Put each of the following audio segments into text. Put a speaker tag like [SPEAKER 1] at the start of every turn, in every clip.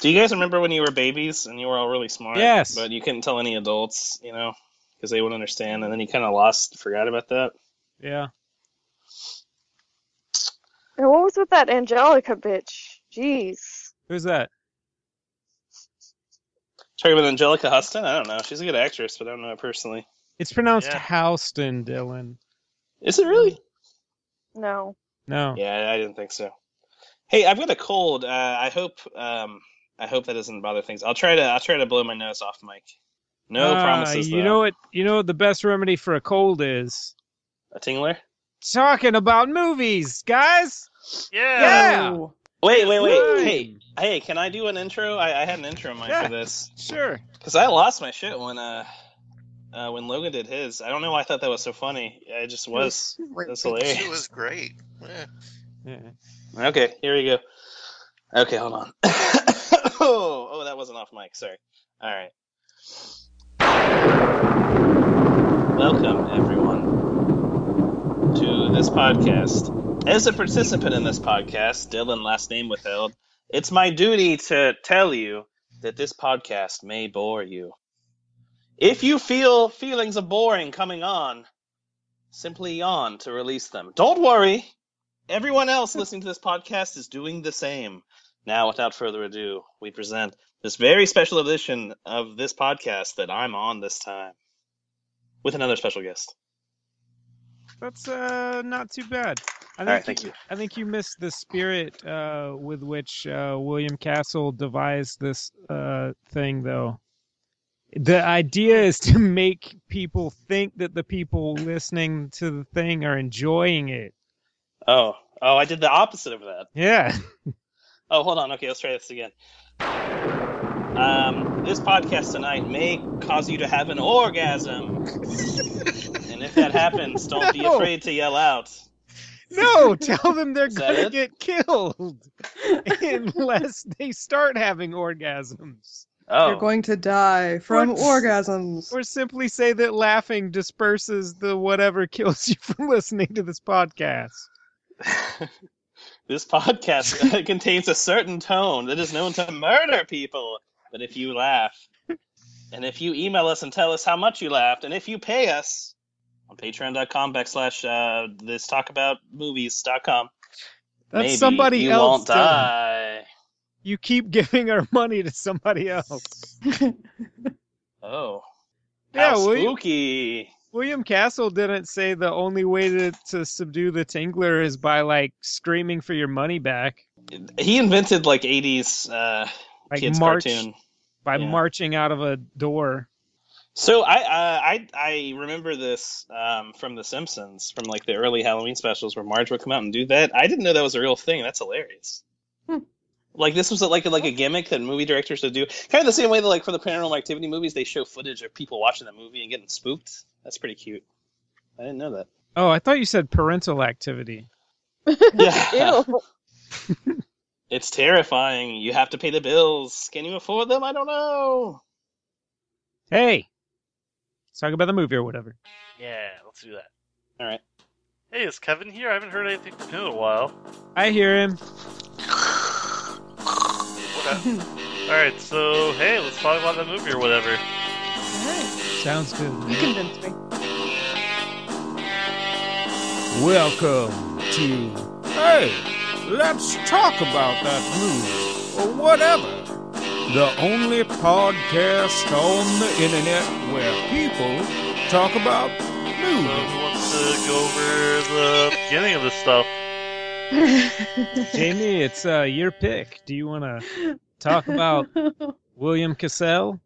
[SPEAKER 1] Do you guys remember when you were babies and you were all really smart?
[SPEAKER 2] Yes.
[SPEAKER 1] But you couldn't tell any adults, you know, because they wouldn't understand. And then you kind of lost, forgot about that.
[SPEAKER 2] Yeah.
[SPEAKER 3] And what was with that Angelica bitch? Jeez.
[SPEAKER 2] Who's that?
[SPEAKER 1] Talking about Angelica Huston? I don't know. She's a good actress, but I don't know her personally.
[SPEAKER 2] It's pronounced
[SPEAKER 1] Yeah.
[SPEAKER 2] Houston, Dylan.
[SPEAKER 1] Is it really?
[SPEAKER 3] No.
[SPEAKER 2] No.
[SPEAKER 1] Yeah, I didn't think so. Hey, I've got a cold. Uh, I hope um, I hope that doesn't bother things. I'll try to I'll try to blow my nose off mic. No
[SPEAKER 2] Ah,
[SPEAKER 1] promises.
[SPEAKER 2] You
[SPEAKER 1] though.
[SPEAKER 2] know what? You know what the best remedy for a cold is?
[SPEAKER 1] a tingler.
[SPEAKER 2] Talking about movies, guys. Yeah.
[SPEAKER 4] Ooh.
[SPEAKER 1] Wait, wait, wait.
[SPEAKER 2] Woo!
[SPEAKER 1] Hey, hey, can I do an intro? I, I had an intro in mind
[SPEAKER 2] Yeah.
[SPEAKER 1] for this
[SPEAKER 2] Sure.
[SPEAKER 1] because I lost my shit when uh, uh when Logan did his. I don't know why I thought that was so funny. It just was. That's hilarious.
[SPEAKER 5] It was great. Yeah.
[SPEAKER 2] Yeah.
[SPEAKER 1] Okay, here we go. Okay, hold on. oh, oh, that wasn't off mic. Sorry. All right. Welcome, everyone, to this podcast. As a participant in this podcast, Dylan, last name withheld, it's my duty to tell you that this podcast may bore you. If you feel feelings of boring coming on, simply yawn to release them. Don't worry, Everyone else listening to this podcast is doing the same. Now, without further ado, we present this very special edition of this podcast that I'm on this time with another special guest.
[SPEAKER 2] That's uh not too bad. I
[SPEAKER 1] All right, thank you.
[SPEAKER 2] I think you missed the spirit uh, with which uh, William Castle devised this uh, thing, though. The idea is to make people think that the people listening to the thing are enjoying it.
[SPEAKER 1] Oh, oh, I did the opposite of that.
[SPEAKER 2] Yeah.
[SPEAKER 1] Oh, hold on. Okay, let's try this again. Um, this podcast tonight may cause you to have an orgasm. and if that happens, don't be
[SPEAKER 2] No.
[SPEAKER 1] afraid to yell out.
[SPEAKER 2] No, tell them they're
[SPEAKER 1] Is that
[SPEAKER 2] going to
[SPEAKER 1] it?
[SPEAKER 2] get killed unless they start having orgasms.
[SPEAKER 1] Oh,
[SPEAKER 4] You're going to die from
[SPEAKER 2] What?
[SPEAKER 4] orgasms.
[SPEAKER 2] Or simply say that laughing disperses the whatever kills you from listening to this podcast.
[SPEAKER 1] this podcast contains a certain tone that is known to murder people. But if you laugh, and if you email us and tell us how much you laughed, and if you pay us on patreon.com backslash uh, this talk about movies.com,
[SPEAKER 2] That's
[SPEAKER 1] maybe
[SPEAKER 2] somebody
[SPEAKER 1] you
[SPEAKER 2] else.
[SPEAKER 1] won't
[SPEAKER 2] doing-
[SPEAKER 1] die.
[SPEAKER 2] You keep giving our money to somebody else.
[SPEAKER 1] Oh.
[SPEAKER 2] Yeah,
[SPEAKER 1] how
[SPEAKER 2] will you-
[SPEAKER 1] spooky.
[SPEAKER 2] William Castle didn't say the only way to, to subdue the Tingler is by like screaming for your money back,
[SPEAKER 1] He invented like 80s uh,
[SPEAKER 2] like
[SPEAKER 1] kids
[SPEAKER 2] march
[SPEAKER 1] cartoon.
[SPEAKER 2] by
[SPEAKER 1] yeah.
[SPEAKER 2] marching out of a door.
[SPEAKER 1] So I uh, I I remember this um, from The Simpsons, from like the early Halloween specials where Marge would come out and do that. I didn't know that was a real thing. That's hilarious.
[SPEAKER 4] Hmm.
[SPEAKER 1] Like this was like like a gimmick that movie directors would do, kind of the same way that like for the Paranormal Activity movies, they show footage of people watching the movie and getting spooked. That's pretty cute. I didn't know that.
[SPEAKER 2] Oh, I thought you said parental activity.
[SPEAKER 1] Yeah,
[SPEAKER 3] Ew.
[SPEAKER 1] it's terrifying. You have to pay the bills. Can you afford them? I don't know.
[SPEAKER 2] Hey, let's talk about the movie or whatever.
[SPEAKER 6] Yeah, let's do that.
[SPEAKER 1] All right.
[SPEAKER 6] Hey, is Kevin here? I haven't heard anything from him in a while.
[SPEAKER 2] I hear him.
[SPEAKER 6] Alright, so hey, let's talk about the movie or whatever.
[SPEAKER 4] Alright,
[SPEAKER 2] Sounds good.
[SPEAKER 4] You convinced me.
[SPEAKER 7] Welcome to Hey, let's talk about that movie or whatever. The only podcast on the internet where people talk about
[SPEAKER 6] So
[SPEAKER 7] movies.
[SPEAKER 6] who wants to go over the beginning of this stuff?
[SPEAKER 2] Jamie, it's uh, your pick. Do you want to talk about William Cassell?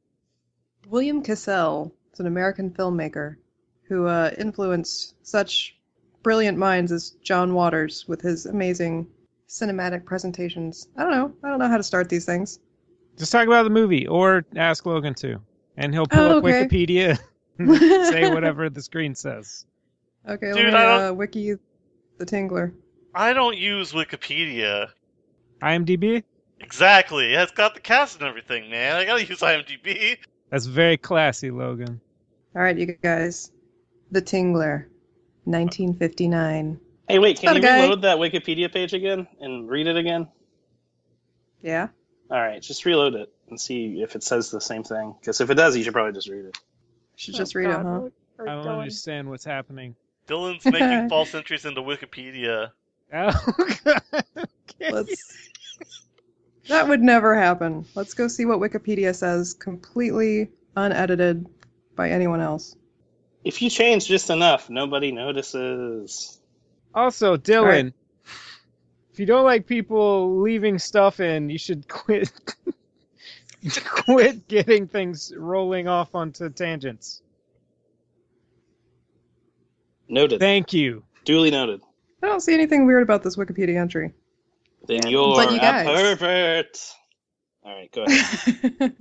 [SPEAKER 4] William Cassell is an American filmmaker who uh, influenced such brilliant minds as John Waters with his amazing cinematic presentations. I don't know. I don't know how to start these things.
[SPEAKER 2] Just talk about the movie or ask Logan to, and he'll pull
[SPEAKER 4] Oh,
[SPEAKER 2] up
[SPEAKER 4] okay.
[SPEAKER 2] Wikipedia Hmm. say whatever the screen says.
[SPEAKER 4] Okay,
[SPEAKER 6] Dude,
[SPEAKER 4] let me
[SPEAKER 6] I don't-
[SPEAKER 4] uh, wiki the Tingler.
[SPEAKER 6] I don't use Wikipedia.
[SPEAKER 2] IMDb?
[SPEAKER 6] Exactly. It's got the cast and everything, man. I gotta use IMDb.
[SPEAKER 2] That's very classy, Logan.
[SPEAKER 4] All right, you guys. The Tingler, 1959.
[SPEAKER 1] Hey, wait. Can
[SPEAKER 4] Not a
[SPEAKER 1] you
[SPEAKER 4] guy.
[SPEAKER 1] reload that Wikipedia page again and read it again?
[SPEAKER 4] Yeah.
[SPEAKER 1] All right, just reload it and see if it says the same thing. Because if it does, you should probably just read it.
[SPEAKER 4] Should just read it, huh?
[SPEAKER 2] I don't understand what's happening.
[SPEAKER 6] Dylan's making false entries into Wikipedia.
[SPEAKER 2] Oh, God. Okay.
[SPEAKER 4] Let's. That would never happen. Let's go see what Wikipedia says, completely unedited by anyone else.
[SPEAKER 1] If you change just enough, nobody notices.
[SPEAKER 2] Also, Dylan,
[SPEAKER 4] Alright.
[SPEAKER 2] if you don't like people leaving stuff in, you should quit. quit getting things rolling off onto tangents.
[SPEAKER 1] Noted.
[SPEAKER 2] Thank you.
[SPEAKER 1] Duly noted.
[SPEAKER 4] I don't see anything weird about this Wikipedia entry.
[SPEAKER 1] Then
[SPEAKER 3] Yeah.
[SPEAKER 1] you're
[SPEAKER 4] But you
[SPEAKER 1] a
[SPEAKER 4] guys-
[SPEAKER 1] pervert. All right, go ahead.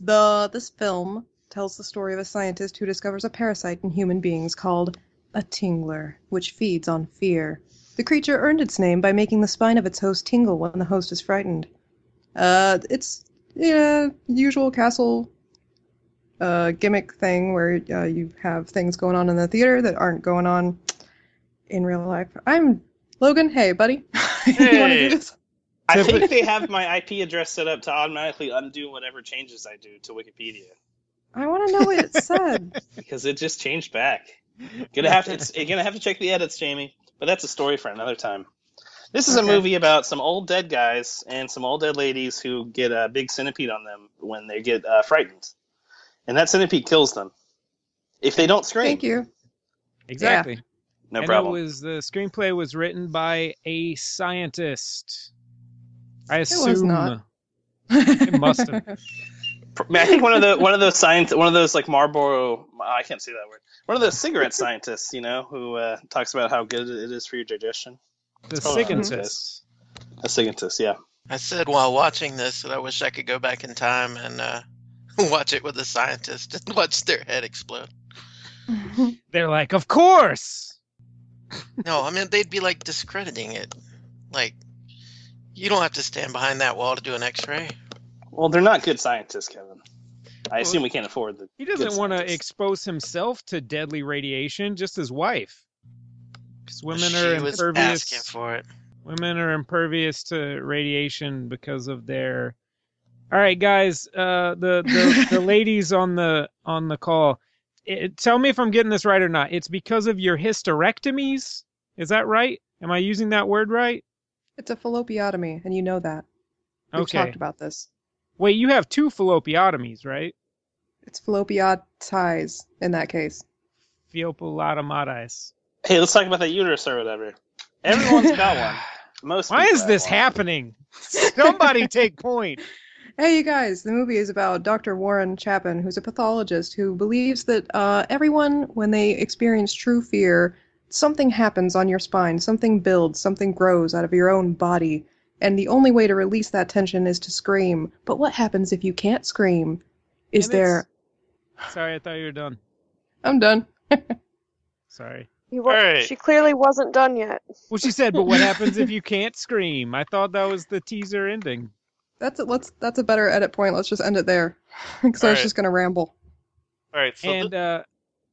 [SPEAKER 4] the this film tells the story of a scientist who discovers a parasite in human beings called a tingler, which feeds on fear. The creature earned its name by making the spine of its host tingle when the host is frightened. Uh, it's yeah, usual castle uh, gimmick thing where uh, you have things going on in the theater that aren't going on in real life. I'm Logan. Hey, buddy. you want to
[SPEAKER 6] Hey.
[SPEAKER 4] do this?
[SPEAKER 1] I
[SPEAKER 2] Typically-
[SPEAKER 1] think they have my IP address set up to automatically undo whatever changes I do to Wikipedia
[SPEAKER 4] I want to know what it said.
[SPEAKER 1] because it just changed back. Gonna have to it's, you're gonna have to check the edits, Jamie. But that's a story for another time. This is
[SPEAKER 4] Okay.
[SPEAKER 1] a movie about some old dead guys and some old dead ladies who get a big centipede on them when they get uh, frightened, and that centipede kills them if they don't scream.
[SPEAKER 4] Thank you.
[SPEAKER 2] Exactly.
[SPEAKER 1] No
[SPEAKER 2] and
[SPEAKER 1] problem.
[SPEAKER 2] it was the screenplay was written by a scientist. I
[SPEAKER 4] was
[SPEAKER 2] assume.
[SPEAKER 4] not.
[SPEAKER 2] It must have.
[SPEAKER 1] I mean, I think one of the one of those science one of those like Marlboro I can't say that word one of those cigarette scientists you know who uh, talks about how good it is for your digestion
[SPEAKER 2] The
[SPEAKER 1] Oh,
[SPEAKER 2] Sigantus.
[SPEAKER 1] a scientist yeah
[SPEAKER 5] I said while watching this that I wish I could go back in time and uh, watch it with a scientist and watch their head explode.
[SPEAKER 2] They're like, of course.
[SPEAKER 5] No, I mean they'd be like discrediting it. Like you don't have to stand behind that wall to do an X-ray.
[SPEAKER 1] well they're not good scientists Kevin I assume we can't afford the
[SPEAKER 2] He doesn't
[SPEAKER 1] good
[SPEAKER 2] want to
[SPEAKER 1] scientists.
[SPEAKER 2] expose himself to deadly radiation. Just his wife. Because women
[SPEAKER 5] she
[SPEAKER 2] are
[SPEAKER 5] was
[SPEAKER 2] impervious.
[SPEAKER 5] asking for it.
[SPEAKER 2] women are impervious to radiation because of their all right guys uh the the, the ladies on the on the call it, tell me if i'm getting this right or not it's because of your hysterectomies is that right am i using that word right
[SPEAKER 4] It's a fallopiotomy, and you know that. We've
[SPEAKER 2] Okay.
[SPEAKER 4] talked about this.
[SPEAKER 2] wait you have two fallopiotomies right
[SPEAKER 4] It's fallopiotis in that case.
[SPEAKER 2] Fiopilotomatis.
[SPEAKER 1] hey let's talk about that uterus or whatever everyone's got one most
[SPEAKER 2] why
[SPEAKER 1] people
[SPEAKER 2] is
[SPEAKER 1] have
[SPEAKER 2] this
[SPEAKER 1] one.
[SPEAKER 2] happening somebody take point
[SPEAKER 4] Hey, you guys, the movie is about Dr. Warren Chapin, who's a pathologist who believes that uh, everyone, when they experience true fear, something happens on your spine, something builds, something grows out of your own body. And the only way to release that tension is to scream. But what happens if you can't scream? Is
[SPEAKER 2] And it's-
[SPEAKER 4] there.
[SPEAKER 2] sorry i thought you were done
[SPEAKER 4] I'm done.
[SPEAKER 2] sorry
[SPEAKER 3] You wa-
[SPEAKER 6] Alright.
[SPEAKER 3] She clearly wasn't done yet.
[SPEAKER 2] well she said but what happens if you can't scream i thought that was the teaser ending
[SPEAKER 4] That's a, let's, that's a better edit point. Let's just end it there. Because I was
[SPEAKER 6] Alright.
[SPEAKER 4] just going to ramble.
[SPEAKER 6] All right, so
[SPEAKER 2] and uh,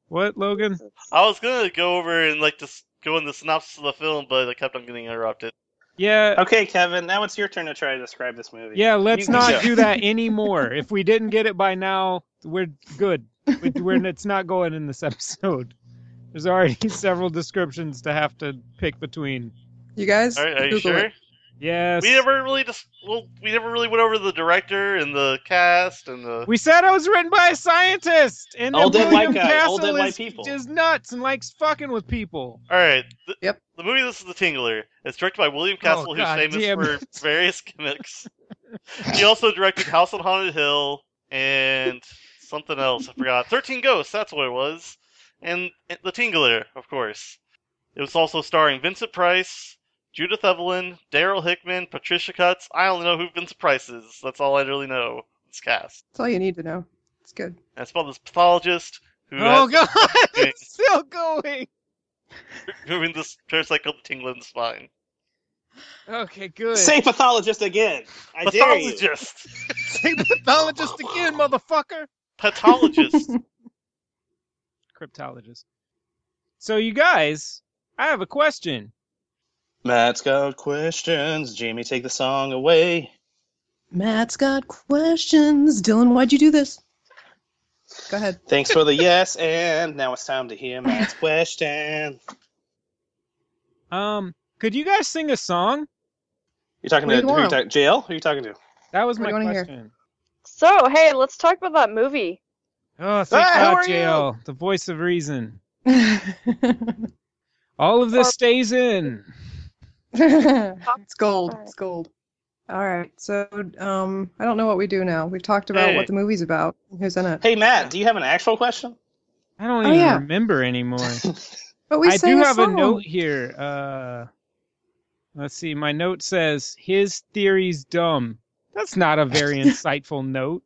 [SPEAKER 2] what, Logan?
[SPEAKER 4] uh,
[SPEAKER 6] I was gonna go over and like just go in the synopsis of the film, but I kept on getting interrupted.
[SPEAKER 2] Yeah,
[SPEAKER 1] okay Kevin now it's your turn to try to describe this movie
[SPEAKER 2] yeah. Let's
[SPEAKER 1] You-
[SPEAKER 2] not
[SPEAKER 1] yeah.
[SPEAKER 2] do that anymore. if we didn't get it by now, we're good. We- We're, it's not going in this episode. There's already several descriptions to have to pick between.
[SPEAKER 4] You guys,
[SPEAKER 6] All right, are you
[SPEAKER 4] Google
[SPEAKER 6] sure?
[SPEAKER 4] it.
[SPEAKER 2] Yes,
[SPEAKER 6] We never really just well, we never really went over the director and the cast and the.
[SPEAKER 2] We said it was written by a scientist, and
[SPEAKER 1] All
[SPEAKER 2] that
[SPEAKER 1] dead
[SPEAKER 2] William
[SPEAKER 1] white guys, all
[SPEAKER 2] Castle
[SPEAKER 1] dead white
[SPEAKER 2] is
[SPEAKER 1] people.
[SPEAKER 2] is nuts and likes fucking with people.
[SPEAKER 6] All right. The,
[SPEAKER 4] Yep.
[SPEAKER 6] The movie This is the Tingler is directed by William Castle, who's
[SPEAKER 2] God
[SPEAKER 6] famous
[SPEAKER 2] damn
[SPEAKER 6] for
[SPEAKER 2] Oh, it.
[SPEAKER 6] various gimmicks. he also directed House on Haunted Hill and something else. I forgot. Thirteen Ghosts. That's what it was. And, and the Tingler, of course. It was also starring Vincent Price, Judith Evelyn, Daryl Hickman, Patricia Cutts. I only know who Vincent Price is. That's all I really know. This cast.
[SPEAKER 4] That's all you need to know. It's good.
[SPEAKER 6] And it's about this pathologist who
[SPEAKER 2] Oh
[SPEAKER 6] has
[SPEAKER 2] God,
[SPEAKER 6] Okay.
[SPEAKER 2] it's still going.
[SPEAKER 6] moving this parasite called the Tingler in the spine.
[SPEAKER 2] Okay, good.
[SPEAKER 1] say pathologist again I dare you
[SPEAKER 6] pathologist.
[SPEAKER 2] Say pathologist again, motherfucker.
[SPEAKER 6] Pathologist.
[SPEAKER 2] cryptologist. So you guys, I have a question.
[SPEAKER 1] Matt's got questions Jamie take the song away
[SPEAKER 4] Matt's got questions. Dylan, why'd you do this? Go ahead.
[SPEAKER 1] Thanks for the yes, and now it's time to hear Matt's question.
[SPEAKER 2] Um, could you guys sing a song?
[SPEAKER 1] You talking to
[SPEAKER 4] Wait,
[SPEAKER 1] who you
[SPEAKER 4] Laurel.
[SPEAKER 1] ta- JL? Who you talking to?
[SPEAKER 2] That was
[SPEAKER 4] What do
[SPEAKER 2] my
[SPEAKER 4] you wanna hear?
[SPEAKER 2] question.
[SPEAKER 3] So, hey, let's talk about that movie.
[SPEAKER 2] Oh, thank
[SPEAKER 1] Hey,
[SPEAKER 2] God,
[SPEAKER 1] who are you?
[SPEAKER 2] JL, the voice of reason.
[SPEAKER 4] it's
[SPEAKER 2] All of this
[SPEAKER 3] Or-
[SPEAKER 2] stays in.
[SPEAKER 4] gold. It's gold. All right. So, um, I don't know what we do now. We've talked about
[SPEAKER 6] Hey.
[SPEAKER 4] what the movie's about. and Who's in it?
[SPEAKER 1] Hey Matt, do you have an actual question?
[SPEAKER 2] I don't
[SPEAKER 4] Oh,
[SPEAKER 2] even
[SPEAKER 4] yeah.
[SPEAKER 2] remember anymore.
[SPEAKER 4] But we
[SPEAKER 2] I
[SPEAKER 4] sang
[SPEAKER 2] do
[SPEAKER 4] a
[SPEAKER 2] have
[SPEAKER 4] song.
[SPEAKER 2] a note here. Uh, let's see. My note says his theory's dumb. That's not a very insightful note.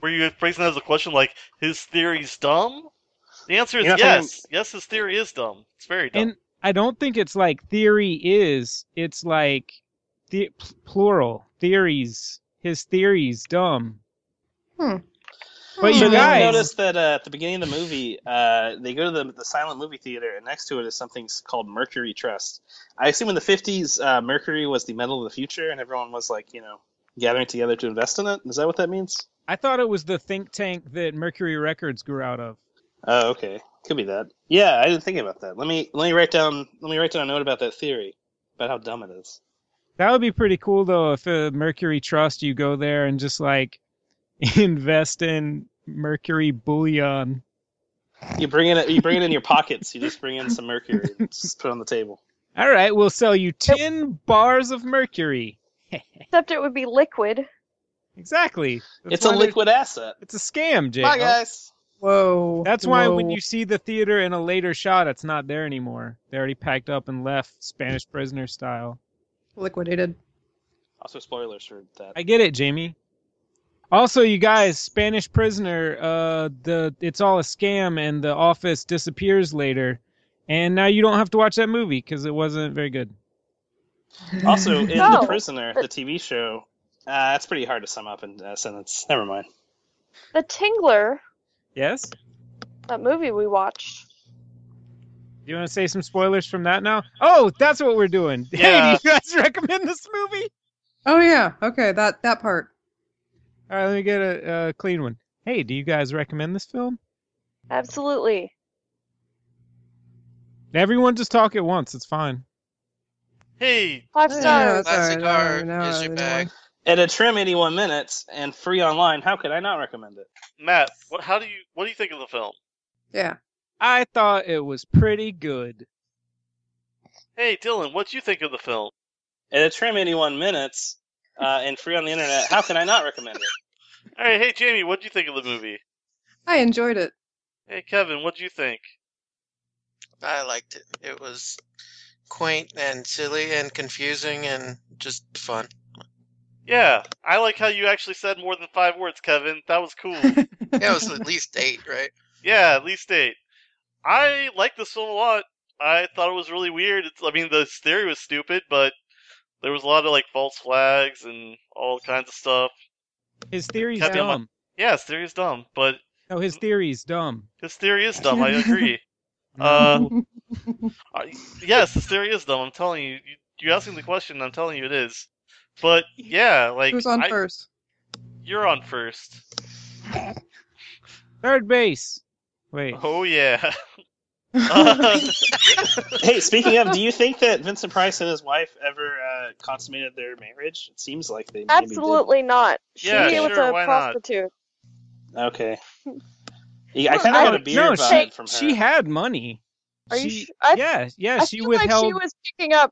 [SPEAKER 6] Were you phrasing that as a question like his theory's dumb? The answer is
[SPEAKER 1] You're not saying-
[SPEAKER 6] yes. Yes, his theory is dumb. It's very dumb.
[SPEAKER 2] And I don't think it's like theory is. It's like the p- plural theories. His theory's dumb. But
[SPEAKER 1] So
[SPEAKER 2] you
[SPEAKER 1] did
[SPEAKER 2] guys-
[SPEAKER 1] notice that uh, at the beginning of the movie, uh, they go to the, the silent movie theater, and next to it is something s- called Mercury Trust. I assume in the 50s, uh, Mercury was the metal of the future, and everyone was like, you know, gathering together to invest in it. Is that what that means?
[SPEAKER 2] I thought it was the think tank that Mercury Records grew out of.
[SPEAKER 1] Oh, okay, could be that. Yeah, I didn't think about that. Let me let me write down let me write down a note about that theory, about how dumb it is.
[SPEAKER 2] That would be pretty cool though if uh, Mercury Trust you go there and just like invest in Mercury bullion.
[SPEAKER 1] You bring it you bring it in your pockets. You just bring in some mercury, and just put it on the table.
[SPEAKER 2] All right, we'll sell you 10 bars of mercury.
[SPEAKER 3] Except it would be liquid.
[SPEAKER 2] Exactly. That's
[SPEAKER 1] it's a
[SPEAKER 2] why they're-
[SPEAKER 1] liquid asset.
[SPEAKER 2] It's a scam, Jay.
[SPEAKER 1] Bye, guys.
[SPEAKER 4] Whoa.
[SPEAKER 2] That's why when
[SPEAKER 4] whoa.
[SPEAKER 2] you see the theater in a later shot, it's not there anymore. They already packed up and left Spanish prisoner style.
[SPEAKER 4] liquidated.
[SPEAKER 1] Also, spoilers for that.
[SPEAKER 2] I get it, Jamie. Also, you guys, Spanish prisoner, uh, the it's all a scam, and the office disappears later, and now you don't have to watch that movie because it wasn't very good.
[SPEAKER 1] Also, in
[SPEAKER 3] No.
[SPEAKER 1] The Prisoner, the TV show, uh, that's pretty hard to sum up in a sentence. Never mind.
[SPEAKER 3] The Tingler,
[SPEAKER 2] Yes.
[SPEAKER 3] that movie we watched.
[SPEAKER 2] Do you want to say some spoilers from that now? Oh, that's what we're doing. Hey,
[SPEAKER 6] Yeah.
[SPEAKER 2] do you guys recommend this movie?
[SPEAKER 4] oh yeah. Okay. That that part.
[SPEAKER 2] All right, let me get a, a clean one. Hey, do you guys recommend this film?
[SPEAKER 3] Absolutely.
[SPEAKER 2] Everyone just talk at once. It's fine.
[SPEAKER 6] Hey,
[SPEAKER 3] Five
[SPEAKER 4] Yeah,
[SPEAKER 3] stars.
[SPEAKER 4] that's all
[SPEAKER 5] Classic
[SPEAKER 4] right, all right,
[SPEAKER 5] art
[SPEAKER 4] no,
[SPEAKER 5] is your
[SPEAKER 4] no.
[SPEAKER 5] bag.
[SPEAKER 1] At a trim 81 minutes and free online, how could I not recommend it?
[SPEAKER 6] Matt, what how do you what do you think of the film?
[SPEAKER 4] Yeah.
[SPEAKER 2] I thought it was pretty good.
[SPEAKER 6] Hey Dylan, what do you think of the film?
[SPEAKER 1] At a trim 81 minutes uh, and free on the internet, how can I not recommend it?
[SPEAKER 6] All right, hey Jamie, what do you think of the movie?
[SPEAKER 4] I enjoyed it.
[SPEAKER 6] Hey Kevin, what do you think?
[SPEAKER 5] I liked it. It was quaint and silly and confusing and just fun.
[SPEAKER 6] Yeah, I like how you actually said more than five words, Kevin. That was cool.
[SPEAKER 5] Yeah, it was at least eight, right?
[SPEAKER 6] yeah, at least eight. I like this film a lot. I thought it was really weird. It's, I mean, the theory was stupid, but there was a lot of like false flags and all kinds of stuff.
[SPEAKER 2] His theory's
[SPEAKER 6] Happy I'm
[SPEAKER 2] dumb.
[SPEAKER 6] Yeah, his theory is dumb, but
[SPEAKER 2] No, his theory's dumb.
[SPEAKER 6] his theory is dumb. I agree. Uh,
[SPEAKER 2] No.
[SPEAKER 6] Uh, yes, this theory is dumb. I'm telling you, you, you're asking the question. and I'm telling you, it is. But yeah, like
[SPEAKER 4] Who's on
[SPEAKER 6] I-
[SPEAKER 4] first?
[SPEAKER 6] You're on first.
[SPEAKER 2] Third base. Wait.
[SPEAKER 6] Oh yeah. Uh,
[SPEAKER 4] I
[SPEAKER 1] Hey, speaking of, do you think that Vincent Price and his wife ever uh, consummated their marriage? It seems like they maybe did.
[SPEAKER 3] Absolutely not. She
[SPEAKER 6] Yeah,
[SPEAKER 3] was
[SPEAKER 6] sure,
[SPEAKER 3] a
[SPEAKER 6] why not?
[SPEAKER 3] prostitute.
[SPEAKER 1] Okay. Yeah, I
[SPEAKER 4] Well,
[SPEAKER 1] kind of
[SPEAKER 4] I
[SPEAKER 1] got a
[SPEAKER 2] don't-
[SPEAKER 1] beer
[SPEAKER 2] no,
[SPEAKER 1] vibe
[SPEAKER 2] she-
[SPEAKER 1] from her.
[SPEAKER 2] She had money.
[SPEAKER 3] Are
[SPEAKER 2] she,
[SPEAKER 3] you sh- I,
[SPEAKER 2] yeah, yeah.
[SPEAKER 3] I
[SPEAKER 2] she
[SPEAKER 3] feel
[SPEAKER 2] withheld.
[SPEAKER 3] like she was picking up.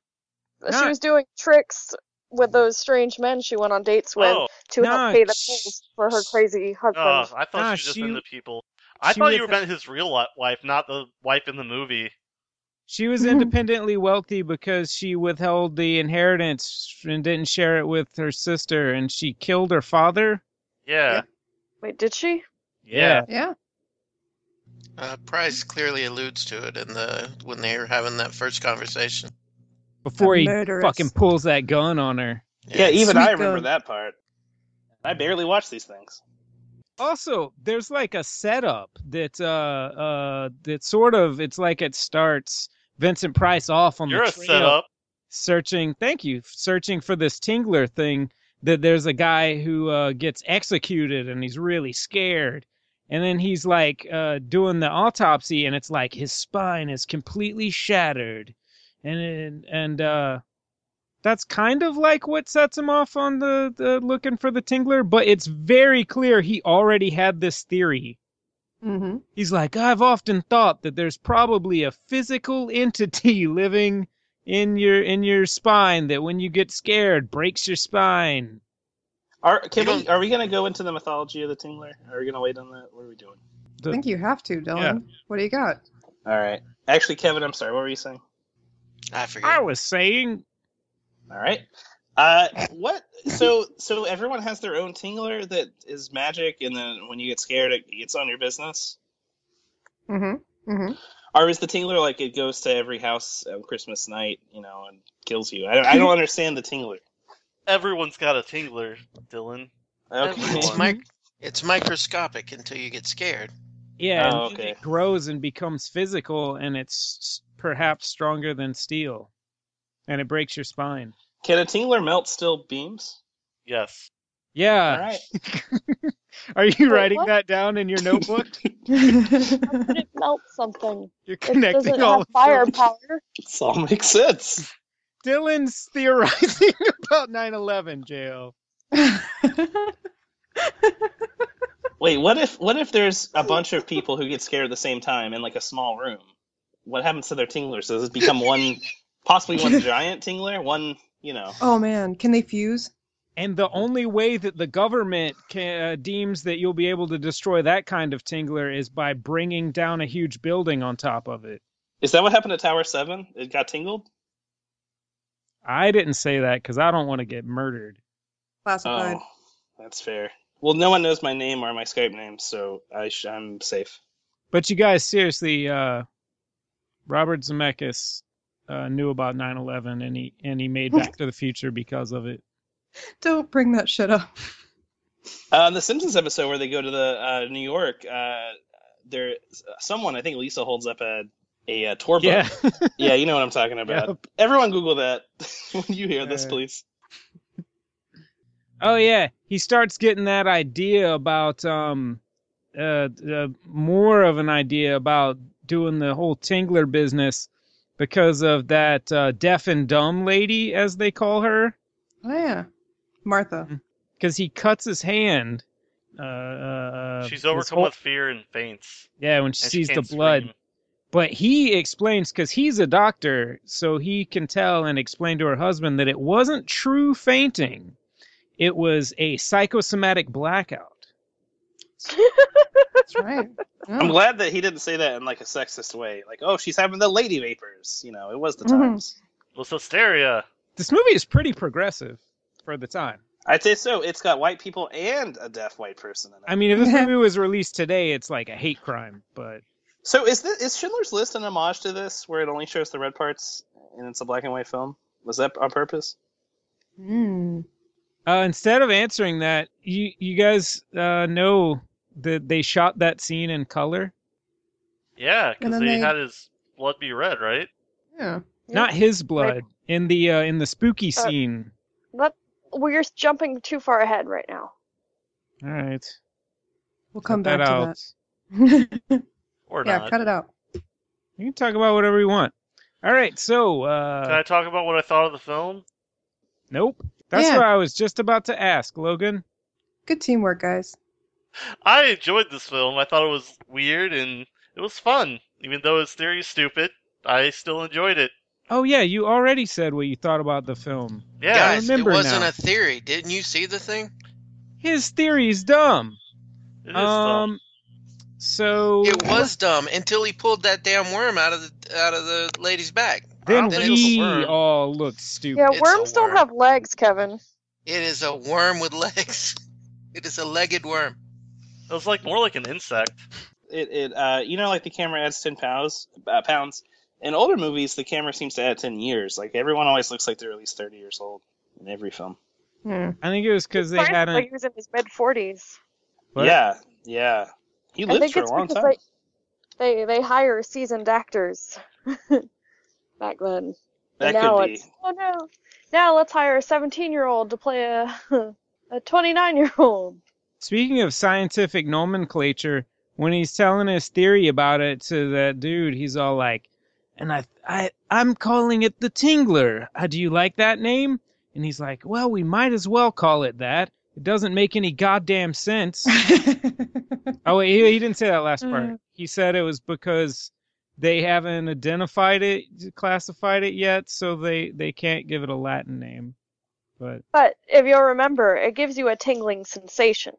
[SPEAKER 2] Not-
[SPEAKER 3] she was doing tricks with those strange men she went on dates with
[SPEAKER 6] oh,
[SPEAKER 3] to help
[SPEAKER 2] not-
[SPEAKER 3] pay the bills for her crazy husband.
[SPEAKER 6] uh, I thought
[SPEAKER 2] Nah,
[SPEAKER 6] she was just
[SPEAKER 2] she-
[SPEAKER 6] into people. I
[SPEAKER 2] she
[SPEAKER 6] thought
[SPEAKER 2] was-
[SPEAKER 6] you meant his real li- wife, not the wife in the movie.
[SPEAKER 2] She
[SPEAKER 3] Mm-hmm.
[SPEAKER 2] was independently wealthy because she withheld the inheritance and didn't share it with her sister, and she killed her father.
[SPEAKER 6] Yeah.
[SPEAKER 3] Wait, did she?
[SPEAKER 6] Yeah.
[SPEAKER 4] yeah.
[SPEAKER 5] Uh, Price clearly alludes to it in the when they were having that first conversation.
[SPEAKER 2] Before
[SPEAKER 4] The
[SPEAKER 2] he
[SPEAKER 4] murderess.
[SPEAKER 2] fucking pulls that gun on her.
[SPEAKER 1] yeah, even
[SPEAKER 4] Sweet
[SPEAKER 1] I remember
[SPEAKER 4] God.
[SPEAKER 1] that part. I barely watch these things.
[SPEAKER 2] also there's like a setup that uh uh that sort of it's like it starts vincent price off on
[SPEAKER 6] You're
[SPEAKER 2] the
[SPEAKER 6] a
[SPEAKER 2] trail
[SPEAKER 6] setup.
[SPEAKER 2] searching thank you searching for this tingler thing that there's a guy who uh, gets executed and he's really scared. And then he's like uh, doing the autopsy, and it's like his spine is completely shattered, and and, and uh, that's kind of like what sets him off on the, the looking for the tingler. But it's very clear he already had this theory
[SPEAKER 4] Mm-hmm.
[SPEAKER 2] He's like, I've often thought that there's probably a physical entity living in your in your spine that when you get scared breaks your spine.
[SPEAKER 1] Are can
[SPEAKER 5] You
[SPEAKER 1] we?
[SPEAKER 5] don't-
[SPEAKER 1] Are we gonna go into the mythology of the Tingler? Are we gonna wait on that? What are we doing?
[SPEAKER 4] I think you have to, Dylan. What do you got?
[SPEAKER 1] All right. Actually, Kevin, I'm sorry. What were you saying?
[SPEAKER 5] I forget.
[SPEAKER 2] I was saying
[SPEAKER 1] All right. Uh, what? So, so everyone has their own Tingler that is magic, and then when you get scared, it gets on your business.
[SPEAKER 4] Mm-hmm. Mm-hmm.
[SPEAKER 1] Or is the Tingler like it goes to every house on Christmas night, you know, and kills you? I, I don't understand the Tingler.
[SPEAKER 6] Everyone's got a tingler, Dylan.
[SPEAKER 1] Okay.
[SPEAKER 5] It's mic- it's microscopic until you get scared.
[SPEAKER 2] Yeah,
[SPEAKER 1] Oh,
[SPEAKER 2] and then
[SPEAKER 1] okay.
[SPEAKER 2] it grows and becomes physical and it's s- perhaps stronger than steel. And it breaks your spine.
[SPEAKER 1] Can a Tingler melt still beams?
[SPEAKER 6] Yes.
[SPEAKER 1] All
[SPEAKER 5] Uh,
[SPEAKER 2] Yeah.
[SPEAKER 1] right.
[SPEAKER 2] Are you
[SPEAKER 8] Wait,
[SPEAKER 2] writing
[SPEAKER 8] what?
[SPEAKER 2] that down in your notebook?
[SPEAKER 4] Mm-hmm.
[SPEAKER 8] Could it melt something?
[SPEAKER 2] You're
[SPEAKER 8] It
[SPEAKER 2] connecting
[SPEAKER 8] doesn't
[SPEAKER 2] all
[SPEAKER 8] have
[SPEAKER 2] of them.
[SPEAKER 8] firepower.
[SPEAKER 1] This all makes sense.
[SPEAKER 2] Dylan's theorizing about 9/11, JL.
[SPEAKER 1] Wait, what if what if there's a bunch of people who get scared at the same time in like a small room? What happens to their tinglers? Does it become one, possibly one giant tingler? One, you know.
[SPEAKER 4] oh man, can they fuse?
[SPEAKER 2] And the only way that the government ca uh, deems that you'll be able to destroy that kind of tingler is by bringing down a huge building on top of it.
[SPEAKER 1] Is that what happened to Tower Seven? It got tingled.
[SPEAKER 2] I didn't say that because I don't want to get murdered.
[SPEAKER 4] Classified.
[SPEAKER 1] Oh, that's fair. Well, no one knows my name or my Skype name, so I sh- I'm safe.
[SPEAKER 2] But you guys, seriously, uh, Robert Zemeckis uh, knew about 9/11 and he and he made Back to the Future because of it.
[SPEAKER 4] Don't bring that shit up.
[SPEAKER 1] Uh, the Simpsons episode where they go to the uh, New York, uh, there someone I think Lisa holds up a a, uh tour boat.
[SPEAKER 2] Yeah,
[SPEAKER 1] yeah, you know what I'm talking about.
[SPEAKER 2] Yep.
[SPEAKER 1] Everyone Google that when you hear this,
[SPEAKER 2] Uh,
[SPEAKER 1] please.
[SPEAKER 2] Oh yeah, he starts getting that idea about um uh, uh more of an idea about doing the whole Tingler business because of that uh, deaf and dumb lady as they call her
[SPEAKER 4] Oh, yeah, Martha.
[SPEAKER 2] Mm. because he cuts his hand. Uh, uh, uh,
[SPEAKER 6] She's
[SPEAKER 2] his
[SPEAKER 6] overcome
[SPEAKER 2] whole-
[SPEAKER 6] with fear and faints.
[SPEAKER 2] yeah when she
[SPEAKER 6] and she
[SPEAKER 2] sees the
[SPEAKER 6] can't
[SPEAKER 2] blood.
[SPEAKER 6] scream.
[SPEAKER 2] But he explains because he's a doctor, so he can tell and explain to her husband that it wasn't true fainting; it was a psychosomatic blackout.
[SPEAKER 4] That's right. Yeah.
[SPEAKER 8] Hmm.
[SPEAKER 1] I'm glad that he didn't say that in like a sexist way. Like, oh, she's having the lady vapors. You know, it was the
[SPEAKER 8] Mm-hmm.
[SPEAKER 4] Mhm.
[SPEAKER 1] times.
[SPEAKER 6] It was hysteria.
[SPEAKER 2] this movie is pretty progressive for the time.
[SPEAKER 1] I'd say so. It's got white people and a deaf white person in it.
[SPEAKER 2] I mean, if this movie was released today, it's like a hate crime. But
[SPEAKER 1] so is this is Schindler's List an homage to this, where it only shows the red parts and it's a black and white film? Was that on purpose?
[SPEAKER 4] Mm.
[SPEAKER 2] uh, instead of answering that, you you guys uh, know that they shot that scene in color.
[SPEAKER 6] Yeah,
[SPEAKER 4] And
[SPEAKER 6] because
[SPEAKER 4] then
[SPEAKER 6] they,
[SPEAKER 4] they-
[SPEAKER 6] had his blood be red, right?
[SPEAKER 4] Yeah.
[SPEAKER 8] Yep.
[SPEAKER 2] Not his blood in the uh, in the spooky
[SPEAKER 8] Uh,
[SPEAKER 2] scene.
[SPEAKER 8] That we're jumping too far ahead right now.
[SPEAKER 2] All right,
[SPEAKER 4] We'll come
[SPEAKER 2] cut
[SPEAKER 4] back
[SPEAKER 2] that
[SPEAKER 4] to
[SPEAKER 2] out.
[SPEAKER 4] that.
[SPEAKER 6] Or
[SPEAKER 4] yeah,
[SPEAKER 6] not.
[SPEAKER 4] cut it out.
[SPEAKER 2] You can talk about whatever you want. All right, so
[SPEAKER 6] Can
[SPEAKER 2] uh,
[SPEAKER 6] I talk about what I thought of the film?
[SPEAKER 2] nope. That's
[SPEAKER 4] Yeah.
[SPEAKER 2] what I was just about to ask, Logan.
[SPEAKER 4] Good teamwork, guys.
[SPEAKER 6] I enjoyed this film. I thought it was weird and it was fun. Even though its theory is stupid, I still enjoyed it.
[SPEAKER 2] Oh yeah, you already said what you thought about the film.
[SPEAKER 6] Yeah.
[SPEAKER 2] I
[SPEAKER 5] Guys, it
[SPEAKER 2] remember
[SPEAKER 5] wasn't
[SPEAKER 2] now.
[SPEAKER 5] a theory. Didn't you see the thing?
[SPEAKER 2] His theory's dumb.
[SPEAKER 6] It is dumb.
[SPEAKER 2] Um, so
[SPEAKER 5] It was dumb until he pulled that damn worm out of the out of the lady's back.
[SPEAKER 2] Then
[SPEAKER 5] Then
[SPEAKER 6] it's a
[SPEAKER 2] we
[SPEAKER 5] worm.
[SPEAKER 2] all look stupid.
[SPEAKER 8] Yeah,
[SPEAKER 5] It's a
[SPEAKER 8] worms don't
[SPEAKER 5] worm.
[SPEAKER 8] have legs, Kevin.
[SPEAKER 5] It is a worm with legs. It is a legged worm.
[SPEAKER 6] It was like more like an insect.
[SPEAKER 1] It it uh you know like the camera adds ten pounds uh, pounds. In older movies, the camera seems to add ten years. Like everyone always looks like they're at least thirty years old in every film.
[SPEAKER 4] Yeah.
[SPEAKER 2] I think it was because they
[SPEAKER 8] Sorry, like,
[SPEAKER 2] hadn't.
[SPEAKER 8] he was in his mid forties.
[SPEAKER 2] What?
[SPEAKER 1] Yeah, yeah. He
[SPEAKER 8] I
[SPEAKER 1] lived
[SPEAKER 8] think
[SPEAKER 1] for a
[SPEAKER 8] it's
[SPEAKER 1] long
[SPEAKER 8] because
[SPEAKER 1] time.
[SPEAKER 8] like, they they hire seasoned actors back then.
[SPEAKER 1] that
[SPEAKER 8] and now
[SPEAKER 1] could be.
[SPEAKER 8] it's oh no. Now let's hire a 17 year old to play a a 29 year old.
[SPEAKER 2] Speaking of scientific nomenclature, when he's telling his theory about it to that dude, he's all like, "And I, I, I'm calling it the Tingler. Uh, do you like that name?" And he's like, "Well, we might as well call it that. It doesn't make any goddamn sense." oh wait, he, he didn't say that last
[SPEAKER 8] Mm.
[SPEAKER 2] part. He said it was because they haven't identified it, classified it yet, so they they can't give it a Latin name. But
[SPEAKER 8] But if you'll remember, it gives you a tingling sensation,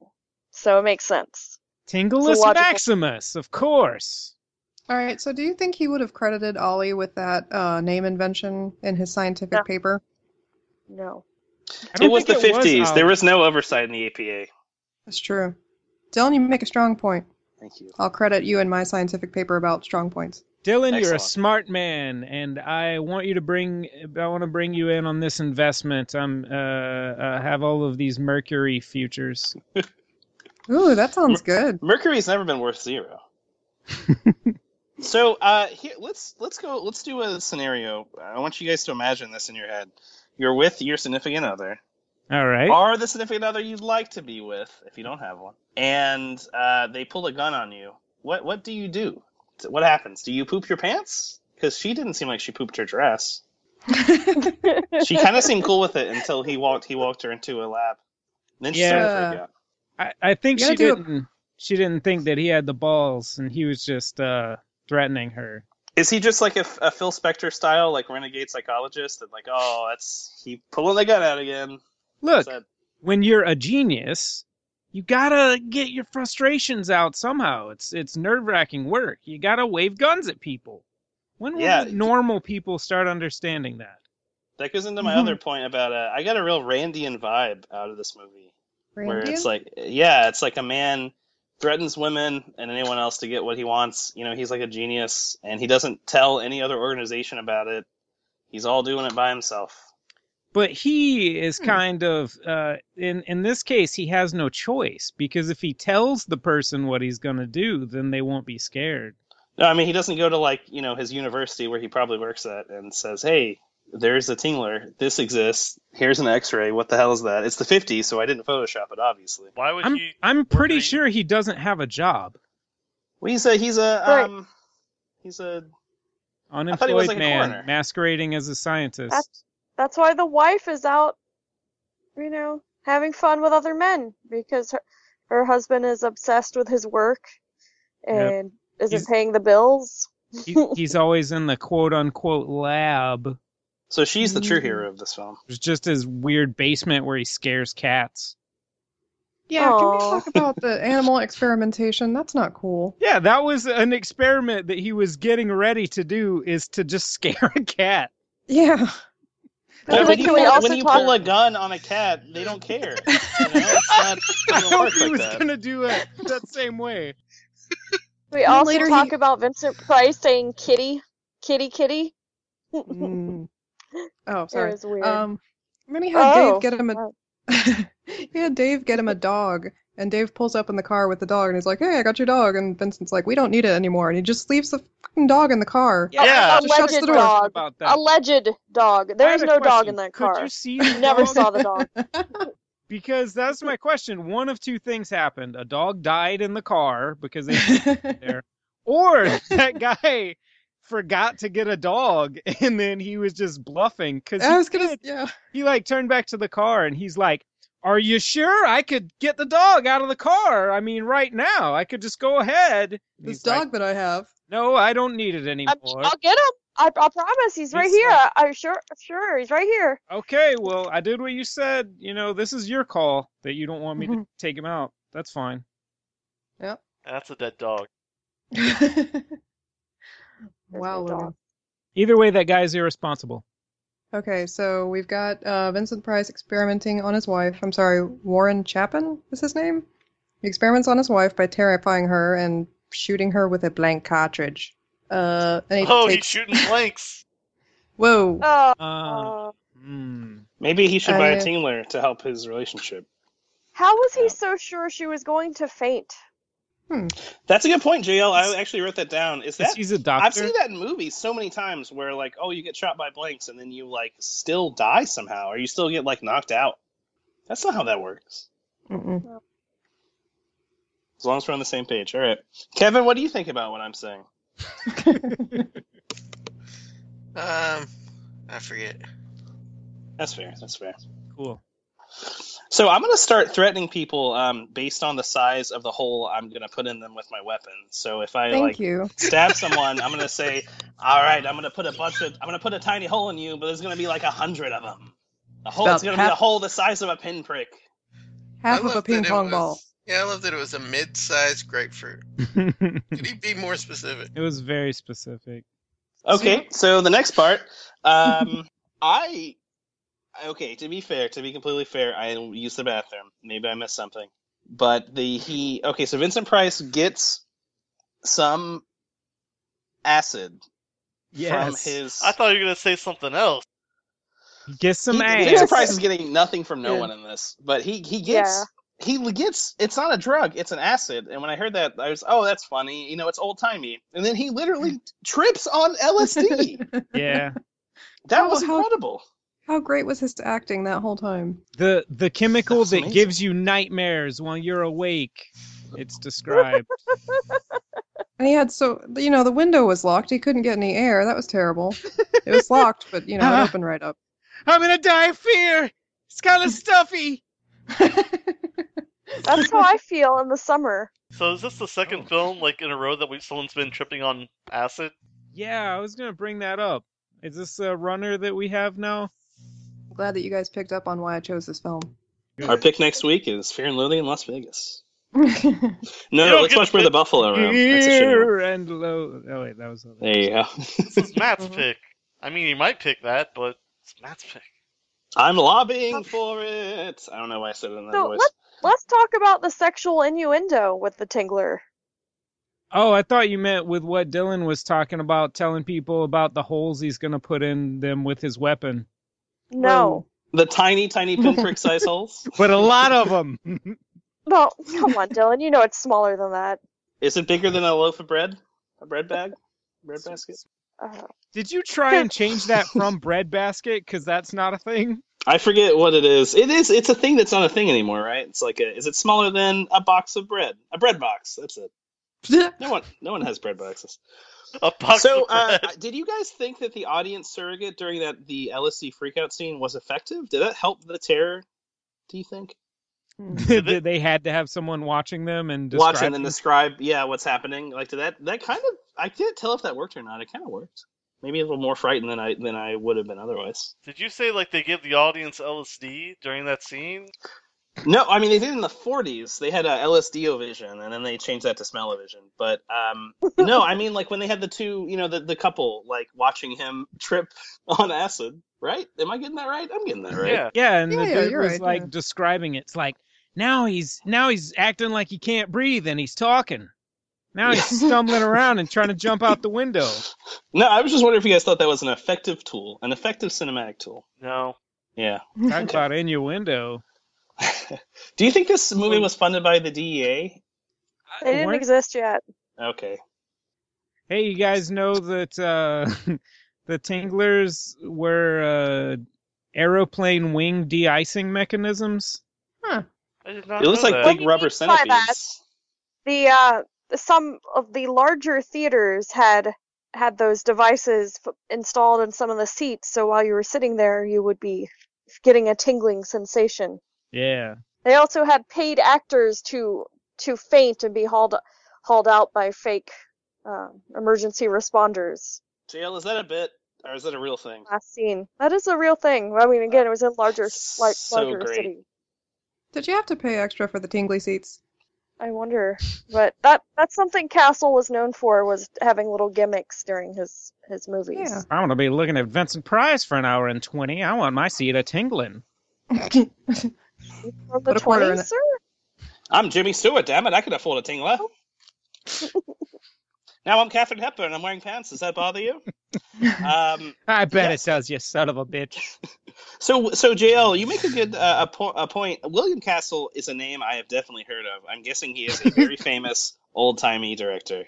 [SPEAKER 8] so it makes sense.
[SPEAKER 2] Tingulus
[SPEAKER 8] logical-
[SPEAKER 2] Maximus, of course.
[SPEAKER 4] All right, so do you think he would have credited Ollie with that uh, name invention in his scientific
[SPEAKER 8] No.
[SPEAKER 4] paper?
[SPEAKER 8] No.
[SPEAKER 2] I
[SPEAKER 1] It
[SPEAKER 2] don't
[SPEAKER 1] was the
[SPEAKER 2] think it um,
[SPEAKER 1] 50s.
[SPEAKER 2] Ollie.
[SPEAKER 1] there was no oversight in the APA.
[SPEAKER 4] That's true. Dylan, you make a strong point.
[SPEAKER 1] Thank you.
[SPEAKER 4] I'll credit you in my scientific paper about strong points.
[SPEAKER 2] Dylan, you're a
[SPEAKER 1] Excellent.
[SPEAKER 2] smart man, and I want you to bring. I want to bring you in on this investment. I'm uh, uh have all of these Mercury futures.
[SPEAKER 4] Ooh, that sounds good.
[SPEAKER 1] Mercury's never been worth zero. so uh, here, let's let's go. Let's do a scenario. I want you guys to imagine this in your head. You're with your significant other,
[SPEAKER 2] All right.
[SPEAKER 1] or the significant other you'd like to be with, if you don't have one, and uh, they pull a gun on you. What what do you do? What happens? Do you poop your pants? Because she didn't seem like she pooped her dress. She kind of seemed cool with it until he walked he walked her into a lab. Then she started to
[SPEAKER 4] Yeah.
[SPEAKER 1] freak out.
[SPEAKER 2] I, I think
[SPEAKER 4] You
[SPEAKER 2] she
[SPEAKER 4] gotta do a-
[SPEAKER 2] didn't. She didn't think that he had the balls, and he was just uh threatening her.
[SPEAKER 1] Is he just like a, a Phil Spector style, like renegade psychologist, and like, oh, that's he pulling the gun out again?
[SPEAKER 2] Look,
[SPEAKER 1] Said,
[SPEAKER 2] when you're a genius, you gotta get your frustrations out somehow. It's it's nerve wracking work. You gotta wave guns at people. When will
[SPEAKER 1] Yeah.
[SPEAKER 2] normal people start understanding that?
[SPEAKER 1] that goes into my
[SPEAKER 4] Mhm.
[SPEAKER 1] other point about uh, I got a real Randian vibe out of this movie, where
[SPEAKER 4] Randian?
[SPEAKER 1] it's like, yeah, it's like a man threatens women and anyone else to get what he wants. You know, he's like a genius, and he doesn't tell any other organization about it. He's all doing it by himself.
[SPEAKER 2] but he
[SPEAKER 1] Hmm.
[SPEAKER 2] is kind of uh, in in this case he has no choice because if he tells the person what he's going to do then they won't be scared
[SPEAKER 1] No, I mean he doesn't go to like you know his university where he probably works at and says, "Hey, there's a Tingler. This exists. Here's an X-ray. What the hell is that? It's the 50s, so I didn't Photoshop it, obviously."
[SPEAKER 6] Why would
[SPEAKER 2] i'm
[SPEAKER 6] you?
[SPEAKER 2] i'm pretty
[SPEAKER 6] at-
[SPEAKER 2] sure he doesn't have a job
[SPEAKER 1] Well, he's a he's a
[SPEAKER 8] Right.
[SPEAKER 1] um, he's a thought
[SPEAKER 2] unemployed
[SPEAKER 1] he was, like, a
[SPEAKER 2] man
[SPEAKER 1] coroner.
[SPEAKER 2] masquerading as a scientist
[SPEAKER 8] That's- That's why the wife is out, you know, having fun with other men because her, her husband is obsessed with his work and isn't
[SPEAKER 2] He's-
[SPEAKER 8] paying the bills.
[SPEAKER 2] he, he's always in the quote unquote lab
[SPEAKER 1] so she's the true
[SPEAKER 4] Mm.
[SPEAKER 1] hero of this film.
[SPEAKER 2] there's just his weird basement where he scares cats
[SPEAKER 4] Yeah, can we
[SPEAKER 8] Aw.
[SPEAKER 4] talk about the animal experimentation? That's not cool.
[SPEAKER 2] yeah that was an experiment that he was getting ready to do is to just scare a cat
[SPEAKER 4] Yeah.
[SPEAKER 1] Well,
[SPEAKER 8] Well,
[SPEAKER 1] when
[SPEAKER 8] can
[SPEAKER 1] you,
[SPEAKER 8] we
[SPEAKER 1] pull,
[SPEAKER 8] also
[SPEAKER 1] when you
[SPEAKER 8] talk-
[SPEAKER 1] pull a gun on a cat, they don't care. You know? It's not
[SPEAKER 2] i
[SPEAKER 1] gonna
[SPEAKER 2] hope
[SPEAKER 1] work
[SPEAKER 2] he
[SPEAKER 1] like
[SPEAKER 2] was
[SPEAKER 1] that.
[SPEAKER 2] going to do it that same way
[SPEAKER 8] We
[SPEAKER 4] And then
[SPEAKER 8] also
[SPEAKER 4] later he-
[SPEAKER 8] talk about Vincent Price saying kitty, kitty, kitty.
[SPEAKER 4] Mm. Oh,
[SPEAKER 8] It
[SPEAKER 4] sorry.
[SPEAKER 8] was weird.
[SPEAKER 4] Um, and then he had
[SPEAKER 8] Oh.
[SPEAKER 4] Dave get him a. he had Dave get him a dog, and Dave pulls up in the car with the dog, and he's like, "Hey, I got your dog," and Vincent's like, "We don't need it anymore," and he just leaves the fucking dog in the car.
[SPEAKER 2] Yeah,
[SPEAKER 6] Yeah.
[SPEAKER 4] Just shuts
[SPEAKER 8] alleged
[SPEAKER 4] the door.
[SPEAKER 8] dog.
[SPEAKER 2] about that.
[SPEAKER 8] Alleged dog.
[SPEAKER 2] I
[SPEAKER 8] There
[SPEAKER 2] had
[SPEAKER 8] is
[SPEAKER 2] a
[SPEAKER 8] no dog
[SPEAKER 2] question.
[SPEAKER 8] in that
[SPEAKER 2] Could
[SPEAKER 8] car.
[SPEAKER 2] you see the
[SPEAKER 8] Never
[SPEAKER 2] dog?
[SPEAKER 8] saw the dog.
[SPEAKER 2] Because that's my question. One of two things happened: a dog died in the car because they were there, or that guy forgot to get a dog and then he was just bluffing because
[SPEAKER 4] I was gonna, yeah.
[SPEAKER 2] he like turned back to the car and he's like. Are you sure I could get the dog out of the car? I mean, right now, I could just go ahead. And
[SPEAKER 4] This
[SPEAKER 2] he's like,
[SPEAKER 4] dog that I have.
[SPEAKER 2] no, I don't need it
[SPEAKER 8] I'm,
[SPEAKER 2] anymore.
[SPEAKER 8] I'll get him. I, I promise. He's right
[SPEAKER 2] He's
[SPEAKER 8] here.
[SPEAKER 2] like-
[SPEAKER 8] I, am sure. Sure, he's right here.
[SPEAKER 2] okay, well, I did what you said. You know, this is your call that you don't want me to
[SPEAKER 4] Mhm.
[SPEAKER 1] Mm-hmm.
[SPEAKER 2] take him out. That's fine.
[SPEAKER 6] That's a dead dog.
[SPEAKER 4] wow,
[SPEAKER 8] There's no
[SPEAKER 4] Logan.
[SPEAKER 8] dog.
[SPEAKER 2] Either way, that guy's irresponsible.
[SPEAKER 4] Okay, so we've got uh, Vincent Price experimenting on his wife. I'm sorry, Warren Chapin is his name? He experiments on his wife by terrifying her and shooting her with a blank cartridge. Uh, and he
[SPEAKER 6] Oh, he's
[SPEAKER 4] takes...
[SPEAKER 6] shooting blanks.
[SPEAKER 4] Whoa.
[SPEAKER 8] Oh,
[SPEAKER 2] Uh,
[SPEAKER 8] uh,
[SPEAKER 2] hmm.
[SPEAKER 1] Maybe he should buy a
[SPEAKER 4] Uh,
[SPEAKER 1] Tingler to help his relationship.
[SPEAKER 8] how was he
[SPEAKER 1] Yeah.
[SPEAKER 8] so sure she was going to faint?
[SPEAKER 4] Hmm.
[SPEAKER 1] That's a good point, JL. I actually wrote that down. Is that
[SPEAKER 2] He's a
[SPEAKER 1] I've
[SPEAKER 2] doctor.
[SPEAKER 1] seen that in movies so many times where like, oh, you get shot by blanks and then you like still die somehow, or you still get like knocked out. That's not how that works.
[SPEAKER 4] Mm-mm.
[SPEAKER 1] As long as we're on the same page. All right, Kevin, what do you think about what I'm saying?
[SPEAKER 5] Um, I forget.
[SPEAKER 1] That's fair. That's fair.
[SPEAKER 2] Cool.
[SPEAKER 1] So I'm going to start threatening people um, based on the size of the hole I'm going to put in them with my weapon. So if I
[SPEAKER 4] Thank
[SPEAKER 1] like
[SPEAKER 4] you.
[SPEAKER 1] stab someone, I'm going to say, "All right, I'm going to put a bunch of, I'm going to put a tiny hole in you, but there's going to be like a hundred of them. The hole
[SPEAKER 4] About
[SPEAKER 1] is going to be
[SPEAKER 4] half-
[SPEAKER 1] a hole the size of a pinprick."
[SPEAKER 4] Half
[SPEAKER 5] I
[SPEAKER 4] of
[SPEAKER 5] love
[SPEAKER 4] a
[SPEAKER 5] that
[SPEAKER 4] ping
[SPEAKER 5] it
[SPEAKER 4] pong
[SPEAKER 5] was-
[SPEAKER 4] ball.
[SPEAKER 5] Yeah, I love that it was a mid-sized grapefruit.
[SPEAKER 2] it
[SPEAKER 5] Could he be more specific?
[SPEAKER 2] was very specific.
[SPEAKER 1] Okay, so the next part, um, I, okay, to be fair, to be completely fair, I used the bathroom. Maybe I missed something, but the he, okay, so Vincent Price gets some acid
[SPEAKER 2] Yes.
[SPEAKER 1] from his.
[SPEAKER 6] I thought you were gonna say something else.
[SPEAKER 2] Get some
[SPEAKER 1] he,
[SPEAKER 2] ass.
[SPEAKER 1] Vincent Price is getting nothing from no
[SPEAKER 4] Yeah.
[SPEAKER 1] one in this, but he he gets he gets it's not a drug, it's an acid. And when I heard that, I was oh that's funny, you know it's old timey. And then he literally trips on LSD.
[SPEAKER 2] Yeah.
[SPEAKER 1] that
[SPEAKER 4] Oh,
[SPEAKER 1] was
[SPEAKER 4] how-
[SPEAKER 1] incredible.
[SPEAKER 4] How great was his acting that whole time?
[SPEAKER 2] The the chemical
[SPEAKER 1] That's
[SPEAKER 2] that
[SPEAKER 1] amazing.
[SPEAKER 2] gives you nightmares while you're awake. It's described.
[SPEAKER 4] And he had so you know the window was locked. He couldn't get any air. That was terrible. It was locked, but you know it opened right up.
[SPEAKER 2] I'm gonna die of fear. It's kind of stuffy.
[SPEAKER 8] That's how I feel in the summer.
[SPEAKER 6] So is this the second film like in a row that we someone's been tripping on acid?
[SPEAKER 2] Yeah, I was gonna bring that up. Is this a runner that we have now?
[SPEAKER 4] Glad that you guys picked up on why I chose this film.
[SPEAKER 1] Our pick next week is Fear and Loathing in Las Vegas.
[SPEAKER 4] That's
[SPEAKER 1] No,
[SPEAKER 6] You
[SPEAKER 1] no,
[SPEAKER 6] don't
[SPEAKER 1] let's
[SPEAKER 6] get
[SPEAKER 1] watch
[SPEAKER 6] to
[SPEAKER 1] Where the
[SPEAKER 6] pick
[SPEAKER 1] Buffalo Roam. Oh, That's a shitty one.
[SPEAKER 2] Here and low. Oh wait, that was.
[SPEAKER 1] There you go.
[SPEAKER 6] This is Matt's
[SPEAKER 4] Mhm.
[SPEAKER 6] pick. I mean, he might pick that, but it's Matt's pick.
[SPEAKER 1] I'm lobbying for it. I don't know why I said it in that
[SPEAKER 8] So
[SPEAKER 1] voice.
[SPEAKER 8] let's let's talk about the sexual innuendo with the Tingler.
[SPEAKER 2] Oh, I thought you meant with what Dylan was talking about, telling people about the holes he's gonna put in them with his weapon.
[SPEAKER 8] No,
[SPEAKER 1] The tiny, tiny pinprick size holes.
[SPEAKER 2] But a lot of them.
[SPEAKER 8] well, come on, Dylan. You know it's smaller than that.
[SPEAKER 1] Is it bigger than a loaf of bread? A bread bag? Bread basket?
[SPEAKER 8] Uh,
[SPEAKER 2] Did you try and change that from bread basket? Because that's not a thing.
[SPEAKER 1] I forget what it is. It is. It's a thing that's not a thing anymore, right? It's like a. Is it smaller than a box of bread? A bread box. That's it. No one. No one has bread boxes.
[SPEAKER 6] A box
[SPEAKER 1] so,
[SPEAKER 6] of
[SPEAKER 1] uh,
[SPEAKER 6] bread.
[SPEAKER 1] did you guys think that the audience surrogate during that the LSD freakout scene was effective? Did that help the terror? Do you think?
[SPEAKER 2] That they had to have someone watching them and
[SPEAKER 1] Watch and
[SPEAKER 2] describing
[SPEAKER 1] then describe. Yeah, what's happening? Like, did that? That kind of. I can't tell if that worked or not. It kind of worked. Maybe a little more frightened than I than I would have been otherwise.
[SPEAKER 6] Did you say like they give the audience LSD during that scene?
[SPEAKER 1] No, I mean they did in the 40s. They had a LSD vision, and then they changed that to smell-o-vision. But um, no, I mean like when they had the two, you know, the, the couple like watching him trip on acid. Right? Am I getting that right? I'm getting that right.
[SPEAKER 6] Yeah.
[SPEAKER 2] Yeah, and
[SPEAKER 4] Yeah,
[SPEAKER 2] the
[SPEAKER 4] yeah,
[SPEAKER 2] dude
[SPEAKER 4] you're
[SPEAKER 2] was
[SPEAKER 4] right,
[SPEAKER 2] like
[SPEAKER 4] yeah.
[SPEAKER 2] describing it. It's like now he's now he's acting like he can't breathe and he's talking. Now he's
[SPEAKER 1] Yeah.
[SPEAKER 2] stumbling around and trying to jump out the window.
[SPEAKER 1] No, I was just wondering if you guys thought that was an effective tool, an effective cinematic tool.
[SPEAKER 6] No.
[SPEAKER 1] Yeah.
[SPEAKER 2] Talk about innuendo.
[SPEAKER 1] Do you think this movie was funded by the DEA?
[SPEAKER 8] they didn't
[SPEAKER 2] Weren't-
[SPEAKER 8] exist yet.
[SPEAKER 1] Okay.
[SPEAKER 2] Hey, you guys know that uh, the Tanglers were uh, aeroplane wing de-icing mechanisms.
[SPEAKER 6] I did not
[SPEAKER 1] It looks
[SPEAKER 6] know
[SPEAKER 1] like big
[SPEAKER 6] that.
[SPEAKER 8] What do you
[SPEAKER 1] rubber
[SPEAKER 8] mean by that?
[SPEAKER 1] centipedes.
[SPEAKER 8] The uh, some of the larger theaters had had those devices f- installed in some of the seats, so while you were sitting there, you would be getting a tingling sensation.
[SPEAKER 2] Yeah.
[SPEAKER 8] They also had paid actors to to faint and be hauled hauled out by fake uh, emergency responders.
[SPEAKER 1] JL, is that a bit or is that a real thing?
[SPEAKER 8] Last scene. That is a real thing. I mean, again, it was in larger, like
[SPEAKER 1] So
[SPEAKER 8] larger
[SPEAKER 1] great.
[SPEAKER 8] city.
[SPEAKER 4] Did you have to pay extra for the tingly seats?
[SPEAKER 8] I wonder, but that that's something Castle was known for was having little gimmicks during his his movies.
[SPEAKER 4] Yeah.
[SPEAKER 2] I want to be looking at Vincent Price for an hour and 20. I want my seat a tingling.
[SPEAKER 8] From the
[SPEAKER 4] Put a quarter in
[SPEAKER 8] 20s,
[SPEAKER 4] it.
[SPEAKER 8] sir. Oh.
[SPEAKER 1] I'm Jimmy Stewart, damn it, I could afford a tingle. Now I'm Catherine Hepburn. I'm wearing pants. Does that bother you? Um,
[SPEAKER 2] I bet
[SPEAKER 1] Yes.
[SPEAKER 2] it does, you son of a bitch.
[SPEAKER 1] so, so JL, you make a good uh, a, po- a point. William Castle is a name I have definitely heard of. I'm guessing he is a very famous old timey director.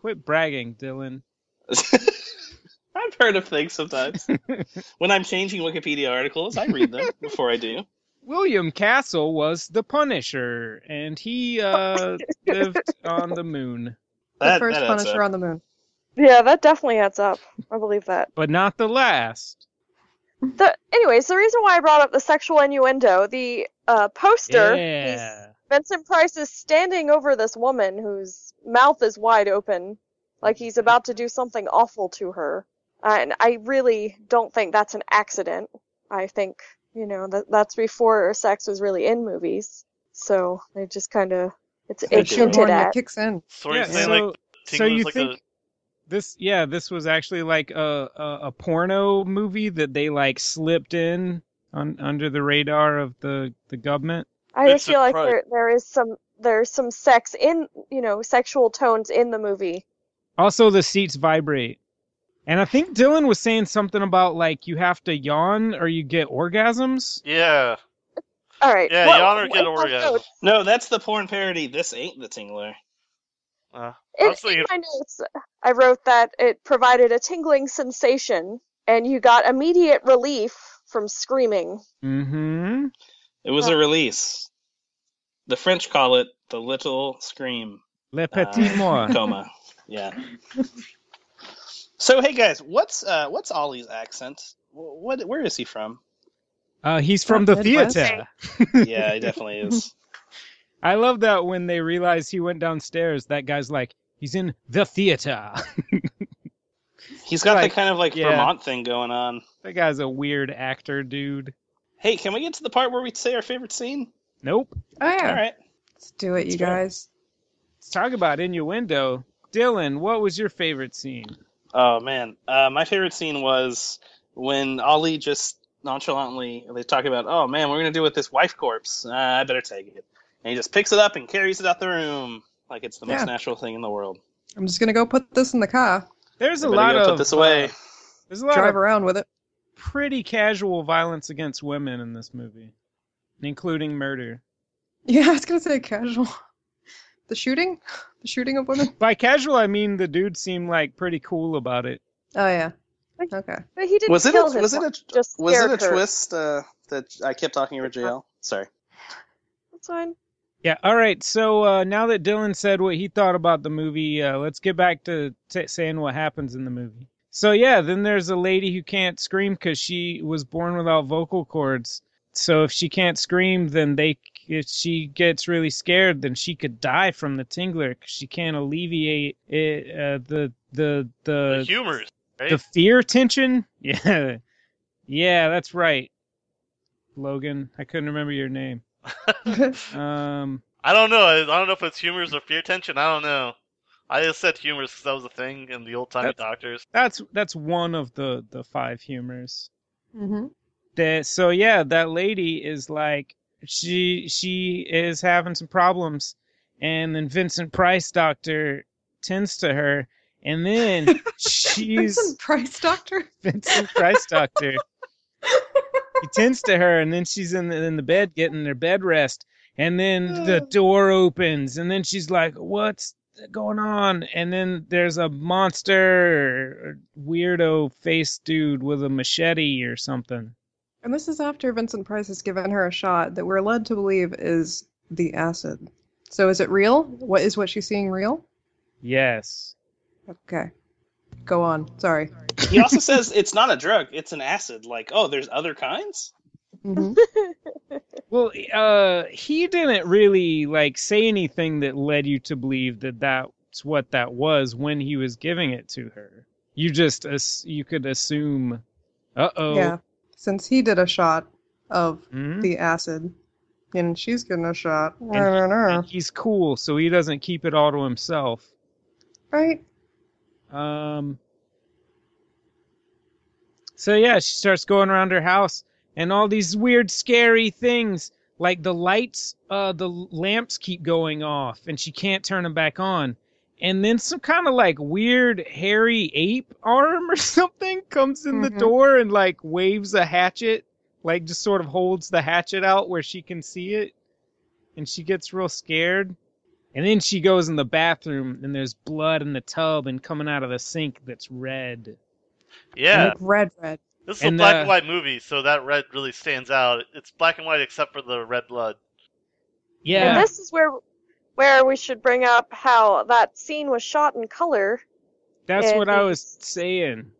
[SPEAKER 2] Quit bragging, Dylan.
[SPEAKER 1] I've heard of things sometimes. when I'm changing Wikipedia articles, I read them before I do.
[SPEAKER 2] William Castle was the Punisher, and he uh, lived on the moon,
[SPEAKER 1] That,
[SPEAKER 4] the first
[SPEAKER 1] that adds up.
[SPEAKER 4] Punisher on the moon.
[SPEAKER 8] Yeah, that definitely adds up. I believe that.
[SPEAKER 2] but not the last.
[SPEAKER 8] The, anyways, the reason why I brought up the sexual innuendo, the uh, poster, he's,
[SPEAKER 2] Yeah.
[SPEAKER 8] Vincent Price is standing over this woman whose mouth is wide open, like he's about to do something awful to her. Uh, and I really don't think that's an accident. I think, you know, that that's before sex was really in movies. So they just kind of, it's,
[SPEAKER 1] Could
[SPEAKER 8] it's
[SPEAKER 1] be.
[SPEAKER 8] hinted
[SPEAKER 4] Chilborn
[SPEAKER 8] at.
[SPEAKER 4] that kicks in.
[SPEAKER 6] So you're
[SPEAKER 2] Yeah,
[SPEAKER 6] saying
[SPEAKER 2] so-
[SPEAKER 6] like
[SPEAKER 2] so
[SPEAKER 6] Tingler's
[SPEAKER 2] you
[SPEAKER 6] like
[SPEAKER 2] think this yeah this was actually like a, a a porno movie that they like slipped in on under the radar of the the government
[SPEAKER 8] I just
[SPEAKER 6] Vincent
[SPEAKER 8] feel like
[SPEAKER 6] Price.
[SPEAKER 8] there, there is some, there's some sex in, you know, sexual tones in the movie.
[SPEAKER 2] also the seats vibrate and i think dylan was saying something about like you have to yawn or you get orgasms
[SPEAKER 6] a yeah
[SPEAKER 8] All right.
[SPEAKER 6] yeah
[SPEAKER 8] what-
[SPEAKER 6] Yonner get
[SPEAKER 8] what-
[SPEAKER 6] orgasm.
[SPEAKER 1] No, that's the porn parody. This ain't the Tingler.
[SPEAKER 6] Uh, I
[SPEAKER 8] In,
[SPEAKER 6] was thinking
[SPEAKER 8] in my notes, I wrote that it provided a tingling sensation, and you got immediate relief from screaming.
[SPEAKER 2] mm-hmm
[SPEAKER 1] It was a release. The French call it the Little Scream
[SPEAKER 2] le
[SPEAKER 1] uh,
[SPEAKER 2] petit moi
[SPEAKER 1] coma. Yeah. So hey guys, what's uh, what's Ollie's accent? Wh- What where is he from?
[SPEAKER 2] uh, he's from
[SPEAKER 4] Not
[SPEAKER 2] the
[SPEAKER 4] Midwest.
[SPEAKER 2] theater
[SPEAKER 1] Yeah, he definitely is.
[SPEAKER 2] i love that when they realize he went downstairs that guy's like he's in the theater
[SPEAKER 1] He's got
[SPEAKER 2] Like,
[SPEAKER 1] the kind of like
[SPEAKER 2] yeah.
[SPEAKER 1] Vermont thing going on.
[SPEAKER 2] that guy's a weird actor dude
[SPEAKER 1] Hey, can we get to the part where we say our favorite scene?
[SPEAKER 2] nope
[SPEAKER 4] Oh yeah.
[SPEAKER 1] All right.
[SPEAKER 4] Let's do it, you
[SPEAKER 1] Sure.
[SPEAKER 4] guys.
[SPEAKER 2] Talk about innuendo. Dylan, what was your favorite scene?
[SPEAKER 1] Oh man, uh, my favorite scene was when Ollie just nonchalantly they talk about, oh man, we're gonna do with this wife corpse. Uh, I better take it, and he just picks it up and carries it out the room like it's the
[SPEAKER 4] Yeah.
[SPEAKER 1] most natural thing in the world.
[SPEAKER 4] I'm just gonna go put this in the car,
[SPEAKER 2] There's
[SPEAKER 1] I
[SPEAKER 2] a
[SPEAKER 1] better
[SPEAKER 2] lot
[SPEAKER 1] go
[SPEAKER 2] of
[SPEAKER 1] put this away.
[SPEAKER 2] uh, there's a lot
[SPEAKER 4] drive
[SPEAKER 2] of
[SPEAKER 4] around with it.
[SPEAKER 2] pretty casual violence against women in this movie, including murder.
[SPEAKER 4] Yeah, I was gonna say casual. The shooting? The shooting of women?
[SPEAKER 2] By casual, I mean the dude seemed like pretty cool about it.
[SPEAKER 4] Oh yeah. Okay.
[SPEAKER 8] But he didn't
[SPEAKER 1] was it
[SPEAKER 8] kill
[SPEAKER 1] a,
[SPEAKER 8] his
[SPEAKER 1] was it
[SPEAKER 8] wife,
[SPEAKER 1] a
[SPEAKER 8] just
[SPEAKER 1] was it a
[SPEAKER 8] scared her.
[SPEAKER 1] twist uh, that I kept talking over JL? Sorry.
[SPEAKER 8] That's fine.
[SPEAKER 2] Yeah. All right. So uh, now that Dylan said what he thought about the movie, uh, let's get back to t- saying what happens in the movie. So yeah, then there's a lady who can't scream because she was born without vocal cords. So if she can't scream, then they if she gets really scared, then she could die from the tingler 'cause she can't alleviate it, uh, the the
[SPEAKER 6] the,
[SPEAKER 2] the
[SPEAKER 6] humors, right?
[SPEAKER 2] the fear tension. Yeah, yeah, that's right. Logan, I couldn't remember your name. Um.
[SPEAKER 6] I don't know. I I don't know if it's humors or fear tension. I don't know. I just said humors because that was a thing in the old timey
[SPEAKER 2] That's-
[SPEAKER 6] doctors.
[SPEAKER 2] that's that's one of the the five humors
[SPEAKER 1] Mm-hmm.
[SPEAKER 4] hmm
[SPEAKER 2] that so yeah that lady is like she she is having some problems and then vincent price doctor tends to her and then she's
[SPEAKER 4] Vincent Price Doctor?
[SPEAKER 2] vincent price doctor he tends to her and then she's in the, in the bed getting her bed rest and then the door opens and then she's like what's going on and then there's a monster or weirdo face dude with a machete or something
[SPEAKER 4] And this is after Vincent Price has given her a shot that we're led to believe is the acid. So is it real? What is what she's seeing real?
[SPEAKER 2] yes
[SPEAKER 4] Okay. Go on. Sorry.
[SPEAKER 1] He also says it's not a drug; it's an acid. Like, oh, there's other kinds.
[SPEAKER 4] hmm
[SPEAKER 2] well uh he didn't really like say anything that led you to believe that that's what that was when he was giving it to her you just ass- you could assume uh-oh
[SPEAKER 4] Yeah. Since he did a shot of
[SPEAKER 2] Hmm?
[SPEAKER 4] the acid, and she's getting a shot.
[SPEAKER 2] and he's cool, so he doesn't keep it all to himself.
[SPEAKER 4] Right?
[SPEAKER 2] Um, so yeah, she starts going around her house, and all these weird, scary things, like the lights, uh, the lamps keep going off, and she can't turn them back on. and then some kind of like weird hairy ape arm or something comes in the
[SPEAKER 4] Mhm.
[SPEAKER 2] door and like waves a hatchet, like just sort of holds the hatchet out where she can see it, and she gets real scared. And then she goes in the bathroom and there's blood in the tub and coming out of the sink that's red.
[SPEAKER 6] Yeah,
[SPEAKER 4] Like red, red.
[SPEAKER 6] this is a
[SPEAKER 2] and,
[SPEAKER 6] black
[SPEAKER 2] uh,
[SPEAKER 6] and white movie, so that red really stands out. It's black and white except for the red blood.
[SPEAKER 2] Yeah.
[SPEAKER 8] And this is where where we should bring up how that scene was shot in color.
[SPEAKER 2] That's
[SPEAKER 8] Yeah,
[SPEAKER 2] what I was
[SPEAKER 8] it's-
[SPEAKER 2] saying.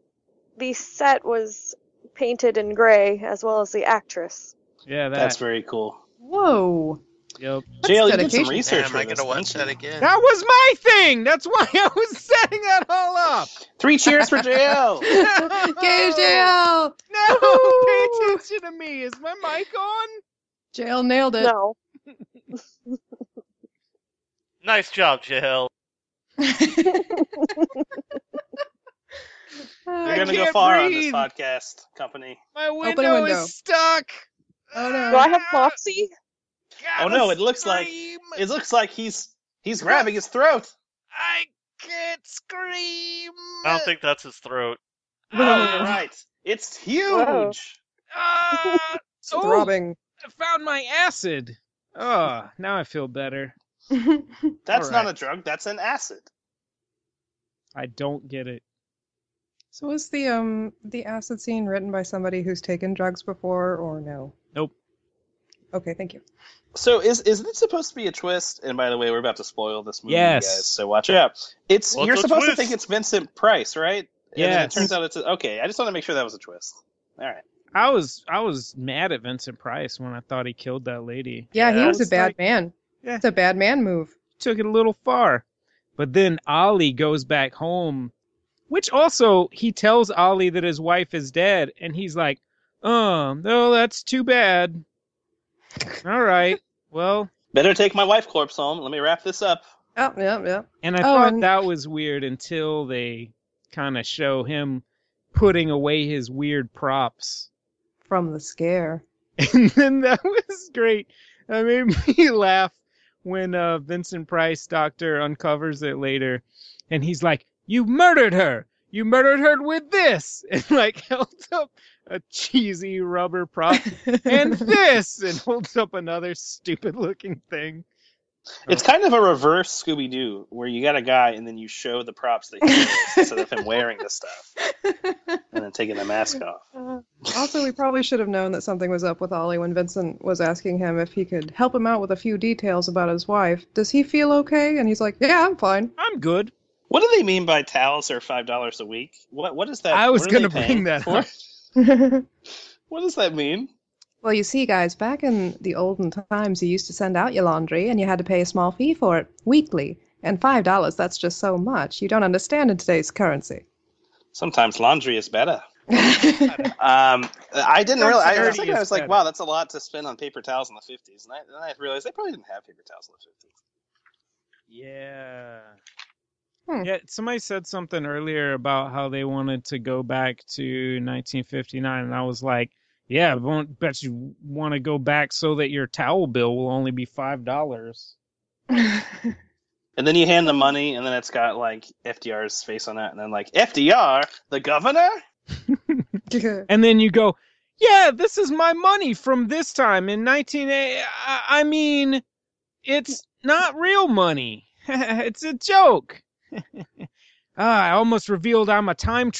[SPEAKER 8] The set was painted in gray as well as the actress.
[SPEAKER 2] Yeah, that.
[SPEAKER 1] That's very cool.
[SPEAKER 4] Whoa.
[SPEAKER 2] yep.
[SPEAKER 4] That's
[SPEAKER 1] JL, you did some
[SPEAKER 4] dedication.
[SPEAKER 1] research
[SPEAKER 5] Damn,
[SPEAKER 1] for
[SPEAKER 5] I
[SPEAKER 1] this.
[SPEAKER 5] gotta watch
[SPEAKER 1] Thank
[SPEAKER 5] that
[SPEAKER 1] you.
[SPEAKER 5] again.
[SPEAKER 2] That was my thing. That's why I was setting that all up.
[SPEAKER 1] Three cheers for JL.
[SPEAKER 4] Gay
[SPEAKER 2] No,
[SPEAKER 4] jail.
[SPEAKER 2] pay
[SPEAKER 4] Oh.
[SPEAKER 2] attention to me. Is my mic on?
[SPEAKER 4] Jail nailed it.
[SPEAKER 8] No.
[SPEAKER 6] Nice job, JL.
[SPEAKER 1] You're
[SPEAKER 2] I
[SPEAKER 1] gonna go
[SPEAKER 2] can't
[SPEAKER 1] far
[SPEAKER 2] breathe.
[SPEAKER 1] on this podcast company.
[SPEAKER 2] My
[SPEAKER 4] a
[SPEAKER 2] window,
[SPEAKER 4] window.
[SPEAKER 2] is stuck. Ah,
[SPEAKER 4] Oh, no.
[SPEAKER 8] Do I have Moxie?
[SPEAKER 1] Oh, no, it looks like- It looks like he's he's grabbing his throat.
[SPEAKER 2] I can't scream.
[SPEAKER 6] I don't think that's his throat.
[SPEAKER 1] Oh, you're right. It's huge.
[SPEAKER 8] Whoa.
[SPEAKER 2] Ah,
[SPEAKER 4] It's
[SPEAKER 2] Oh.
[SPEAKER 4] throbbing.
[SPEAKER 2] I found my acid. Oh, now I feel better.
[SPEAKER 1] That's
[SPEAKER 2] All right.
[SPEAKER 1] not a drug. That's an acid.
[SPEAKER 2] I don't get it.
[SPEAKER 4] so was the um the acid scene written by somebody who's taken drugs before or no?
[SPEAKER 2] Nope.
[SPEAKER 4] Okay, thank you.
[SPEAKER 1] So is is this supposed to be a twist? And by the way, we're about to spoil this movie,
[SPEAKER 2] Yes.
[SPEAKER 1] guys. So watch out. It's
[SPEAKER 6] What's
[SPEAKER 1] you're
[SPEAKER 6] a
[SPEAKER 1] supposed
[SPEAKER 6] twist?
[SPEAKER 1] to think it's Vincent Price, right? And then it
[SPEAKER 2] Yes.
[SPEAKER 1] turns out it's a, okay. I just want to make sure that was a twist. All right.
[SPEAKER 2] I was I was mad at Vincent Price when I thought he killed that lady.
[SPEAKER 4] Yeah,
[SPEAKER 2] Yeah,
[SPEAKER 4] he was a
[SPEAKER 2] it's
[SPEAKER 4] bad
[SPEAKER 2] like-
[SPEAKER 4] man.
[SPEAKER 2] Yeah.
[SPEAKER 4] It's a bad man move.
[SPEAKER 2] took it a little far. But then Ollie goes back home, which also he tells Ollie that his wife is dead, and he's like, "Um, no, that's too bad." All right, well,
[SPEAKER 1] Better take my wife corpse home. Let me wrap this up.
[SPEAKER 4] Yep, yep, yep.
[SPEAKER 2] and I
[SPEAKER 4] Oh,
[SPEAKER 2] thought
[SPEAKER 4] and-
[SPEAKER 2] that was weird until they kind of show him putting away his weird props,
[SPEAKER 4] From the scare.
[SPEAKER 2] and then that was great. That made me laugh when uh, Vincent Price doctor uncovers it later, and he's like, "You murdered her. You murdered her with this," and like held up a cheesy rubber prop and this, and holds up another stupid-looking thing. Oh.
[SPEAKER 1] It's kind of a reverse Scooby Doo, where you got a guy and then you show the props that he used instead of him wearing the stuff and then taking the mask off.
[SPEAKER 4] also, we probably should have known that something was up with Ollie when Vincent was asking him if he could help him out with a few details about his wife. Does he feel okay? And he's like, Yeah, I'm fine.
[SPEAKER 2] I'm good.
[SPEAKER 1] What do they mean by towels are five dollars a week? What what is that?
[SPEAKER 2] I was
[SPEAKER 1] what are they
[SPEAKER 2] gonna bring
[SPEAKER 1] paying
[SPEAKER 2] that
[SPEAKER 1] for?
[SPEAKER 2] up.
[SPEAKER 4] well,
[SPEAKER 1] What does that mean?
[SPEAKER 4] you see, guys, back in the olden times, you used to send out your laundry and you had to pay a small fee for it weekly. And $5, that's just so much. You don't understand in today's currency.
[SPEAKER 1] Sometimes laundry is better. Um, I didn't realize. I, was
[SPEAKER 2] Flexibility
[SPEAKER 1] thinking, I
[SPEAKER 2] is
[SPEAKER 1] was like,
[SPEAKER 2] better.
[SPEAKER 1] wow, that's a lot to spend on paper towels in the fifties, and I, then I realized they probably didn't have paper towels in the fifties.
[SPEAKER 2] Yeah.
[SPEAKER 4] Hmm.
[SPEAKER 2] Yeah, somebody said something earlier about how they wanted to go back to 1959, and I was like, "Yeah, I won't bet you want to go back so that your towel bill will only be five dollars."
[SPEAKER 1] And then you hand the money, and then it's got like FDR's face on it, and then like FDR, the governor.
[SPEAKER 2] And then you go, "Yeah, this is my money from this time in 19." I, I mean, it's not real money. it's a joke. ah, I almost revealed I'm a time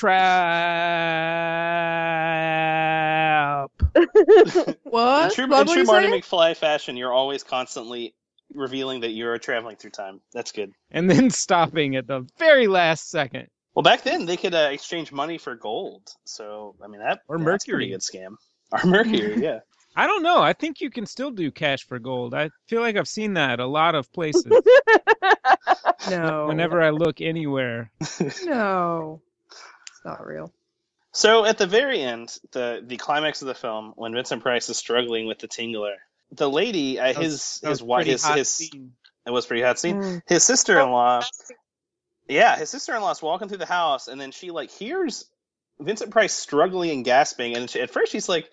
[SPEAKER 2] trap.
[SPEAKER 4] what?
[SPEAKER 1] In true,
[SPEAKER 4] What
[SPEAKER 1] in
[SPEAKER 4] were
[SPEAKER 1] true
[SPEAKER 4] you
[SPEAKER 1] Marty
[SPEAKER 4] saying?
[SPEAKER 1] McFly fashion, you're always constantly revealing that you're traveling through time. That's good.
[SPEAKER 2] and then stopping at the very last second.
[SPEAKER 1] Well, back then they could uh, exchange money for gold. So I mean that
[SPEAKER 2] Or
[SPEAKER 1] yeah, that's a pretty
[SPEAKER 2] mercury.
[SPEAKER 1] good scam. Or mercury, yeah.
[SPEAKER 2] I don't know. I think you can still do cash for gold. I feel like I've seen that a lot of places.
[SPEAKER 4] No.
[SPEAKER 2] Whenever I look anywhere,
[SPEAKER 4] No. It's not real.
[SPEAKER 1] So at the very end, the the climax of the film, when Vincent Price is struggling with the Tingler, the lady, uh, his
[SPEAKER 2] That was
[SPEAKER 1] his wife,
[SPEAKER 2] pretty
[SPEAKER 1] his,
[SPEAKER 2] hot
[SPEAKER 1] his
[SPEAKER 2] scene. Mm.
[SPEAKER 1] it was a pretty hot scene.
[SPEAKER 4] Mm.
[SPEAKER 1] His sister in law, yeah, his sister in law's walking through the house, and then she like hears Vincent Price struggling and gasping, and she, at first she's like,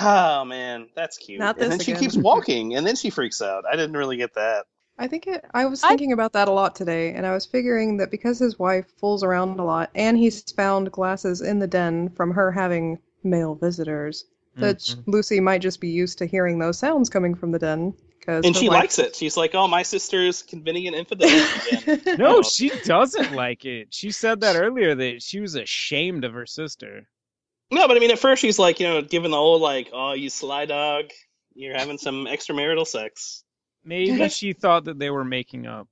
[SPEAKER 1] "Oh man, that's cute,"
[SPEAKER 4] Not
[SPEAKER 1] and
[SPEAKER 4] this
[SPEAKER 1] then she
[SPEAKER 4] again.
[SPEAKER 1] keeps walking, and then she freaks out. I didn't really get that.
[SPEAKER 4] I think it, I was
[SPEAKER 8] I-
[SPEAKER 4] thinking about that a lot today, and I was figuring that because his wife fools around a lot, and he's found glasses in the den from her having male visitors, that
[SPEAKER 2] Mm-hmm.
[SPEAKER 9] Mhm.
[SPEAKER 4] Lucy might just be used to hearing those sounds coming from the den. Because
[SPEAKER 1] And she likes it. She's like, "Oh, my sister's convenient infidelity again."
[SPEAKER 2] No,
[SPEAKER 1] Oh.
[SPEAKER 2] she doesn't like it. She said that earlier that she was ashamed of her sister.
[SPEAKER 1] no, but I mean, at first she's like, you know, giving the old like, "Oh, you sly dog, you're having some extramarital sex."
[SPEAKER 2] Maybe she thought that they were making up.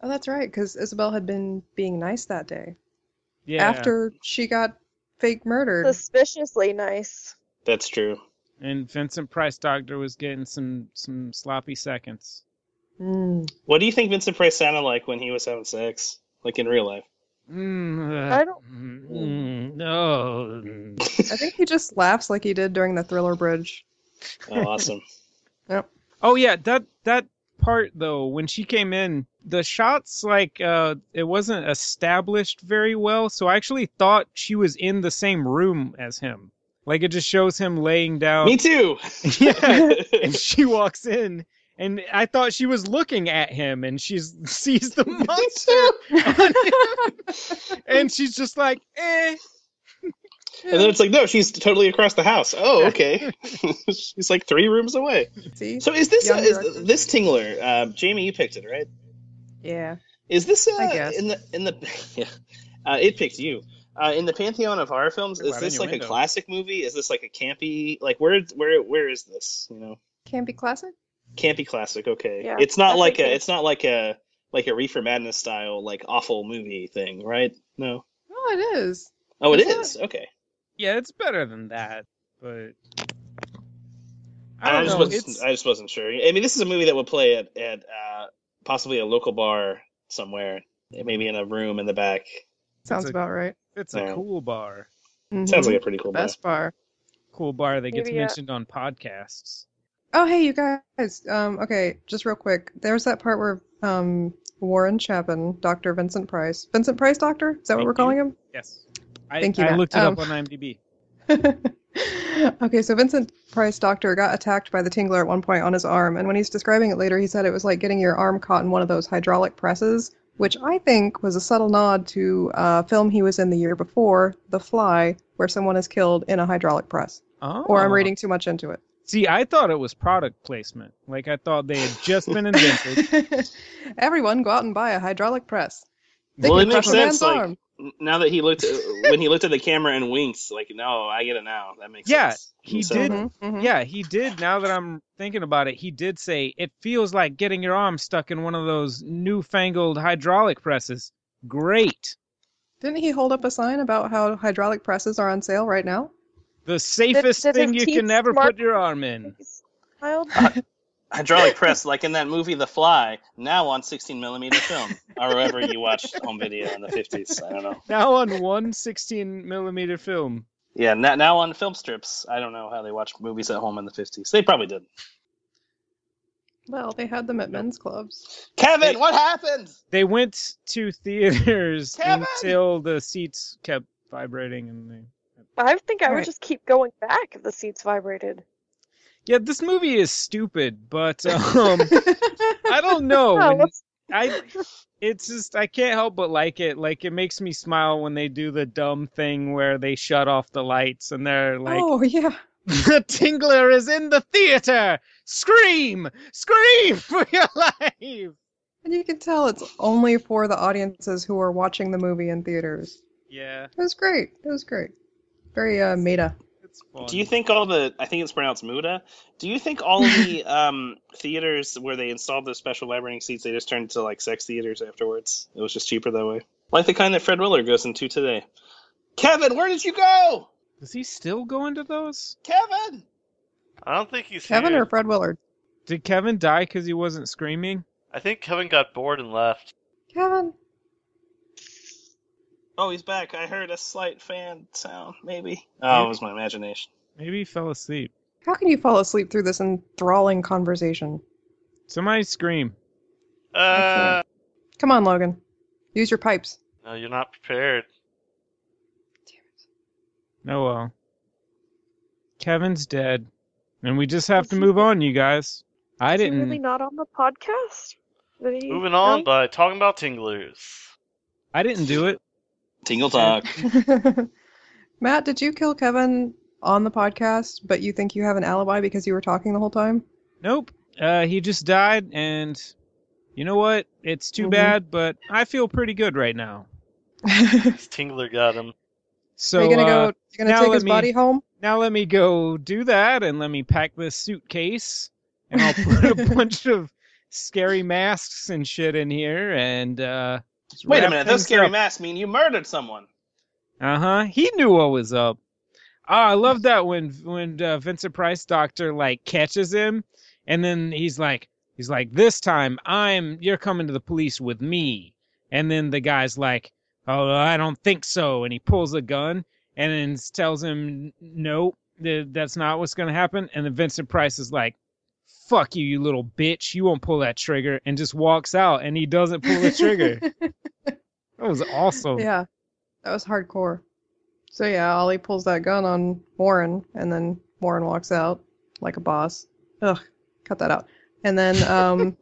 [SPEAKER 4] Oh, that's right, because Isabel had been being nice that day.
[SPEAKER 2] Yeah.
[SPEAKER 4] After she got fake murdered.
[SPEAKER 8] Suspiciously nice.
[SPEAKER 1] That's true.
[SPEAKER 2] and Vincent Price Doctor was getting some some sloppy seconds.
[SPEAKER 4] Mm.
[SPEAKER 1] What do you think Vincent Price sounded like when he was having sex, like in real life?
[SPEAKER 2] Mm,
[SPEAKER 8] I don't-
[SPEAKER 2] mm, no.
[SPEAKER 4] I think he just laughs like he did during the Thriller Bridge.
[SPEAKER 1] Oh, awesome.
[SPEAKER 2] Oh yeah, that that part though, when she came in, the shots like uh it wasn't established very well, so I actually thought she was in the same room as him. Like it just shows him laying down.
[SPEAKER 1] Me too.
[SPEAKER 2] Um, yeah. and she walks in and I thought she was looking at him and she sees the monster and she's just like, "Eh."
[SPEAKER 1] And then it's like, no, she's totally across the house. Oh, okay. she's like three rooms away.
[SPEAKER 4] See?
[SPEAKER 1] So is this uh,
[SPEAKER 4] Young
[SPEAKER 1] is
[SPEAKER 4] director.
[SPEAKER 1] this Tingler? Uh, Jamie, you picked it, right?
[SPEAKER 4] Yeah.
[SPEAKER 1] Is this uh,
[SPEAKER 4] I guess.
[SPEAKER 1] in the in the yeah, uh, it picked you uh, in the pantheon of horror films?
[SPEAKER 2] Right
[SPEAKER 1] Is
[SPEAKER 2] in
[SPEAKER 1] this
[SPEAKER 2] your
[SPEAKER 1] like
[SPEAKER 2] window.
[SPEAKER 1] a classic movie? Is this like a campy like where where where is this? You know,
[SPEAKER 4] Can't be classic?
[SPEAKER 1] campy classic. Okay,
[SPEAKER 8] Yeah,
[SPEAKER 1] it's not
[SPEAKER 8] that's
[SPEAKER 1] like
[SPEAKER 8] okay.
[SPEAKER 1] a it's not like a like a Reefer Madness style like awful movie thing, right? No.
[SPEAKER 4] Oh, it is.
[SPEAKER 1] Oh, it
[SPEAKER 4] It's not-
[SPEAKER 1] is. Okay.
[SPEAKER 2] Yeah, it's better than that, but I
[SPEAKER 1] I,
[SPEAKER 2] don't
[SPEAKER 1] just
[SPEAKER 2] know.
[SPEAKER 1] wasn't.
[SPEAKER 2] It's
[SPEAKER 1] I just wasn't sure. I mean, this is a movie that would play at at uh, possibly a local bar somewhere, maybe in a room in the back.
[SPEAKER 4] Sounds
[SPEAKER 2] a-
[SPEAKER 4] about right.
[SPEAKER 2] it's a
[SPEAKER 1] Yeah.
[SPEAKER 2] cool bar.
[SPEAKER 1] Sounds
[SPEAKER 4] Mhm.
[SPEAKER 1] like a pretty cool bar.
[SPEAKER 4] Best bar.
[SPEAKER 2] Cool bar that gets
[SPEAKER 8] Maybe, uh,
[SPEAKER 2] mentioned on podcasts.
[SPEAKER 4] Oh, hey, you guys. Um, okay, just real quick. There's that part where um, Warren Chapin, Dr. Vincent Price. Vincent Price, Doctor? Is that what
[SPEAKER 2] Thank
[SPEAKER 4] we're calling him?
[SPEAKER 2] Yes. I,
[SPEAKER 4] Thank you,
[SPEAKER 2] I
[SPEAKER 4] Matt.
[SPEAKER 2] looked it up on
[SPEAKER 4] Um,
[SPEAKER 2] IMDb.
[SPEAKER 4] Okay, so Vincent Price Doctor got attacked by the Tingler at one point on his arm, and when he's describing it later, he said it was like getting your arm caught in one of those hydraulic presses, which I think was a subtle nod to a film he was in the year before, The Fly, where someone is killed in a hydraulic press.
[SPEAKER 2] Oh.
[SPEAKER 4] Or I'm reading too much into it.
[SPEAKER 2] See, I thought it was product placement. Like I thought they had just been invented.
[SPEAKER 4] Everyone go out and buy a hydraulic press. They
[SPEAKER 1] Well,
[SPEAKER 4] can
[SPEAKER 1] it makes
[SPEAKER 4] crush a man's
[SPEAKER 1] sense, like-
[SPEAKER 4] arm.
[SPEAKER 1] N- Now that he looked at, when he looked at the camera and winked, like, no, I get it now. That makes
[SPEAKER 2] Yeah,
[SPEAKER 1] sense.
[SPEAKER 2] he
[SPEAKER 1] And so-
[SPEAKER 2] did.
[SPEAKER 4] Mhm, mhm.
[SPEAKER 2] yeah, he did. Now that I'm thinking about it, he did say it feels like getting your arm stuck in one of those newfangled hydraulic presses. Great.
[SPEAKER 4] Didn't he hold up a sign about how hydraulic presses are on sale right now?
[SPEAKER 2] The safest
[SPEAKER 8] did his
[SPEAKER 2] thing you
[SPEAKER 8] teeth
[SPEAKER 2] can ever
[SPEAKER 8] mark-
[SPEAKER 2] put your arm in.
[SPEAKER 8] Child.
[SPEAKER 1] Hydraulic press, like in that movie The Fly, now on 16 millimeter film, or wherever you watched home video in the 50s. I don't know.
[SPEAKER 2] Now on one 16 millimeter film.
[SPEAKER 1] Yeah, now, now on film strips. I don't know how they watched movies at home in the 50s. They probably did.
[SPEAKER 4] Well, they had them at men's clubs.
[SPEAKER 1] Kevin, what happened?
[SPEAKER 2] They went to theaters
[SPEAKER 1] Kevin!
[SPEAKER 2] until the seats kept vibrating and they
[SPEAKER 8] I think I would
[SPEAKER 4] Right.
[SPEAKER 8] just keep going back if the seats vibrated.
[SPEAKER 2] Yeah, this movie is stupid, but um I don't know.
[SPEAKER 8] Oh,
[SPEAKER 2] and
[SPEAKER 8] let's-
[SPEAKER 2] I it's just I can't help but like it. Like it makes me smile when they do the dumb thing where they shut off the lights and they're like
[SPEAKER 4] oh, yeah.
[SPEAKER 2] the tingler is in the theater. Scream! Scream for your life.
[SPEAKER 4] And you can tell it's only for the audiences who are watching the movie in theaters.
[SPEAKER 2] Yeah,
[SPEAKER 4] It was great. It was great. Very uh, meta.
[SPEAKER 2] it's fun.
[SPEAKER 1] Do you think all the? I think it's pronounced Muda. Do you think all the um, theaters where they installed those special vibrating seats, they just turned to like sex theaters afterwards? It was just cheaper that way, like the kind that Fred Willard goes into today. Kevin, where did you go?
[SPEAKER 2] Does he still go into those?
[SPEAKER 1] Kevin,
[SPEAKER 6] I don't think he's
[SPEAKER 4] Kevin
[SPEAKER 6] here.
[SPEAKER 4] or Fred Willard?
[SPEAKER 2] Did Kevin die because he wasn't screaming?
[SPEAKER 6] I think Kevin got bored and left.
[SPEAKER 4] Kevin.
[SPEAKER 1] oh, he's back. I heard a slight fan sound. Maybe. Oh, it was my imagination.
[SPEAKER 2] Maybe he fell asleep.
[SPEAKER 4] How can you fall asleep through this enthralling conversation?
[SPEAKER 2] Somebody scream.
[SPEAKER 6] Uh,
[SPEAKER 4] Come on, Logan. Use your pipes.
[SPEAKER 6] no, you're not prepared.
[SPEAKER 2] No, oh, well. Kevin's dead. And we just have to move on, you guys. I
[SPEAKER 8] Is he
[SPEAKER 2] didn't.
[SPEAKER 8] really not on the podcast?
[SPEAKER 3] But he-
[SPEAKER 6] Moving on
[SPEAKER 3] no?
[SPEAKER 6] by talking about tinglers.
[SPEAKER 2] I didn't do it.
[SPEAKER 1] Tingle talk.
[SPEAKER 4] Matt, did you kill Kevin on the podcast, but you think you have an alibi because you were talking the whole time?
[SPEAKER 2] Nope. Uh, he just died, and you know what? It's too
[SPEAKER 4] Mhm.
[SPEAKER 2] bad, but I feel pretty good right now.
[SPEAKER 6] This tingler got him.
[SPEAKER 2] So
[SPEAKER 4] Are you gonna
[SPEAKER 2] uh,
[SPEAKER 4] go? You gonna
[SPEAKER 2] now
[SPEAKER 4] take
[SPEAKER 2] let
[SPEAKER 4] his
[SPEAKER 2] me-
[SPEAKER 4] body home?
[SPEAKER 2] now let me go do that, and let me pack this suitcase, and I'll put a bunch of scary masks and shit in here, and uh,
[SPEAKER 1] Wait a minute, those scary
[SPEAKER 2] masks.
[SPEAKER 1] masks mean you murdered someone.
[SPEAKER 2] Uh huh. He knew what was up. Oh, I love that when when uh, Vincent Price Doctor like catches him, and then he's like he's like this time I'm you're coming to the police with me, and then the guy's like oh I don't think so, and he pulls a gun and then tells him no th- that's not what's gonna happen, and then Vincent Price is like fuck you you little bitch you won't pull that trigger and just walks out and he doesn't pull the trigger. that was awesome.
[SPEAKER 4] Yeah, that was hardcore. So yeah, Ollie pulls that gun on Warren, and then Warren walks out like a boss. Ugh, cut that out. And then um,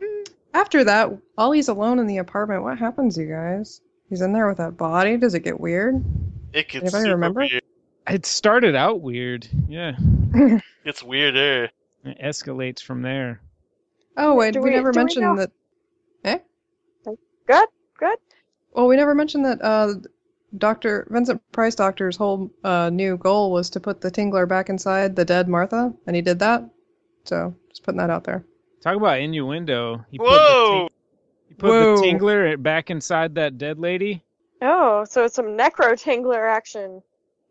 [SPEAKER 4] after that, Ollie's alone in the apartment. What happens, you guys? He's in there with that body. Does it get weird?
[SPEAKER 6] It gets
[SPEAKER 4] Anybody
[SPEAKER 6] super
[SPEAKER 4] remember?
[SPEAKER 6] weird.
[SPEAKER 2] It started out weird. Yeah.
[SPEAKER 6] It's weirder.
[SPEAKER 2] It escalates from there.
[SPEAKER 4] Oh wait,
[SPEAKER 3] Do
[SPEAKER 4] we,
[SPEAKER 3] we-
[SPEAKER 4] never
[SPEAKER 3] do we
[SPEAKER 4] mentioned
[SPEAKER 3] know-
[SPEAKER 4] that. Eh?
[SPEAKER 3] Good, good.
[SPEAKER 4] Well, we never mentioned that. Uh, Doctor Vincent Price Doctor's whole uh, new goal was to put the Tingler back inside the dead Martha, and he did that. So just putting that out there.
[SPEAKER 2] Talk about innuendo. He
[SPEAKER 6] Whoa!
[SPEAKER 2] Put,
[SPEAKER 4] Whoa.
[SPEAKER 2] the, ting- he put the tingler back inside that dead lady.
[SPEAKER 3] Oh, so it's some necro tingler action.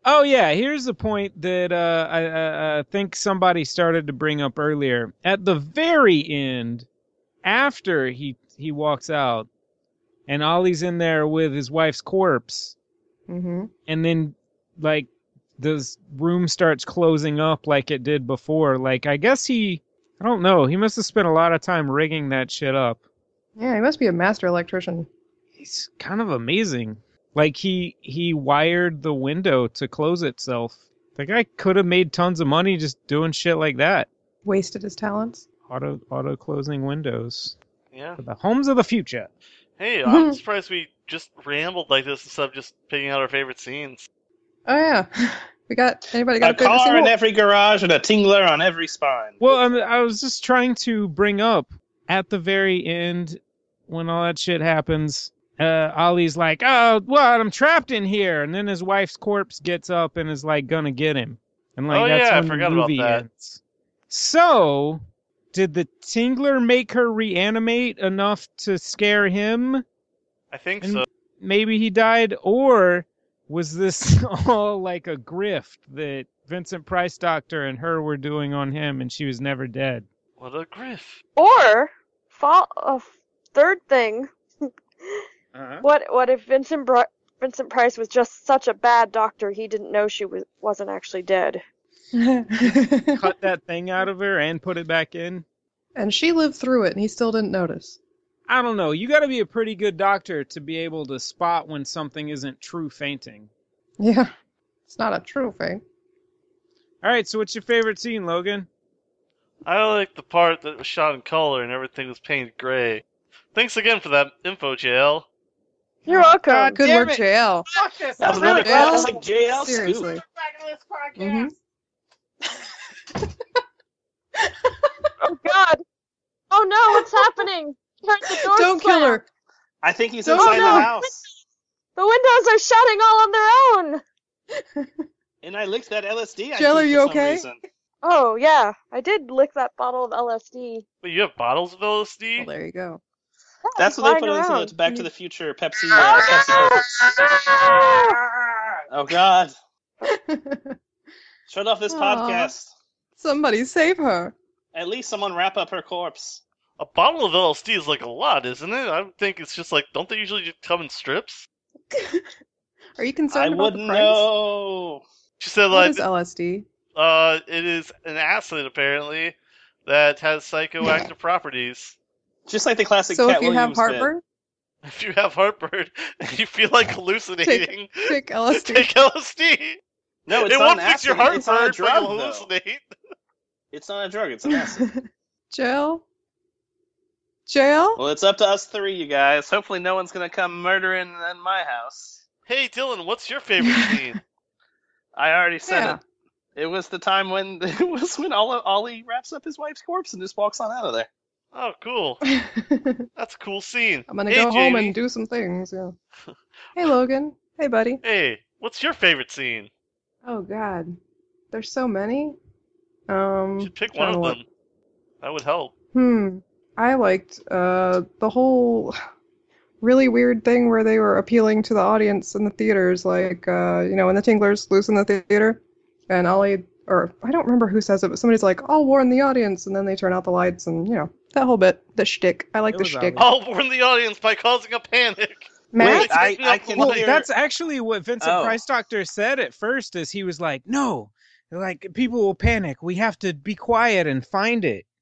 [SPEAKER 2] Oh yeah, here's the point that uh, I, I, I think somebody started to bring up earlier. At the very end, after he he walks out, and Ollie's in there with his wife's corpse,
[SPEAKER 4] Mm-hmm.
[SPEAKER 2] and then like this room starts closing up like it did before. Like I guess he, I don't know, he must have spent a lot of time rigging that shit up.
[SPEAKER 4] Yeah, he must be a master electrician.
[SPEAKER 2] he's kind of amazing. Like he he wired the window to close itself. The guy could have made tons of money just doing shit like that.
[SPEAKER 4] Wasted his talents.
[SPEAKER 2] Auto auto closing windows
[SPEAKER 6] Yeah.
[SPEAKER 2] for the homes of the future.
[SPEAKER 6] Hey, I'm surprised we just rambled like this instead of just picking out our favorite scenes.
[SPEAKER 4] Oh yeah, we got anybody got
[SPEAKER 1] A
[SPEAKER 4] a favorite
[SPEAKER 1] car
[SPEAKER 4] scene?
[SPEAKER 1] in every garage and a tingler on every spine.
[SPEAKER 2] Well, I, mean, I was just trying to bring up at the very end when all that shit happens. Uh, Ollie's like, "Oh, what? I'm trapped in here," and then his wife's corpse gets up and is like gonna get him, and like
[SPEAKER 6] Oh,
[SPEAKER 2] that's
[SPEAKER 6] yeah, I
[SPEAKER 2] when
[SPEAKER 6] forgot
[SPEAKER 2] the
[SPEAKER 6] about
[SPEAKER 2] movie
[SPEAKER 6] that.
[SPEAKER 2] ends. So, did the Tingler make her reanimate enough to scare him?
[SPEAKER 6] I think
[SPEAKER 2] And
[SPEAKER 6] so.
[SPEAKER 2] maybe he died, or was this all like a grift that Vincent Price Doctor and her were doing on him, and she was never dead?
[SPEAKER 6] What a griff.
[SPEAKER 3] Or, fall, uh, third thing,
[SPEAKER 2] Uh-huh.
[SPEAKER 3] what what if Vincent Bri- Vincent Price was just such a bad doctor he didn't know she was wasn't actually dead?
[SPEAKER 2] cut that thing out of her and put it back in.
[SPEAKER 4] and she lived through it, and he still didn't notice.
[SPEAKER 2] I don't know. You got to be a pretty good doctor to be able to spot when something isn't true fainting.
[SPEAKER 4] Yeah, it's not a true thing.
[SPEAKER 2] All right, so what's your favorite scene, Logan?
[SPEAKER 6] I like the part that was shot in color and everything was painted gray. Thanks again for that info, JL.
[SPEAKER 3] You're
[SPEAKER 2] Oh,
[SPEAKER 3] welcome.
[SPEAKER 2] God.
[SPEAKER 4] Good
[SPEAKER 2] Damn
[SPEAKER 4] work,
[SPEAKER 2] it.
[SPEAKER 4] JL.
[SPEAKER 2] Fuck this.
[SPEAKER 1] That was
[SPEAKER 3] Really?
[SPEAKER 1] another classic JL
[SPEAKER 4] Seriously.
[SPEAKER 1] scoop.
[SPEAKER 4] Mhm.
[SPEAKER 2] Mm-hmm.
[SPEAKER 3] Oh God! Oh no! What's happening? Turn the door
[SPEAKER 4] Don't kill
[SPEAKER 3] slam.
[SPEAKER 4] her.
[SPEAKER 1] I think he's
[SPEAKER 4] Don't
[SPEAKER 1] inside
[SPEAKER 3] know.
[SPEAKER 1] the house.
[SPEAKER 3] The windows are shutting all on their own.
[SPEAKER 1] And I licked that LSD. I
[SPEAKER 4] Jill,
[SPEAKER 1] took
[SPEAKER 4] are you
[SPEAKER 1] for some
[SPEAKER 4] okay?
[SPEAKER 1] reason.
[SPEAKER 3] Oh yeah, I did lick that bottle of LSD.
[SPEAKER 6] Wait, you have bottles of
[SPEAKER 4] Well,
[SPEAKER 6] LSD?
[SPEAKER 4] Oh, there you go.
[SPEAKER 1] That's what they put
[SPEAKER 3] Lying
[SPEAKER 1] into
[SPEAKER 3] around.
[SPEAKER 1] the Back to the Future
[SPEAKER 4] Oh,
[SPEAKER 1] Pepsi. Uh, Pepsi Coke. oh God! Shut off this
[SPEAKER 4] Aw.
[SPEAKER 1] podcast.
[SPEAKER 4] Somebody save her.
[SPEAKER 1] At least someone wrap up her corpse.
[SPEAKER 6] A bottle of LSD is like a lot, isn't it? I would think it's just like, don't they usually just come in strips?
[SPEAKER 4] Are you
[SPEAKER 1] I
[SPEAKER 4] concerned about the
[SPEAKER 1] wouldn't
[SPEAKER 4] price?
[SPEAKER 1] know.
[SPEAKER 6] She said,
[SPEAKER 4] What
[SPEAKER 6] like,
[SPEAKER 4] is LSD?
[SPEAKER 6] uh, it is an acid, apparently, that has psychoactive properties.
[SPEAKER 1] Just like the classic
[SPEAKER 4] so
[SPEAKER 1] Cat
[SPEAKER 4] if you
[SPEAKER 1] Williams
[SPEAKER 4] have heartburn,
[SPEAKER 6] If you have heartburn and you feel like hallucinating,
[SPEAKER 4] take
[SPEAKER 6] take,
[SPEAKER 4] LSD.
[SPEAKER 6] LSD.
[SPEAKER 1] bit. No, it's
[SPEAKER 6] it
[SPEAKER 1] not
[SPEAKER 6] won't
[SPEAKER 1] an
[SPEAKER 6] fix your
[SPEAKER 1] acid.
[SPEAKER 6] heartburn,
[SPEAKER 1] It's not a
[SPEAKER 6] but
[SPEAKER 1] drug,
[SPEAKER 6] you'll
[SPEAKER 1] though.
[SPEAKER 6] hallucinate.
[SPEAKER 1] It's not a drug. It's an acid.
[SPEAKER 4] Jill. Jail?
[SPEAKER 1] Well, it's up to us three, you guys. Hopefully, no one's gonna come murdering in my house.
[SPEAKER 6] Hey, Dylan, what's your favorite scene?
[SPEAKER 1] I already said
[SPEAKER 4] Yeah.
[SPEAKER 1] it. It was the time when it was when Ollie, Ollie wraps up his wife's corpse and just walks on out of there.
[SPEAKER 6] Oh, cool.
[SPEAKER 4] I'm
[SPEAKER 6] That's a cool scene.
[SPEAKER 4] gonna
[SPEAKER 6] Hey,
[SPEAKER 4] go home
[SPEAKER 6] Jamie.
[SPEAKER 4] and do some things. Yeah. hey, Logan. Hey, buddy.
[SPEAKER 6] Hey, what's your favorite scene?
[SPEAKER 4] Oh God, there's so many.
[SPEAKER 6] You
[SPEAKER 4] Um,
[SPEAKER 6] should pick
[SPEAKER 4] trying
[SPEAKER 6] one
[SPEAKER 4] to
[SPEAKER 6] of
[SPEAKER 4] look.
[SPEAKER 6] them. That would help.
[SPEAKER 4] Hmm. I liked uh the whole really weird thing where they were appealing to the audience in the theaters, like uh, you know, when the Tinglers loosen the theater, and Ollie or I don't remember who says it, but somebody's like, "I'll warn the audience," and then they turn out the lights, and you know that whole bit, the shtick. I like
[SPEAKER 2] It
[SPEAKER 4] the
[SPEAKER 2] was
[SPEAKER 4] shtick.
[SPEAKER 2] Ollie.
[SPEAKER 6] I'll warn the audience by causing a panic.
[SPEAKER 4] Matt,
[SPEAKER 1] Wait, I, I can
[SPEAKER 2] Well,
[SPEAKER 1] hear.
[SPEAKER 2] that's actually what Vincent
[SPEAKER 1] Oh.
[SPEAKER 2] Price Doctor said at first. Is he was like, "No, like people will panic. We have to be quiet and find it."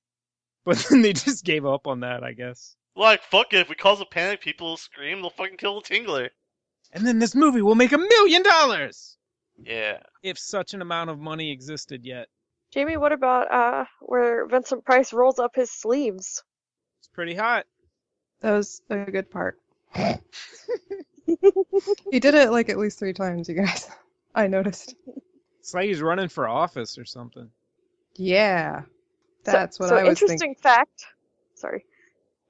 [SPEAKER 2] But then they just gave up on that, I guess.
[SPEAKER 6] Like, fuck it, if we cause a panic, people will scream, they'll fucking kill the Tingler.
[SPEAKER 2] And then this movie will make a million dollars
[SPEAKER 6] Yeah.
[SPEAKER 2] if such an amount of money existed yet.
[SPEAKER 8] Jamie, what about uh where Vincent Price rolls up his sleeves?
[SPEAKER 2] It's pretty hot.
[SPEAKER 4] that was a good part. he did it like at least three times, you guys. I noticed.
[SPEAKER 2] It's like he's running for office or something.
[SPEAKER 4] Yeah,
[SPEAKER 8] So-
[SPEAKER 4] that's what
[SPEAKER 8] so
[SPEAKER 4] I was
[SPEAKER 8] interesting
[SPEAKER 4] thinking.
[SPEAKER 8] fact. Sorry.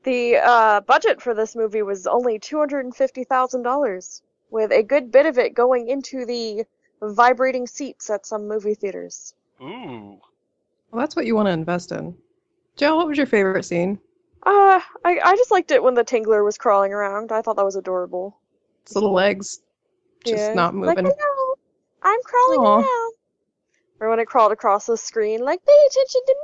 [SPEAKER 8] The uh, budget for this movie was only two hundred and fifty thousand dollars, with a good bit of it going into the vibrating seats at some movie theaters.
[SPEAKER 6] Ooh.
[SPEAKER 4] Well, that's what you want to invest in. Joe, what was your favorite scene?
[SPEAKER 8] Uh, I, I just liked it when the Tingler was crawling around. I thought that was adorable.
[SPEAKER 4] His little legs just
[SPEAKER 8] Yeah.
[SPEAKER 4] not
[SPEAKER 8] Like,
[SPEAKER 4] moving.
[SPEAKER 8] hello, I'm crawling
[SPEAKER 4] Aw.
[SPEAKER 8] around. Or when it crawled across the screen, like, pay attention to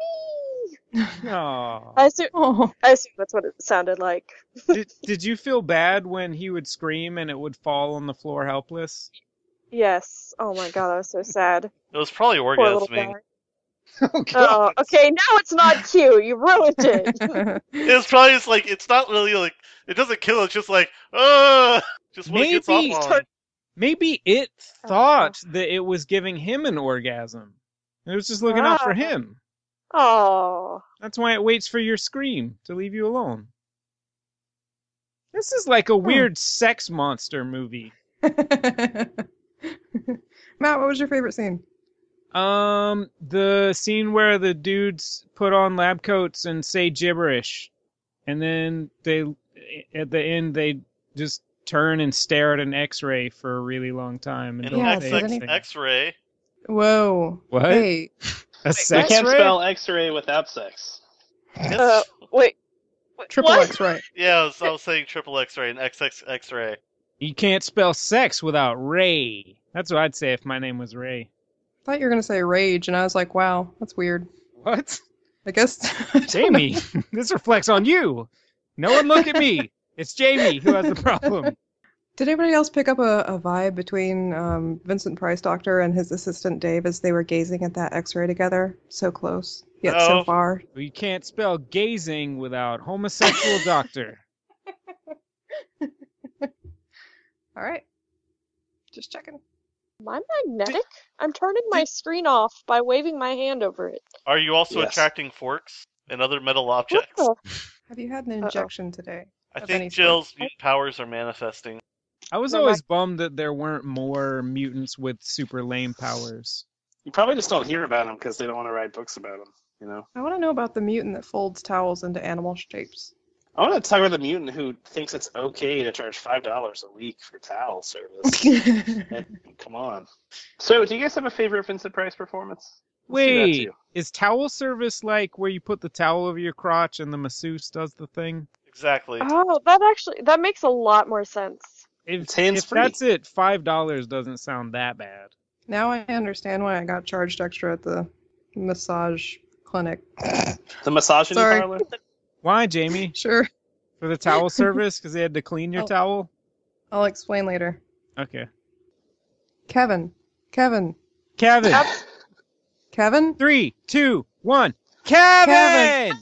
[SPEAKER 8] me.
[SPEAKER 2] Oh.
[SPEAKER 8] I assume,
[SPEAKER 4] Oh,
[SPEAKER 8] I assume that's what it sounded like.
[SPEAKER 2] did, did you feel bad when he would scream and it would fall on the floor helpless?
[SPEAKER 8] Yes. Oh my god, that was so sad.
[SPEAKER 6] It was probably
[SPEAKER 8] Poor little guy.
[SPEAKER 6] orgasming.
[SPEAKER 2] Oh,
[SPEAKER 8] Oh,
[SPEAKER 2] God.
[SPEAKER 8] okay, now it's not cute. You ruined it.
[SPEAKER 6] It was probably just like, it's not really like, it doesn't kill, it's just like, uh Just what it gets
[SPEAKER 2] Maybe
[SPEAKER 6] off on.
[SPEAKER 2] turn- Maybe it thought that it was giving him an orgasm. It was just looking out for
[SPEAKER 8] Ah.
[SPEAKER 2] him.
[SPEAKER 8] Oh,
[SPEAKER 2] That's why it waits for your scream to leave you alone. This is like a weird sex monster movie.
[SPEAKER 4] Matt, what was your favorite scene?
[SPEAKER 2] Um, the scene where the dudes put on lab coats and say gibberish, and then they at the end they just turn and stare at an X-ray for a really long time and
[SPEAKER 6] An
[SPEAKER 2] don't
[SPEAKER 4] Yeah,
[SPEAKER 2] say
[SPEAKER 4] does any-
[SPEAKER 2] anything.
[SPEAKER 6] XXX-ray.
[SPEAKER 4] Whoa.
[SPEAKER 2] What?
[SPEAKER 4] Hey,
[SPEAKER 2] A
[SPEAKER 1] I
[SPEAKER 2] sex
[SPEAKER 1] can't
[SPEAKER 2] ray?
[SPEAKER 1] spell X-ray without sex.
[SPEAKER 6] It's-
[SPEAKER 8] Uh, wait. Wait,
[SPEAKER 4] triple
[SPEAKER 8] what?
[SPEAKER 4] X, right?
[SPEAKER 6] yeah, I was, I was saying triple X-ray and XXX-ray.
[SPEAKER 2] You can't spell sex without Ray. That's what I'd say if my name was Ray.
[SPEAKER 4] Thought you were gonna say rage, and I was like, wow, that's weird.
[SPEAKER 2] What?
[SPEAKER 4] I guess. I don't
[SPEAKER 2] Jamie, this reflects on you. No one look at me. It's Jamie who has the problem.
[SPEAKER 4] Did anybody else pick up a, a vibe between um, Vincent Price Doctor and his assistant Dave as they were gazing at that X-ray together, so close yet
[SPEAKER 6] No.
[SPEAKER 4] so far?
[SPEAKER 2] You can't spell gazing without homosexual doctor.
[SPEAKER 4] All right, just checking.
[SPEAKER 8] Am I magnetic? I'm turning my screen off by waving my hand over it.
[SPEAKER 6] Are you also
[SPEAKER 1] Yes.
[SPEAKER 6] attracting forks and other metal
[SPEAKER 8] What
[SPEAKER 6] objects?
[SPEAKER 8] the?
[SPEAKER 4] Have you had an injection today?
[SPEAKER 6] I
[SPEAKER 4] Of any
[SPEAKER 6] think
[SPEAKER 4] sort.
[SPEAKER 6] Jill's mutant powers are manifesting.
[SPEAKER 2] I was
[SPEAKER 4] No, my-
[SPEAKER 2] always bummed that there weren't more mutants with super lame powers.
[SPEAKER 1] You probably just don't hear about them because they don't want to write books about them. You know.
[SPEAKER 4] I want to know about the mutant that folds towels into animal shapes.
[SPEAKER 1] I want to talk about the mutant who thinks it's okay to charge five dollars a week for towel service. Come on. So, do you guys have a favorite Vincent Price performance? Let's do that
[SPEAKER 2] Wait,
[SPEAKER 1] too.
[SPEAKER 2] is towel service like where you put the towel over your crotch and the masseuse does the thing?
[SPEAKER 6] Exactly.
[SPEAKER 4] Uh-huh.
[SPEAKER 8] Oh, that actually that makes a lot more sense.
[SPEAKER 2] If,
[SPEAKER 1] It's hands
[SPEAKER 2] if
[SPEAKER 1] free.
[SPEAKER 2] that's it, five dollars doesn't sound that bad.
[SPEAKER 4] now I understand why I got charged extra at the massage clinic.
[SPEAKER 1] The misogyny
[SPEAKER 4] Sorry.
[SPEAKER 1] parlor.
[SPEAKER 2] Why, Jamie?
[SPEAKER 4] Sure,
[SPEAKER 2] For the towel service? Because they had to clean your
[SPEAKER 4] Oh.
[SPEAKER 2] towel?
[SPEAKER 4] I'll explain later.
[SPEAKER 2] Okay.
[SPEAKER 4] Kevin, Kevin,
[SPEAKER 2] Kevin.
[SPEAKER 4] Kevin.
[SPEAKER 2] Three, two, one. Kevin!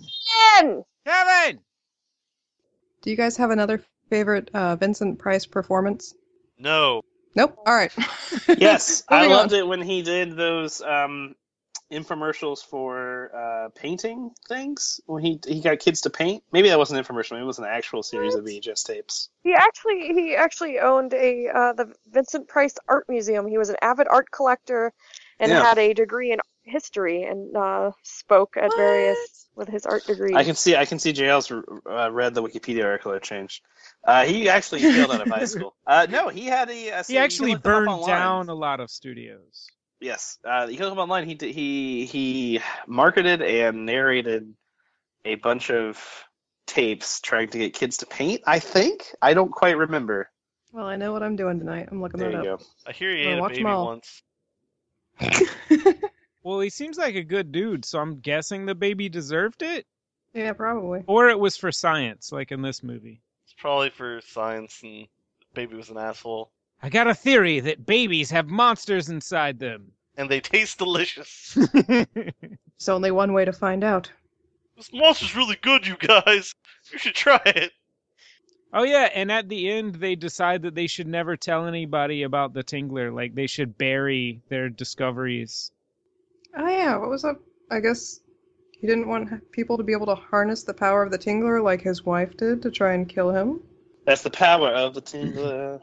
[SPEAKER 2] Kevin!
[SPEAKER 8] Ken!
[SPEAKER 4] Do you guys have another favorite uh, Vincent Price performance?
[SPEAKER 6] No.
[SPEAKER 4] Nope. All right.
[SPEAKER 1] Yes, I
[SPEAKER 4] Moving on.
[SPEAKER 1] loved it when he did those um, infomercials for uh, painting things when he he got kids to paint. Maybe that wasn't an infomercial. Maybe it was an actual series of VHS tapes.
[SPEAKER 8] He actually he actually owned a uh, the Vincent Price Art Museum. He was an avid art collector and
[SPEAKER 1] Yeah.
[SPEAKER 8] had a degree in history and uh, spoke at various with his art degree.
[SPEAKER 1] I can see I can see JL's uh, read the Wikipedia article I changed. Uh, he actually failed out of high school. Uh, no, he had a. a
[SPEAKER 2] He actually burned down a
[SPEAKER 1] A...
[SPEAKER 2] lot of studios.
[SPEAKER 1] Yes, uh, you can look him online. He did, he he marketed and narrated a bunch of tapes trying to get kids to paint. I think I don't quite remember.
[SPEAKER 4] Well, I know what I'm doing tonight. I'm looking
[SPEAKER 1] There
[SPEAKER 4] that
[SPEAKER 1] you
[SPEAKER 4] up.
[SPEAKER 1] go.
[SPEAKER 6] I hear you
[SPEAKER 4] Well,
[SPEAKER 6] ate a
[SPEAKER 4] watch 'em
[SPEAKER 6] baby
[SPEAKER 4] all.
[SPEAKER 6] once.
[SPEAKER 2] Well, he seems like a good dude, so I'm guessing the baby deserved it,
[SPEAKER 4] Yeah, probably.
[SPEAKER 2] or it was for science, like in this movie.
[SPEAKER 6] It's probably for science and baby was an asshole.
[SPEAKER 2] I got a theory that babies have monsters inside them.
[SPEAKER 6] And they taste delicious.
[SPEAKER 4] There's only one way to find out.
[SPEAKER 6] this monster's really good, you guys. You should try it.
[SPEAKER 2] oh yeah, and at the end they decide that they should never tell anybody about the Tingler. Like they should bury their discoveries.
[SPEAKER 4] Oh yeah, what was up? I guess he didn't want people to be able to harness the power of the Tingler like his wife did to try and kill him.
[SPEAKER 1] That's the power of the Tingler.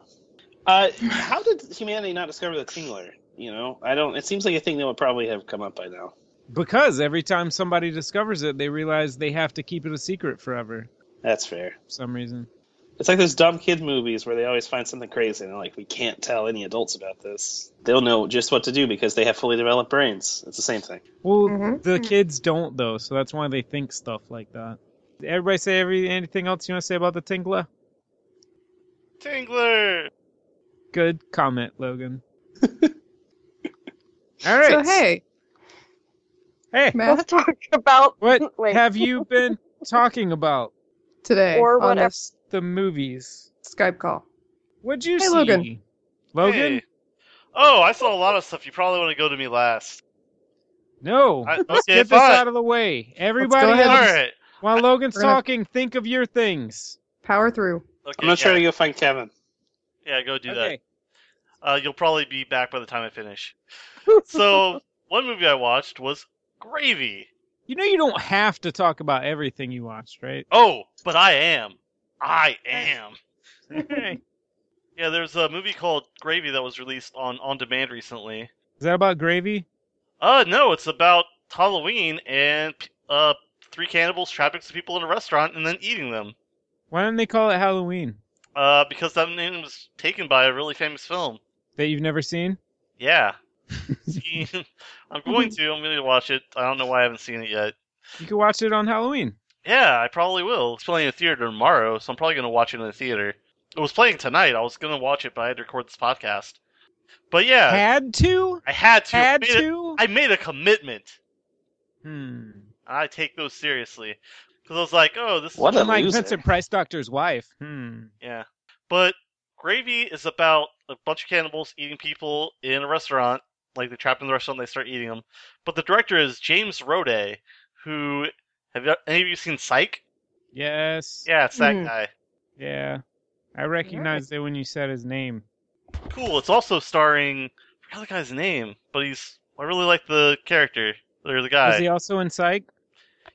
[SPEAKER 1] Uh, how did humanity not discover the Tingler? You know, I don't. It seems like a thing that would probably have come up by now.
[SPEAKER 2] Because every time somebody discovers it, they realize they have to keep it a secret forever
[SPEAKER 1] That's fair.
[SPEAKER 2] for some reason.
[SPEAKER 1] It's like those dumb kid movies where they always find something crazy and they're like, we can't tell any adults about this. They'll know just what to do because they have fully developed brains. It's the same thing.
[SPEAKER 2] Well,
[SPEAKER 4] Mhm.
[SPEAKER 2] the kids don't though, so that's why they think stuff like that. Everybody say every anything else you want to say about the Tingler?
[SPEAKER 6] Tingler!
[SPEAKER 2] Good comment, Logan. All right.
[SPEAKER 4] So hey,
[SPEAKER 2] Hey,
[SPEAKER 4] math
[SPEAKER 8] Let's talk about
[SPEAKER 2] what
[SPEAKER 8] Wait.
[SPEAKER 2] have you been talking about
[SPEAKER 4] today
[SPEAKER 8] Or
[SPEAKER 4] on
[SPEAKER 8] whatever.
[SPEAKER 4] this
[SPEAKER 2] the movies?
[SPEAKER 4] Skype call.
[SPEAKER 2] What'd you
[SPEAKER 4] Hey,
[SPEAKER 2] see?
[SPEAKER 4] Logan.
[SPEAKER 2] Logan?
[SPEAKER 6] Hey. Oh, I saw a lot of stuff. You probably want to go to me last.
[SPEAKER 2] No.
[SPEAKER 6] I,
[SPEAKER 2] Let's
[SPEAKER 6] okay,
[SPEAKER 2] get this
[SPEAKER 6] fine.
[SPEAKER 2] out of the way. Everybody,
[SPEAKER 4] ahead.
[SPEAKER 2] else,
[SPEAKER 6] Alright.
[SPEAKER 2] while Logan's
[SPEAKER 4] We're gonna-
[SPEAKER 2] talking, think of your things.
[SPEAKER 4] Power through.
[SPEAKER 6] Okay,
[SPEAKER 1] I'm going to
[SPEAKER 6] yeah.
[SPEAKER 1] try to go find Kevin.
[SPEAKER 6] Yeah, go do that.
[SPEAKER 2] okay.
[SPEAKER 6] Uh, you'll probably be back by the time I finish. So, one movie I watched was Gravy.
[SPEAKER 2] You know you don't have to talk about everything you watched, right?
[SPEAKER 6] Oh, but I am. I am.
[SPEAKER 2] Is
[SPEAKER 6] Yeah, there's a movie called Gravy that was released on on demand recently.
[SPEAKER 2] that about gravy?
[SPEAKER 6] Uh, no, it's about Halloween and uh three cannibals trapping some people in a restaurant and then eating them.
[SPEAKER 2] Why don't they call it Halloween?
[SPEAKER 6] Uh, because that name was taken by a really famous film.
[SPEAKER 2] That you've never seen?
[SPEAKER 6] Yeah. See, I'm going to. I'm going to watch it. I don't know why I haven't seen it yet.
[SPEAKER 2] You can watch it on Halloween.
[SPEAKER 6] Yeah, I probably will. It's playing in a theater tomorrow, so I'm probably going to watch it in the theater. It was playing tonight. I was going to watch it, but I had to record this podcast. But yeah,
[SPEAKER 2] Had to?
[SPEAKER 6] I had Uh, to. I
[SPEAKER 2] Had
[SPEAKER 6] made a-
[SPEAKER 2] to?
[SPEAKER 6] I made a commitment.
[SPEAKER 2] Hmm.
[SPEAKER 6] I take those seriously because I was like, "Oh, this is
[SPEAKER 1] What a
[SPEAKER 2] Unlike
[SPEAKER 1] loser.
[SPEAKER 2] Vincent Price Doctor's wife. Hmm.
[SPEAKER 6] yeah." But Gravy is about a bunch of cannibals eating people in a restaurant. Like they're trapped in the restaurant, and they start eating them. But the director is James Rode, who have you, any of you seen Psych?
[SPEAKER 2] Yes.
[SPEAKER 6] Yeah, it's that
[SPEAKER 4] Mm.
[SPEAKER 6] guy.
[SPEAKER 2] Yeah. I recognized it when you said his name.
[SPEAKER 6] Cool. It's also starring I forgot the guy's name, but he's I really like the character or the guy.
[SPEAKER 2] Was he also in Psych?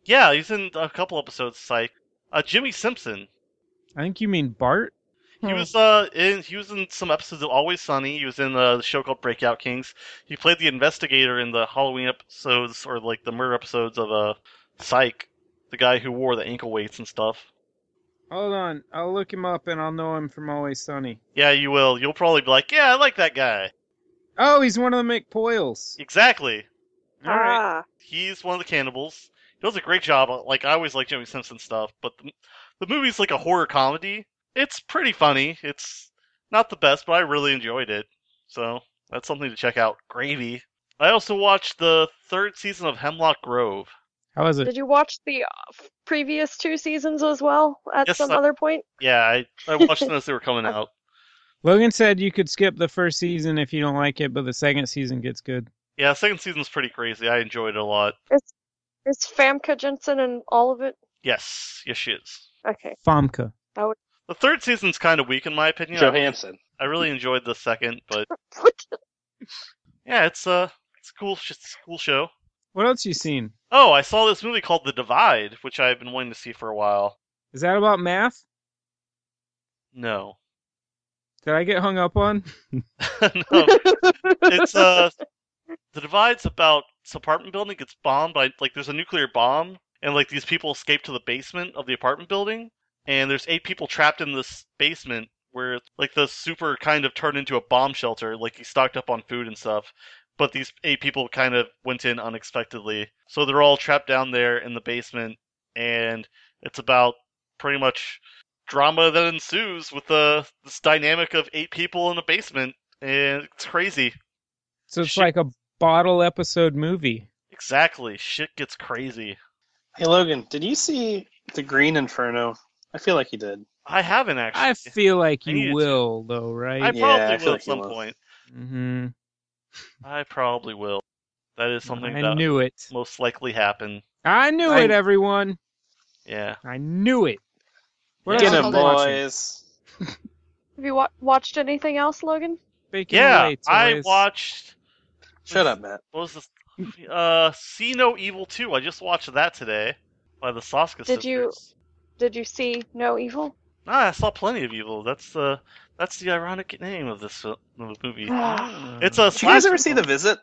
[SPEAKER 6] Yeah, he's in a couple episodes of Psych. Uh, Jimmy Simpson.
[SPEAKER 2] I think you mean Bart.
[SPEAKER 6] He
[SPEAKER 4] Hmm.
[SPEAKER 6] was uh in he was in some episodes of Always Sunny. He was in uh, the show called Breakout Kings. He played the investigator in the Halloween episodes or like the murder episodes of uh Psych, the guy who wore the ankle weights and stuff.
[SPEAKER 2] Hold on. I'll look him up and I'll know him from Always Sunny.
[SPEAKER 6] Yeah, you will. You'll probably be like, yeah, I like that guy.
[SPEAKER 2] Oh, he's one of the McPoyles.
[SPEAKER 6] Exactly.
[SPEAKER 2] All right.
[SPEAKER 8] Ah,
[SPEAKER 6] He's one of the cannibals. He does a great job. uh, Like I always like Jimmy Simpson stuff, but the, the movie's like a horror comedy. It's pretty funny. It's not the best, but I really enjoyed it. So that's something to check out. Gravy. I also watched the third season of Hemlock Grove.
[SPEAKER 2] How was it?
[SPEAKER 8] did you watch the uh, f- previous two seasons as well at
[SPEAKER 6] Yes,
[SPEAKER 8] some
[SPEAKER 6] I-
[SPEAKER 8] other point?
[SPEAKER 6] Yeah, I, I watched them as they were coming out.
[SPEAKER 2] Logan said you could skip the first season if you don't like it, but the second season gets good.
[SPEAKER 6] Yeah, second season's pretty crazy. I enjoyed it a lot.
[SPEAKER 8] Is Famke Jensen in all of it?
[SPEAKER 6] Yes, yes she is.
[SPEAKER 8] Okay.
[SPEAKER 2] Famka.
[SPEAKER 6] The third season's kind of weak in my opinion.
[SPEAKER 1] Johansson.
[SPEAKER 6] I really enjoyed the second, but
[SPEAKER 8] What?
[SPEAKER 6] yeah, it's uh, it's a cool, sh- it's a cool show.
[SPEAKER 2] What else you seen?
[SPEAKER 6] Oh, I saw this movie called The Divide, which I've been wanting to see for a while.
[SPEAKER 2] Is that about math?
[SPEAKER 6] No.
[SPEAKER 2] Did I get hung up on?
[SPEAKER 6] no. It's uh The Divide's about this apartment building gets bombed by like there's a nuclear bomb and like these people escape to the basement of the apartment building and there's eight people trapped in this basement where like the super kind of turned into a bomb shelter, like he stocked up on food and stuff. But these eight people kind of went in unexpectedly. So they're all trapped down there in the basement and it's about pretty much drama that ensues with the this dynamic of eight people in a basement and it's crazy.
[SPEAKER 2] So it's
[SPEAKER 6] Shit.
[SPEAKER 2] like a bottle episode movie.
[SPEAKER 6] Exactly. Shit gets crazy.
[SPEAKER 1] Hey Logan, did you see the Green Inferno? I feel like you did.
[SPEAKER 6] I haven't actually.
[SPEAKER 2] I feel like
[SPEAKER 6] I needed
[SPEAKER 2] you
[SPEAKER 6] to.
[SPEAKER 2] will, though,
[SPEAKER 6] I
[SPEAKER 2] right?
[SPEAKER 6] probably
[SPEAKER 1] Yeah, I feel
[SPEAKER 6] will
[SPEAKER 1] like
[SPEAKER 6] at
[SPEAKER 1] you
[SPEAKER 6] some
[SPEAKER 1] will.
[SPEAKER 6] point.
[SPEAKER 2] hmm
[SPEAKER 6] I probably will. That is something
[SPEAKER 2] I
[SPEAKER 6] that
[SPEAKER 2] knew it.
[SPEAKER 6] most likely happen.
[SPEAKER 2] I knew
[SPEAKER 1] I-
[SPEAKER 2] it, everyone.
[SPEAKER 6] Yeah.
[SPEAKER 2] I knew it. What
[SPEAKER 1] Get
[SPEAKER 2] else
[SPEAKER 1] him,
[SPEAKER 2] have you been watching?
[SPEAKER 1] boys.
[SPEAKER 8] Have you wa- watched anything else, Logan?
[SPEAKER 2] Bacon
[SPEAKER 6] Yeah.
[SPEAKER 2] away,
[SPEAKER 6] I
[SPEAKER 2] toys.
[SPEAKER 6] watched
[SPEAKER 1] Shut up, Matt.
[SPEAKER 6] what was this uh See No Evil 2. I just watched that today by the Soska sisters.
[SPEAKER 8] Did you- Did you see No Evil?
[SPEAKER 6] Nah, I saw plenty of evil. That's the that's the ironic name of this fil- of the movie.
[SPEAKER 1] Ah.
[SPEAKER 6] it's a
[SPEAKER 1] Did you guys
[SPEAKER 6] slash-
[SPEAKER 1] ever see The Visit?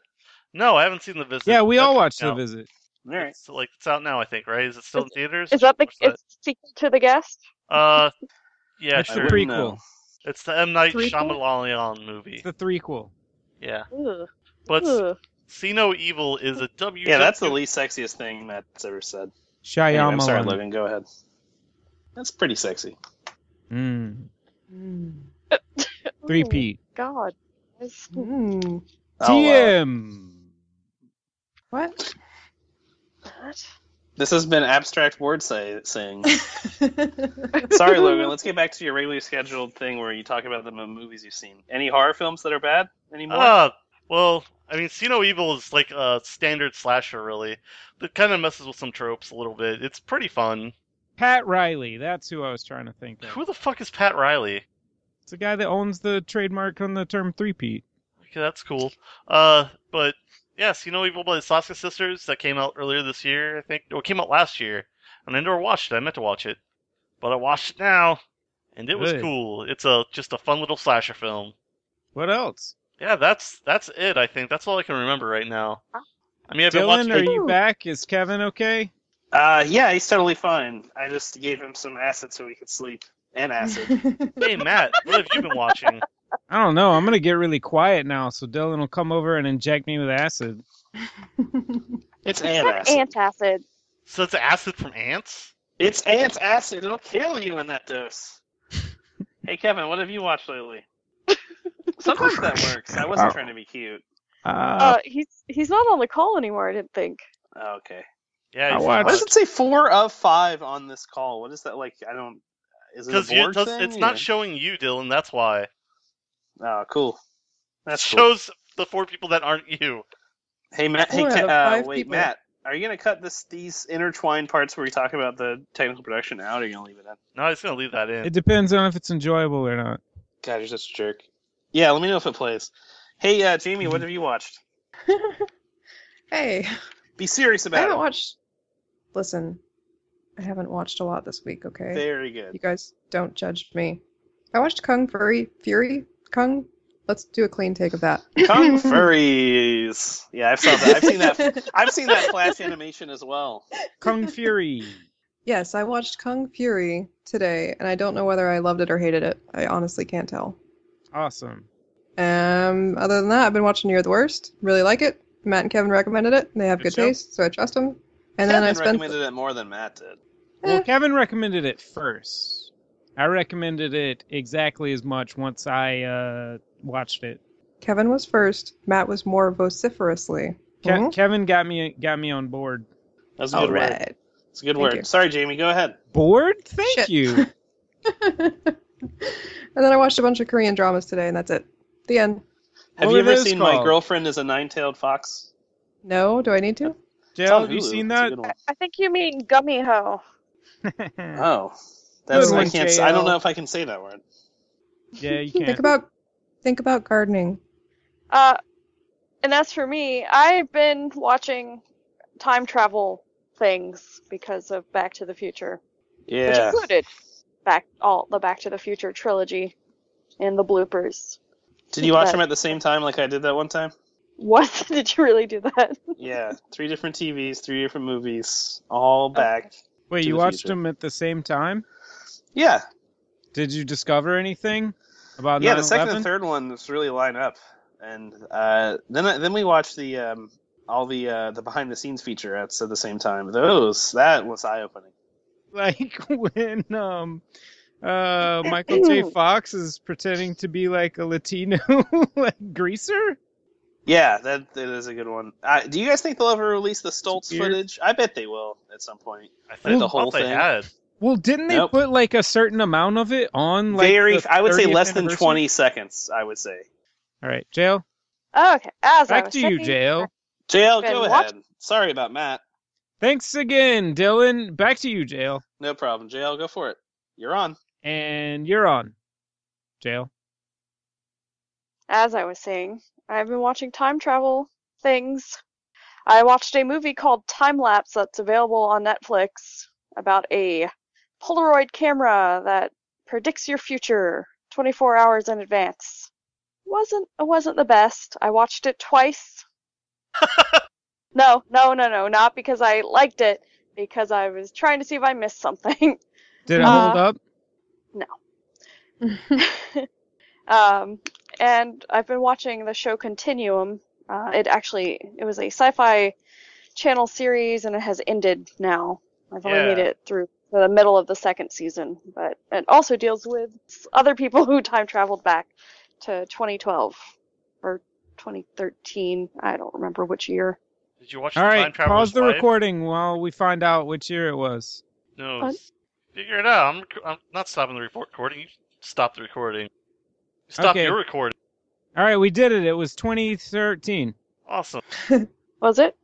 [SPEAKER 6] No no, I haven't seen the visit.
[SPEAKER 2] Yeah, we all watched The
[SPEAKER 6] now.
[SPEAKER 2] Visit.
[SPEAKER 1] All right.
[SPEAKER 6] It's like it's out now, I think, right? Is it still in theaters?
[SPEAKER 8] Is that the
[SPEAKER 6] What's
[SPEAKER 8] it's sequel to the guest?
[SPEAKER 6] Uh, yeah,
[SPEAKER 2] That's
[SPEAKER 1] I
[SPEAKER 2] the
[SPEAKER 6] sure.
[SPEAKER 1] wouldn't
[SPEAKER 2] prequel.
[SPEAKER 1] know.
[SPEAKER 6] It's the M Night
[SPEAKER 4] Prequel?
[SPEAKER 6] Shyamalan movie.
[SPEAKER 2] It's the threequel.
[SPEAKER 6] Yeah,
[SPEAKER 8] Ugh.
[SPEAKER 6] but S-
[SPEAKER 8] Ugh.
[SPEAKER 6] See No Evil is a W.
[SPEAKER 1] Yeah, that's the least sexiest thing Matt's ever said.
[SPEAKER 2] Shyamalan.
[SPEAKER 1] Anyway, I'm sorry, Logan. Go ahead. That's pretty sexy.
[SPEAKER 2] Mm.
[SPEAKER 4] Mm.
[SPEAKER 2] Three
[SPEAKER 8] Ooh,
[SPEAKER 2] P.
[SPEAKER 8] God. That's-
[SPEAKER 4] Mm.
[SPEAKER 6] Oh,
[SPEAKER 1] I'll allow it.
[SPEAKER 2] TM.
[SPEAKER 4] What?
[SPEAKER 8] What?
[SPEAKER 1] This has been abstract word say- saying. Sorry, Logan. Let's get back to your regularly scheduled thing where you talk about the m- movies you've seen. Any horror films that are bad anymore?
[SPEAKER 6] Uh, well, I mean, See No Evil is like a standard slasher, really. That kind of messes with some tropes a little bit. It's pretty fun.
[SPEAKER 2] Pat Riley. That's who I was trying to think of.
[SPEAKER 6] Who the fuck is Pat Riley?
[SPEAKER 2] It's the guy that owns the trademark on the term three-peat.
[SPEAKER 6] Okay, that's cool. Uh, but yeah, See No Evil by the Saska Sisters that came out earlier this year, I think. Or it came out last year, and I never watched it. I meant to watch it, but I watched it now, and it was
[SPEAKER 2] Good.
[SPEAKER 6] cool. It's a just a fun little slasher film.
[SPEAKER 2] What else?
[SPEAKER 6] Yeah, that's that's it. I think that's all I can remember right now. I mean, I've been watching.
[SPEAKER 2] Dylan, are you
[SPEAKER 4] Ooh.
[SPEAKER 2] back? Is Kevin okay?
[SPEAKER 1] Uh, yeah, he's totally fine. I just gave him some acid so he could sleep. And acid.
[SPEAKER 6] Hey, Matt, what have you been watching?
[SPEAKER 2] I don't know. I'm gonna get really quiet now, so Dylan will come over and inject me with acid.
[SPEAKER 1] It's
[SPEAKER 8] It's
[SPEAKER 1] ant
[SPEAKER 8] not
[SPEAKER 1] acid.
[SPEAKER 8] antacid.
[SPEAKER 6] So it's acid from ants.
[SPEAKER 1] It's ant acid. It'll kill you in that dose. hey, Kevin, what have you watched lately? Sometimes that works. I wasn't trying to be cute.
[SPEAKER 6] Oh,
[SPEAKER 8] Uh, he's he's not on the call anymore. I didn't think.
[SPEAKER 1] Oh, okay.
[SPEAKER 6] Yeah,
[SPEAKER 2] I
[SPEAKER 6] he's-
[SPEAKER 2] watched-
[SPEAKER 1] Why does it say four of five on this call? What is that like? I don't. Is it a
[SPEAKER 6] because you-
[SPEAKER 1] board
[SPEAKER 6] does-
[SPEAKER 1] thing?
[SPEAKER 6] it's not
[SPEAKER 1] or-
[SPEAKER 6] showing you, Dylan. That's why.
[SPEAKER 1] Oh, cool.
[SPEAKER 6] It
[SPEAKER 1] That's cool.
[SPEAKER 6] shows the four people that aren't you.
[SPEAKER 1] Hey Matt. Hey,
[SPEAKER 4] Four out
[SPEAKER 1] Ca-
[SPEAKER 4] of
[SPEAKER 1] uh,
[SPEAKER 4] five
[SPEAKER 1] wait,
[SPEAKER 4] people.
[SPEAKER 1] Matt. Are you gonna cut this these intertwined parts where we talk about the technical production out? Or are you gonna leave it in?
[SPEAKER 6] No, he's gonna leave that in.
[SPEAKER 2] It depends on if it's enjoyable or not.
[SPEAKER 1] God, you're such a jerk. Yeah, let me know if it plays. Hey, uh, Jamie, what have you watched?
[SPEAKER 4] hey,
[SPEAKER 1] Be serious
[SPEAKER 4] I
[SPEAKER 1] about
[SPEAKER 4] haven't
[SPEAKER 1] it.
[SPEAKER 4] watched. Listen, I haven't watched a lot this week. Okay.
[SPEAKER 1] Very
[SPEAKER 4] You
[SPEAKER 1] good.
[SPEAKER 4] guys don't judge me. I watched Kung Fury Fury Kung. Let's do a clean take of that.
[SPEAKER 1] Kung Furries. Yeah, I've saw that. I've seen that. I've seen that flash animation as well.
[SPEAKER 2] Kung Fury.
[SPEAKER 4] Yes, I watched Kung Fury today, and I don't know whether I loved it or hated it. I honestly can't tell.
[SPEAKER 2] Awesome.
[SPEAKER 4] Um, other than that, I've been watching You're the Worst. Really like it. Matt and Kevin recommended it. They have
[SPEAKER 6] Good
[SPEAKER 4] good
[SPEAKER 6] show.
[SPEAKER 4] taste, so I trust them. And
[SPEAKER 1] Kevin
[SPEAKER 4] then I spent
[SPEAKER 1] recommended it more than Matt did.
[SPEAKER 2] Well,
[SPEAKER 4] Eh.
[SPEAKER 2] Kevin recommended it first. I recommended it exactly as much once I uh, watched it.
[SPEAKER 4] Kevin was first. Matt was more vociferously. Mm-hmm.
[SPEAKER 2] Ke-
[SPEAKER 1] Mm-hmm.
[SPEAKER 2] Kevin got me got me on board.
[SPEAKER 1] That was a
[SPEAKER 4] All
[SPEAKER 1] good word.
[SPEAKER 4] right.
[SPEAKER 1] It's a good
[SPEAKER 4] Thank
[SPEAKER 1] word.
[SPEAKER 4] you.
[SPEAKER 1] Sorry, Jamie. Go ahead.
[SPEAKER 2] Bored? Thank
[SPEAKER 4] Shit.
[SPEAKER 2] you.
[SPEAKER 4] and then I watched a bunch of Korean dramas today, and that's it. The end.
[SPEAKER 1] Have
[SPEAKER 2] What
[SPEAKER 1] you
[SPEAKER 2] were
[SPEAKER 1] ever
[SPEAKER 2] those
[SPEAKER 1] seen My
[SPEAKER 2] called?
[SPEAKER 1] Girlfriend is a Nine-Tailed Fox?
[SPEAKER 4] No, do I need to?
[SPEAKER 1] It's
[SPEAKER 2] Jill,
[SPEAKER 1] on
[SPEAKER 2] have you
[SPEAKER 1] Hulu.
[SPEAKER 2] seen
[SPEAKER 1] It's a
[SPEAKER 2] that?
[SPEAKER 1] good one.
[SPEAKER 8] I think you mean gummy hoe.
[SPEAKER 1] Oh, that's
[SPEAKER 2] Good
[SPEAKER 1] I
[SPEAKER 2] one,
[SPEAKER 1] can't. s- I don't
[SPEAKER 2] JL.
[SPEAKER 1] know if I can say that word.
[SPEAKER 2] yeah, you
[SPEAKER 4] Think
[SPEAKER 2] can.
[SPEAKER 4] about think about gardening.
[SPEAKER 8] Uh, and as for me, I've been watching time travel things because of Back to the Future, which
[SPEAKER 1] Yeah.
[SPEAKER 8] included back all the Back to the Future trilogy and the bloopers.
[SPEAKER 1] Did you watch
[SPEAKER 8] but-
[SPEAKER 1] them at the same time like I did that one time?
[SPEAKER 8] What did you really do that?
[SPEAKER 1] Yeah. Three different TVs, three different movies, all back.
[SPEAKER 2] Wait,
[SPEAKER 1] To
[SPEAKER 2] you
[SPEAKER 1] the
[SPEAKER 2] watched
[SPEAKER 1] future.
[SPEAKER 2] them at the same time?
[SPEAKER 1] Yeah.
[SPEAKER 2] Did you discover anything about
[SPEAKER 1] Yeah,
[SPEAKER 2] 9/11?
[SPEAKER 1] the second and third ones really line up, and uh, then then we watched the um, all the uh, the behind the scenes featurettes at the same time. Those that was eye opening.
[SPEAKER 2] like when um uh Michael J. Fox is pretending to be like a Latino like greaser.
[SPEAKER 1] Yeah, that that is a good one. Uh, do you guys think they'll ever release the Stoltz
[SPEAKER 2] Weird.
[SPEAKER 1] footage? I bet they will at some point.
[SPEAKER 6] I
[SPEAKER 1] Like
[SPEAKER 6] think
[SPEAKER 1] the whole
[SPEAKER 6] thought they
[SPEAKER 1] thing.
[SPEAKER 6] had.
[SPEAKER 2] Well, didn't they
[SPEAKER 1] Nope.
[SPEAKER 2] put like a certain amount of it on like
[SPEAKER 1] Very,
[SPEAKER 2] the
[SPEAKER 1] I would say
[SPEAKER 2] 30th
[SPEAKER 1] less than
[SPEAKER 2] anniversary?
[SPEAKER 1] twenty seconds. I would say.
[SPEAKER 2] All right, jail.
[SPEAKER 8] Okay, as I
[SPEAKER 2] Back
[SPEAKER 8] was
[SPEAKER 2] to you,
[SPEAKER 8] saying,
[SPEAKER 2] jail.
[SPEAKER 1] JL,
[SPEAKER 8] Been
[SPEAKER 1] go
[SPEAKER 8] watch-
[SPEAKER 1] ahead. Sorry about Matt.
[SPEAKER 2] Thanks again, Dylan. Back to you, jail.
[SPEAKER 1] No problem. JL, go for it. You're on.
[SPEAKER 2] And you're on. Jail.
[SPEAKER 8] as I was saying, I've been watching time travel things. I watched a movie called Time Lapse that's available on Netflix about a Polaroid camera that predicts your future 24 hours in advance. Wasn't it wasn't the best. I watched it twice. no, no, no, no, not because I liked it, because I was trying to see if I missed something.
[SPEAKER 2] Did it
[SPEAKER 8] Uh,
[SPEAKER 2] hold up?
[SPEAKER 8] um, and I've been watching the show Continuum. Uh, it actually it was a sci-fi channel series, and it has ended now. I've only made
[SPEAKER 6] Yeah.
[SPEAKER 8] it through the middle of the second season, but it also deals with s- other people who time traveled back to 2012 or 2013. I don't remember which year.
[SPEAKER 6] Did you watch
[SPEAKER 2] All
[SPEAKER 6] the
[SPEAKER 2] right,
[SPEAKER 6] time traveler's
[SPEAKER 2] pause the
[SPEAKER 6] wife?
[SPEAKER 2] recording while we find out which year it was.
[SPEAKER 6] No.
[SPEAKER 8] What?
[SPEAKER 6] s- Figure it out. I'm, rec- I'm not stopping the report- recording. You stop the recording. Stop
[SPEAKER 2] Okay.
[SPEAKER 6] your recording.
[SPEAKER 2] All right, we did it. It was 2013.
[SPEAKER 6] Awesome.
[SPEAKER 8] Was it?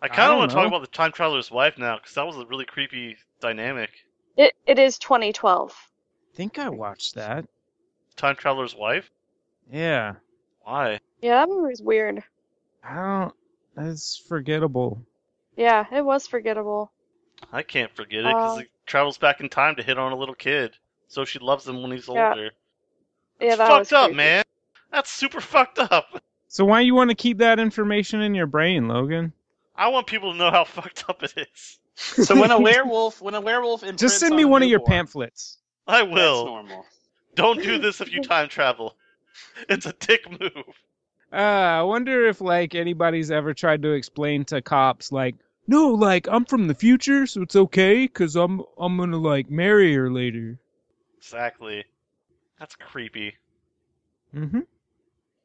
[SPEAKER 6] I
[SPEAKER 2] I
[SPEAKER 6] kind of
[SPEAKER 2] don't
[SPEAKER 6] want to talk
[SPEAKER 2] know.
[SPEAKER 6] about the time traveler's wife now because that was a really creepy dynamic.
[SPEAKER 8] It it is 2012.
[SPEAKER 2] I think I watched that.
[SPEAKER 6] Time traveler's wife?
[SPEAKER 2] Yeah.
[SPEAKER 6] Why?
[SPEAKER 8] Yeah, that movie was weird.
[SPEAKER 2] I don't. That's forgettable.
[SPEAKER 8] Yeah, it was forgettable.
[SPEAKER 6] I can't forget it because
[SPEAKER 8] Uh,
[SPEAKER 6] it travels back in time to hit on a little kid. So she loves him when he's
[SPEAKER 8] Yeah.
[SPEAKER 6] older.
[SPEAKER 8] Yeah,
[SPEAKER 6] It's
[SPEAKER 8] that
[SPEAKER 6] fucked
[SPEAKER 8] was
[SPEAKER 6] up,
[SPEAKER 8] creepy.
[SPEAKER 6] man. That's super fucked up.
[SPEAKER 2] So why you want to keep that information in your brain, Logan?
[SPEAKER 6] I want people to know how fucked up it is.
[SPEAKER 1] So when a werewolf, when a werewolf imprints
[SPEAKER 2] Just send
[SPEAKER 1] on
[SPEAKER 2] me
[SPEAKER 1] a
[SPEAKER 2] one of your
[SPEAKER 1] newborn,
[SPEAKER 2] pamphlets.
[SPEAKER 6] I
[SPEAKER 1] that's
[SPEAKER 6] will.
[SPEAKER 1] normal.
[SPEAKER 6] Don't do this if you time travel. It's a dick move.
[SPEAKER 2] Uh, I wonder if like anybody's ever tried to explain to cops like, no, like I'm from the future, so it's okay, cause I'm I'm gonna like marry her later.
[SPEAKER 6] Exactly. That's creepy.
[SPEAKER 2] Mm-hmm.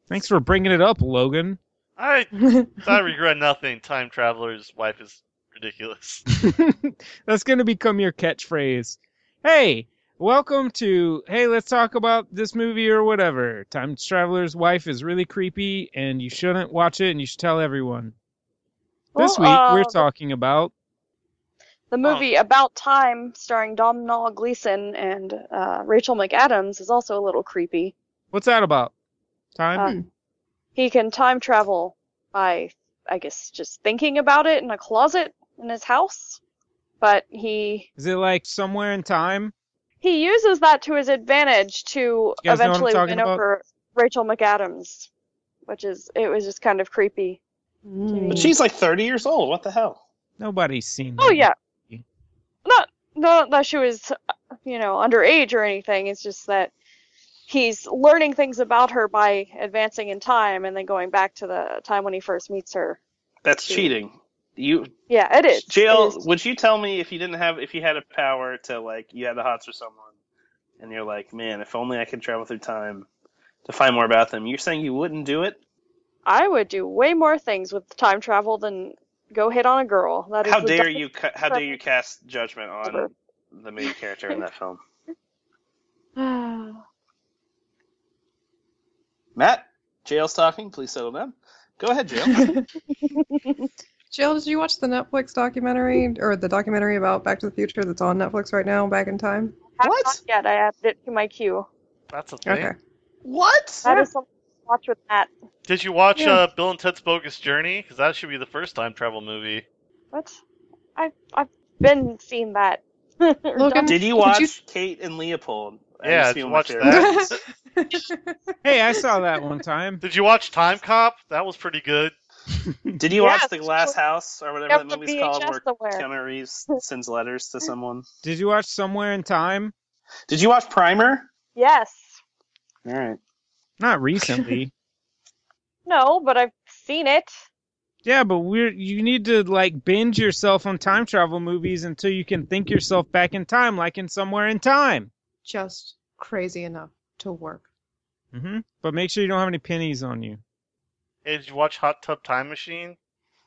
[SPEAKER 2] Thanks for bringing it up, Logan.
[SPEAKER 6] I I regret nothing. Time traveler's wife is ridiculous.
[SPEAKER 2] That's gonna become your catchphrase. Hey, welcome to Hey, let's talk about this movie or whatever. Time Traveler's Wife is really creepy, and you shouldn't watch it, and you should tell everyone. This
[SPEAKER 8] Well,
[SPEAKER 2] week we're
[SPEAKER 8] uh,
[SPEAKER 2] talking about
[SPEAKER 8] The movie About Time, starring Domhnall Gleeson and uh, Rachel McAdams, is also a little creepy.
[SPEAKER 2] what's that about? Time.
[SPEAKER 8] Uh, He can time travel by, I guess, just thinking about it in a closet in his house. But he
[SPEAKER 2] is it like somewhere in time?
[SPEAKER 8] he uses that to his advantage to
[SPEAKER 2] You guys know what I'm
[SPEAKER 8] eventually
[SPEAKER 2] talking
[SPEAKER 8] win
[SPEAKER 2] about?
[SPEAKER 8] over Rachel McAdams, which is it was just kind of creepy.
[SPEAKER 1] But
[SPEAKER 8] Mm.
[SPEAKER 1] she's like thirty years old. What the hell?
[SPEAKER 2] Nobody's seen.
[SPEAKER 8] Oh
[SPEAKER 2] that.
[SPEAKER 8] yeah, not not that she was, uh, you know, underage or anything. It's just that he's learning things about her by advancing in time and then going back to the time when he first meets her.
[SPEAKER 1] That's
[SPEAKER 8] Dude.
[SPEAKER 1] cheating. You
[SPEAKER 8] Yeah, it is.
[SPEAKER 1] Jill,
[SPEAKER 8] It is.
[SPEAKER 1] would you tell me if you didn't have if you had a power to like you had the hots for someone and you're like, man, if only I could travel through time to find more about them. You're saying you wouldn't do it?
[SPEAKER 8] I would do way more things with time travel than go hit on a girl. That is
[SPEAKER 1] How
[SPEAKER 8] the
[SPEAKER 1] dare
[SPEAKER 8] dumbest-
[SPEAKER 1] you ca- how dare you cast judgment
[SPEAKER 8] Ever.
[SPEAKER 1] on the main character in that film? Matt, Jail's talking. Please settle down. Go ahead, Jail.
[SPEAKER 4] Jill, did you watch the Netflix documentary or the documentary about Back to the Future that's on Netflix right now, Back in Time?
[SPEAKER 8] Have
[SPEAKER 1] What?
[SPEAKER 8] Not yet. I added it to my queue.
[SPEAKER 6] That's a thing.
[SPEAKER 4] Okay.
[SPEAKER 1] what?
[SPEAKER 8] That is something to watch with that.
[SPEAKER 6] Did you watch
[SPEAKER 4] Yeah.
[SPEAKER 6] uh, Bill and Ted's Bogus Journey? Because that should be the first time travel movie.
[SPEAKER 8] What? I've I've been seeing that.
[SPEAKER 4] Logan?
[SPEAKER 1] Did you
[SPEAKER 4] Did
[SPEAKER 1] watch
[SPEAKER 4] you-
[SPEAKER 1] Kate and Leopold?
[SPEAKER 6] Yeah,
[SPEAKER 1] just
[SPEAKER 6] did
[SPEAKER 1] feel
[SPEAKER 6] you
[SPEAKER 1] my
[SPEAKER 6] watch
[SPEAKER 1] favorite.
[SPEAKER 6] that?
[SPEAKER 2] Hey, I saw that one time.
[SPEAKER 6] Did you watch Time Cop? That was pretty good.
[SPEAKER 1] Did you
[SPEAKER 8] Yeah,
[SPEAKER 1] watch The Glass House or whatever
[SPEAKER 8] Have
[SPEAKER 1] the
[SPEAKER 8] the
[SPEAKER 1] movie's called
[SPEAKER 8] VHS
[SPEAKER 1] where
[SPEAKER 8] somewhere.
[SPEAKER 1] Keanu Reeves sends letters to someone?
[SPEAKER 2] Did you watch Somewhere in Time?
[SPEAKER 1] Did you watch Primer?
[SPEAKER 8] Yes.
[SPEAKER 1] All right.
[SPEAKER 2] Not recently.
[SPEAKER 8] No, but I've seen it.
[SPEAKER 2] yeah, but we're you need to like binge yourself on time travel movies until you can think yourself back in time, like in Somewhere in Time.
[SPEAKER 4] Just crazy enough to work.
[SPEAKER 2] hmm But make sure you don't have any pennies on you.
[SPEAKER 6] Hey, did you watch Hot Tub Time Machine?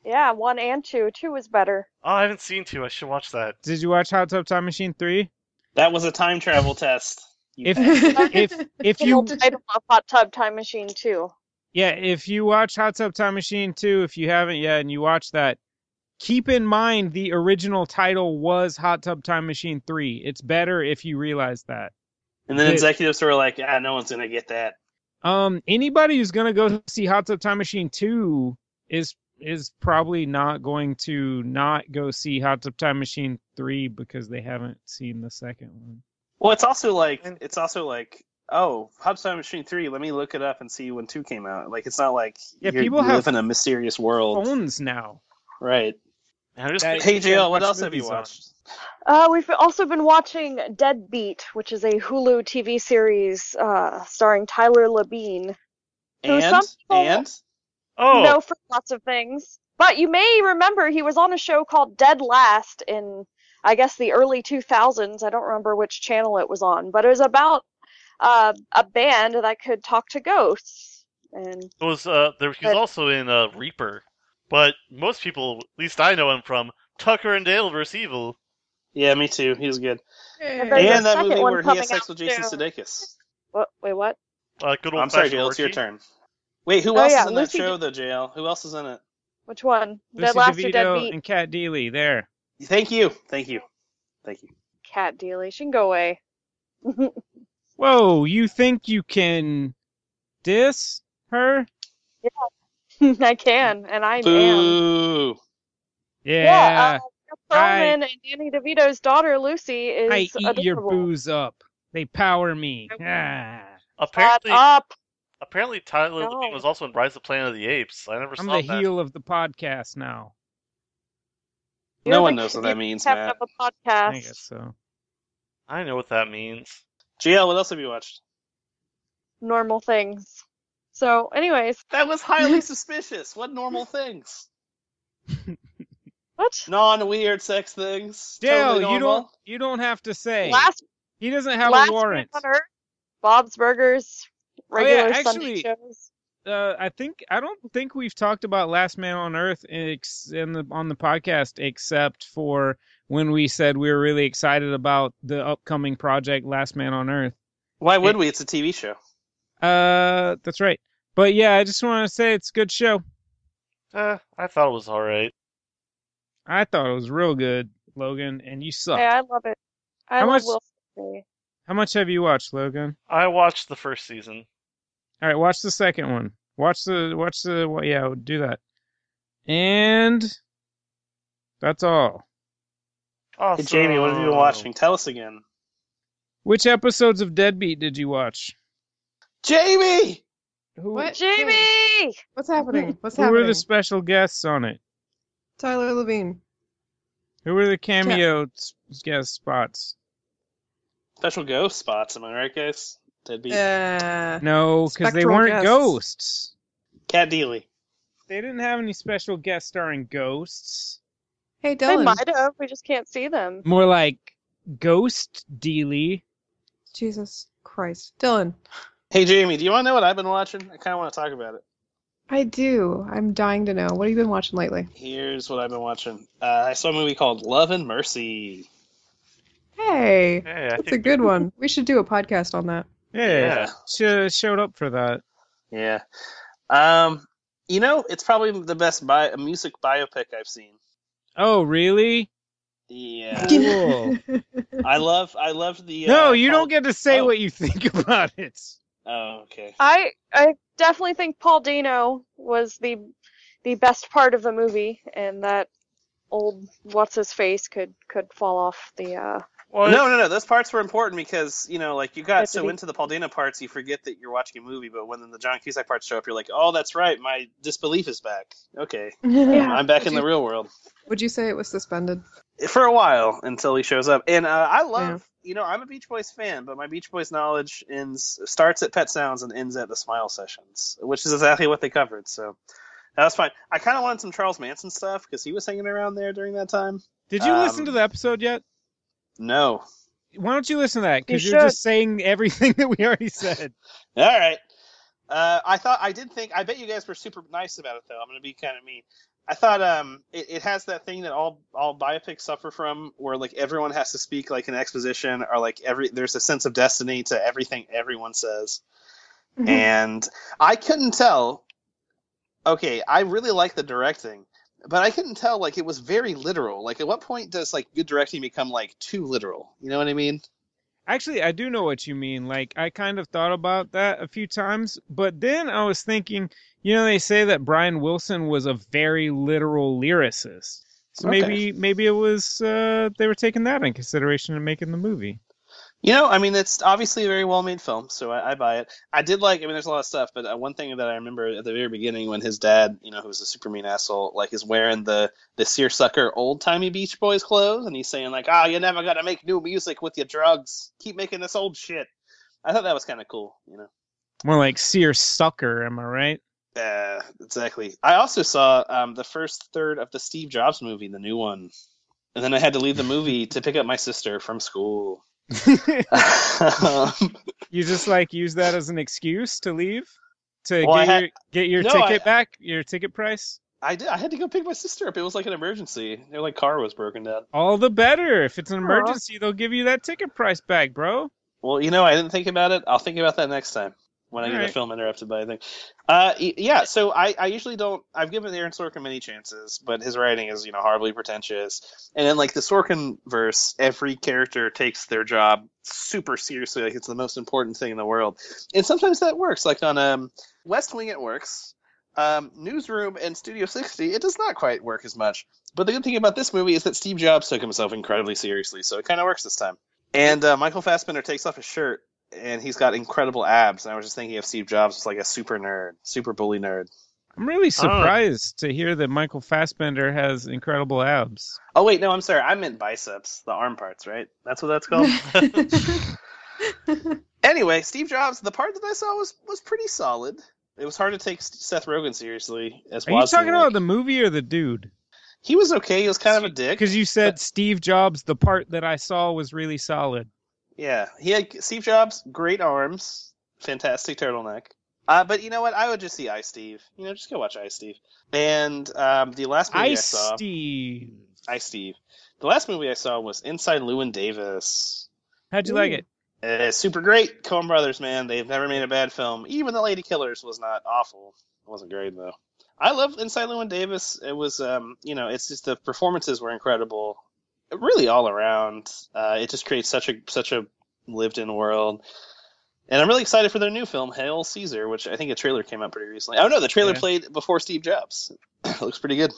[SPEAKER 8] Yeah, one and two. Two was better.
[SPEAKER 6] Oh, I haven't seen two. I should watch that.
[SPEAKER 2] Did you watch Hot Tub Time Machine three?
[SPEAKER 1] That was a time travel test. You
[SPEAKER 2] If-
[SPEAKER 1] passed.
[SPEAKER 2] If if
[SPEAKER 8] The
[SPEAKER 2] you
[SPEAKER 8] old title of Hot Tub Time Machine too.
[SPEAKER 2] Yeah, if you watch Hot Tub Time Machine 2, if you haven't yet and you watch that, keep in mind the original title was Hot Tub Time Machine 3. It's better if you realize that.
[SPEAKER 1] and then
[SPEAKER 2] Wait.
[SPEAKER 1] executives were like, ah, no one's going to get that.
[SPEAKER 2] Um anybody who's going to go see Hot Tub Time Machine 2 is is probably not going to not go see Hot Tub Time Machine 3 because they haven't seen the second one.
[SPEAKER 1] Well, it's also like,
[SPEAKER 6] And-
[SPEAKER 1] it's also like, oh, Hot Time Machine 3, let me look it up and see when 2 came out. Like, it's not like
[SPEAKER 2] Yeah,
[SPEAKER 1] you're-
[SPEAKER 2] people
[SPEAKER 1] you
[SPEAKER 2] have
[SPEAKER 1] live in a mysterious world.
[SPEAKER 2] Phones now.
[SPEAKER 1] Right.
[SPEAKER 6] And I just
[SPEAKER 2] That-
[SPEAKER 1] Hey, JL, what
[SPEAKER 2] watch
[SPEAKER 1] else have you
[SPEAKER 2] movies on.
[SPEAKER 1] watched?
[SPEAKER 8] Uh, we've also been watching Deadbeat, which is a Hulu TV series uh, starring Tyler Labine. So some
[SPEAKER 1] And?
[SPEAKER 8] people-
[SPEAKER 1] And?
[SPEAKER 6] oh,
[SPEAKER 8] No, for lots of things. But you may remember he was on a show called Dead Last in, I guess, the early 2000s. I don't remember which channel it was on, but it was about uh, a band that could talk to ghosts. And
[SPEAKER 6] it was uh, there, he was
[SPEAKER 8] But-
[SPEAKER 6] also in uh, Reaper, but most people, at least I know him from Tucker and Dale vs. Evil.
[SPEAKER 1] Yeah, me too. He was good.
[SPEAKER 8] And
[SPEAKER 4] Yay.
[SPEAKER 8] There's a
[SPEAKER 1] and that
[SPEAKER 8] second
[SPEAKER 1] movie
[SPEAKER 8] one
[SPEAKER 1] where he has
[SPEAKER 8] coming
[SPEAKER 1] sex
[SPEAKER 8] out
[SPEAKER 1] with Jason
[SPEAKER 8] soon.
[SPEAKER 1] Sudeikis.
[SPEAKER 8] what, wait, what?
[SPEAKER 6] Uh, good old
[SPEAKER 1] I'm sorry,
[SPEAKER 6] fashioned
[SPEAKER 1] JL, it's your
[SPEAKER 6] orgy.
[SPEAKER 1] turn. Wait, who
[SPEAKER 8] Oh,
[SPEAKER 1] else
[SPEAKER 8] yeah,
[SPEAKER 1] is in that
[SPEAKER 8] Lucy
[SPEAKER 1] show, though, JL? Who else is in it?
[SPEAKER 8] Which one? Dead
[SPEAKER 2] Lucy
[SPEAKER 8] Last or
[SPEAKER 2] DeVito
[SPEAKER 8] Deadbeat?
[SPEAKER 2] and Kat Deely there.
[SPEAKER 1] Thank you. Thank you. Thank you.
[SPEAKER 8] Cat Dealey. She can go away.
[SPEAKER 2] Whoa, you think you can diss her?
[SPEAKER 8] I can, and I am. uh,
[SPEAKER 1] Boo.
[SPEAKER 2] Yeah.
[SPEAKER 8] Jeff Perlman and Danny DeVito's daughter Lucy is
[SPEAKER 2] I eat
[SPEAKER 8] adorable.
[SPEAKER 2] your booze up. They power me. Ah.
[SPEAKER 8] Shut
[SPEAKER 6] Apparently,
[SPEAKER 8] up.
[SPEAKER 6] apparently Tyler
[SPEAKER 8] No.
[SPEAKER 6] Labine was also in Rise of the Planet of the Apes. I never
[SPEAKER 2] I'm
[SPEAKER 6] saw
[SPEAKER 2] the
[SPEAKER 6] that.
[SPEAKER 2] heel of the podcast now.
[SPEAKER 8] You
[SPEAKER 1] No
[SPEAKER 8] don't
[SPEAKER 1] one
[SPEAKER 8] think
[SPEAKER 1] knows what
[SPEAKER 8] you
[SPEAKER 1] that means,
[SPEAKER 8] have
[SPEAKER 1] Matt.
[SPEAKER 8] to have a
[SPEAKER 2] I
[SPEAKER 8] podcast.
[SPEAKER 2] guess so.
[SPEAKER 6] I know what that means.
[SPEAKER 1] GL, what else have you watched?
[SPEAKER 8] Normal things. So, anyways,
[SPEAKER 1] That was highly suspicious. What normal things?
[SPEAKER 8] what?
[SPEAKER 1] Non weird sex things.
[SPEAKER 2] Dale,
[SPEAKER 1] totally
[SPEAKER 2] you don't
[SPEAKER 1] normal.
[SPEAKER 2] you don't have to say.
[SPEAKER 8] Last
[SPEAKER 2] he doesn't have
[SPEAKER 8] last
[SPEAKER 2] a warrant.
[SPEAKER 8] Man on Earth, Bob's Burgers,
[SPEAKER 2] Oh, yeah,
[SPEAKER 8] regular
[SPEAKER 2] actually-
[SPEAKER 8] Sunday shows.
[SPEAKER 2] Uh, I think I don't think we've talked about Last Man on Earth ex- in the on the podcast except for when we said we were really excited about the upcoming project Last Man on Earth.
[SPEAKER 1] Why would we? It's a TV show.
[SPEAKER 2] Uh, that's right. But yeah, I just want to say it's a good show.
[SPEAKER 6] Eh, I thought it was all right.
[SPEAKER 2] I thought it was real good, Logan, and you suck.
[SPEAKER 8] Hey, I love it. I
[SPEAKER 2] How
[SPEAKER 8] love
[SPEAKER 2] much-
[SPEAKER 8] Will Smith.
[SPEAKER 2] How much have you watched, Logan?
[SPEAKER 6] I watched the first season.
[SPEAKER 2] All right, watch the second one. Watch the watch the well, yeah, do that. And that's all.
[SPEAKER 1] Hey,
[SPEAKER 6] Awesome.
[SPEAKER 1] Jamie, what have you been watching? Tell us again.
[SPEAKER 2] Which episodes of Deadbeat did you watch?
[SPEAKER 1] Jamie!
[SPEAKER 2] Who
[SPEAKER 4] What?
[SPEAKER 8] Jamie!
[SPEAKER 4] What's happening? What's
[SPEAKER 2] who
[SPEAKER 4] happening?
[SPEAKER 2] were the special guests on it?
[SPEAKER 4] Tyler Levine.
[SPEAKER 2] Who were the cameo s guest spots?
[SPEAKER 1] Special ghost spots, am I right, guys? That'd be
[SPEAKER 4] Uh,
[SPEAKER 2] No, because they
[SPEAKER 4] Spectral
[SPEAKER 2] weren't
[SPEAKER 4] guests.
[SPEAKER 2] ghosts.
[SPEAKER 1] Cat Deely.
[SPEAKER 2] They didn't have any special guests starring ghosts.
[SPEAKER 4] hey,
[SPEAKER 8] They
[SPEAKER 4] Dylan.
[SPEAKER 8] might have. We just can't see them.
[SPEAKER 2] More like ghost dealy.
[SPEAKER 4] Jesus Christ. Dylan,
[SPEAKER 1] Hey, Jamie, do you want to know what I've been watching? I kind of want to talk about it.
[SPEAKER 4] I do. I'm dying to know. What have you been watching lately?
[SPEAKER 1] Here's what I've been watching. Uh, I saw a movie called Love and Mercy.
[SPEAKER 4] Hey,
[SPEAKER 6] Hey, I
[SPEAKER 4] that's a
[SPEAKER 6] think
[SPEAKER 4] good one. We should do a podcast on that.
[SPEAKER 2] Yeah, Sh- showed up for that.
[SPEAKER 1] Yeah. Um, you know, it's probably the best bi- music biopic I've seen.
[SPEAKER 2] Oh, really?
[SPEAKER 1] Yeah.
[SPEAKER 2] Cool.
[SPEAKER 1] I love I love the
[SPEAKER 2] no,
[SPEAKER 1] uh,
[SPEAKER 2] you
[SPEAKER 1] Paul-
[SPEAKER 2] don't get to say
[SPEAKER 1] Oh.
[SPEAKER 2] what you think about it.
[SPEAKER 1] Oh, okay.
[SPEAKER 8] I I definitely think Paul Dano was the the best part of the movie, and that old what's his face could could fall off the uh
[SPEAKER 6] Well,
[SPEAKER 1] No, no, no. Those parts were important because you know, like you
[SPEAKER 8] Yeah,
[SPEAKER 1] got
[SPEAKER 8] but
[SPEAKER 1] so
[SPEAKER 8] he-
[SPEAKER 1] into the Paulina parts, you forget that you're watching a movie. But when the John Cusack parts show up, you're like, "Oh, that's right. My disbelief is back. Okay,
[SPEAKER 8] Yeah.
[SPEAKER 1] I'm back in
[SPEAKER 4] Did
[SPEAKER 1] the
[SPEAKER 4] you-
[SPEAKER 1] real world
[SPEAKER 4] Would you say it was suspended?
[SPEAKER 1] for a while until he shows up." And uh, I love, you know, I'm a Beach Boys fan, but my Beach Boys knowledge ends starts at Pet Sounds and ends at the Smile Sessions, which is exactly what they covered. So that was fine. I kind of wanted some Charles Manson stuff because he was hanging around there during that time.
[SPEAKER 2] Did you listen
[SPEAKER 1] Um,
[SPEAKER 2] to the episode yet?
[SPEAKER 1] No.
[SPEAKER 2] Why don't you listen to that? Because
[SPEAKER 8] You
[SPEAKER 2] you're just saying everything that we already said.
[SPEAKER 1] All right. Uh, I thought I did think I bet you guys were super nice about it though. I'm gonna be kind of mean. I thought um it, it has that thing that all all biopics suffer from where like everyone has to speak like an exposition or like every there's a sense of destiny to everything everyone says.
[SPEAKER 4] Mm-hmm.
[SPEAKER 1] And I couldn't tell okay, I really like the directing, but I couldn't tell like it was very literal. Like at what point does like good directing become like too literal? You know what I mean?
[SPEAKER 2] Actually, I do know what you mean. Like, I kind of thought about that a few times, but then I was thinking, you know, they say that Brian Wilson was a very literal lyricist. So
[SPEAKER 1] Okay.
[SPEAKER 2] maybe maybe it was uh, they were taking that in consideration in making the movie.
[SPEAKER 1] You know, I mean, it's obviously a very well-made film, so I, I buy it. I did like, I mean, there's a lot of stuff, but uh, one thing that I remember at the very beginning when his dad, you know, who was a super mean asshole, like is wearing the the seersucker old-timey Beach Boys clothes, and he's saying like, "Ah, you're never gonna make new music with your drugs. Keep making this old shit." I thought that was kind of cool, you know.
[SPEAKER 2] More like seersucker, am I right?
[SPEAKER 1] Uh, exactly. I also saw um, the first third of the Steve Jobs movie, the new one, and then I had to leave the movie to pick up my sister from school. Um,
[SPEAKER 2] you just like use that as an excuse to leave to
[SPEAKER 1] Well, I
[SPEAKER 2] get
[SPEAKER 1] had-
[SPEAKER 2] your get your
[SPEAKER 1] No, I-
[SPEAKER 2] ticket back, your ticket price.
[SPEAKER 1] I did. I had to go pick my sister up. It was like an emergency. Their like car was broken down.
[SPEAKER 2] All the better. If it's an emergency, they'll give you that ticket price back, bro.
[SPEAKER 1] Well, you know, I didn't think about it. I'll think about that next time when I get a
[SPEAKER 2] Alright.
[SPEAKER 1] film interrupted by a thing. Uh, y- yeah. So I, I usually don't. I've given Aaron Sorkin many chances, but his writing is you know horribly pretentious. And then like the Sorkin verse, every character takes their job super seriously. Like it's the most important thing in the world. And sometimes that works. Like on um West Wing, it works. Um, Newsroom and Studio 60, it does not quite work as much. But the good thing about this movie is that Steve Jobs took himself incredibly seriously, so it kind of works this time. And uh, Michael Fassbender takes off his shirt, and he's got incredible abs. And I was just thinking of Steve Jobs as like a super nerd, super bully nerd.
[SPEAKER 2] I'm really surprised to hear that Michael Fassbender has incredible abs.
[SPEAKER 1] Oh wait, no, I'm sorry, I meant biceps, the arm parts, right? That's what that's called. anyway, Steve Jobs, the part that I saw was was pretty solid. It was hard to take S- Seth Rogen seriously as
[SPEAKER 2] Are you
[SPEAKER 1] Wozniak.
[SPEAKER 2] talking about the movie or the dude?
[SPEAKER 1] He was okay. He was kind of a dick.
[SPEAKER 2] Because you said Steve Jobs, the part that I saw was really solid.
[SPEAKER 1] Yeah, he had Steve Jobs, great arms, fantastic turtleneck. Uh, but you know what? I would just see I Steve. You know, just go watch I Steve. And um, the last movie I,
[SPEAKER 2] I
[SPEAKER 1] saw,
[SPEAKER 2] Steve.
[SPEAKER 1] I Steve. The last movie I saw was Inside Lewin Davis.
[SPEAKER 2] How'd you like it?
[SPEAKER 1] Uh, super great, Coen Brothers, man. They've never made a bad film. Even The Lady Killers was not awful. It wasn't great though. I love Inside Lewin Davis. It was, um, you know, it's just the performances were incredible, really all around. Uh, it just creates such a such a lived-in world. And I'm really excited for their new film, Hail Caesar, which I think a trailer came out pretty recently. Oh no, the trailer
[SPEAKER 2] Yeah.
[SPEAKER 1] played before Steve Jobs. Looks pretty good.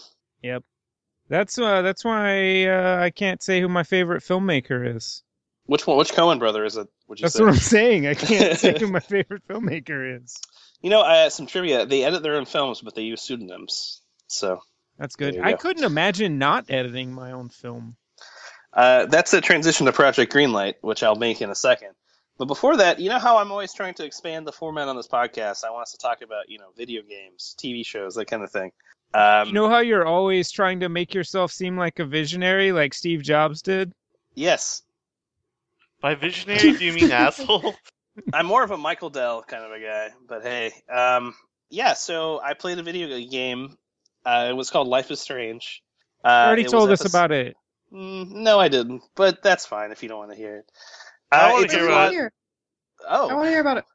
[SPEAKER 2] That's uh, that's why uh, I can't say who my favorite filmmaker is.
[SPEAKER 1] Which one? Which Cohen brother is it? Would you
[SPEAKER 2] That's
[SPEAKER 1] say?
[SPEAKER 2] what I'm saying. I can't say who my favorite filmmaker is.
[SPEAKER 1] You know, uh, some trivia. They edit their own films, but they use pseudonyms. So
[SPEAKER 2] That's good.
[SPEAKER 1] There you
[SPEAKER 2] I
[SPEAKER 1] go.
[SPEAKER 2] couldn't imagine not editing my own film.
[SPEAKER 1] uh, that's a transition to Project Greenlight, which I'll make in a second. But before that, you know how I'm always trying to expand the format on this podcast. I want us to talk about, you know, video games, TV shows, that kind of thing. Um,
[SPEAKER 2] You know how you're always trying to make yourself seem like a visionary, like Steve Jobs did?
[SPEAKER 1] yes,
[SPEAKER 6] By visionary, do you mean asshole?
[SPEAKER 1] I'm more of a Michael Dell kind of a guy, but hey, um, yeah. So I played a video game. Uh, it was called Life is Strange. Uh,
[SPEAKER 2] You already
[SPEAKER 1] it was
[SPEAKER 2] told us
[SPEAKER 1] epis-
[SPEAKER 2] about it.
[SPEAKER 1] Mm, no, I didn't. But that's fine if you don't want to hear it.
[SPEAKER 6] I
[SPEAKER 1] Uh,
[SPEAKER 6] wanna
[SPEAKER 1] it's
[SPEAKER 6] hear
[SPEAKER 1] a
[SPEAKER 6] what-
[SPEAKER 1] lot-
[SPEAKER 4] I hear- I
[SPEAKER 1] Oh,
[SPEAKER 4] want to hear about it.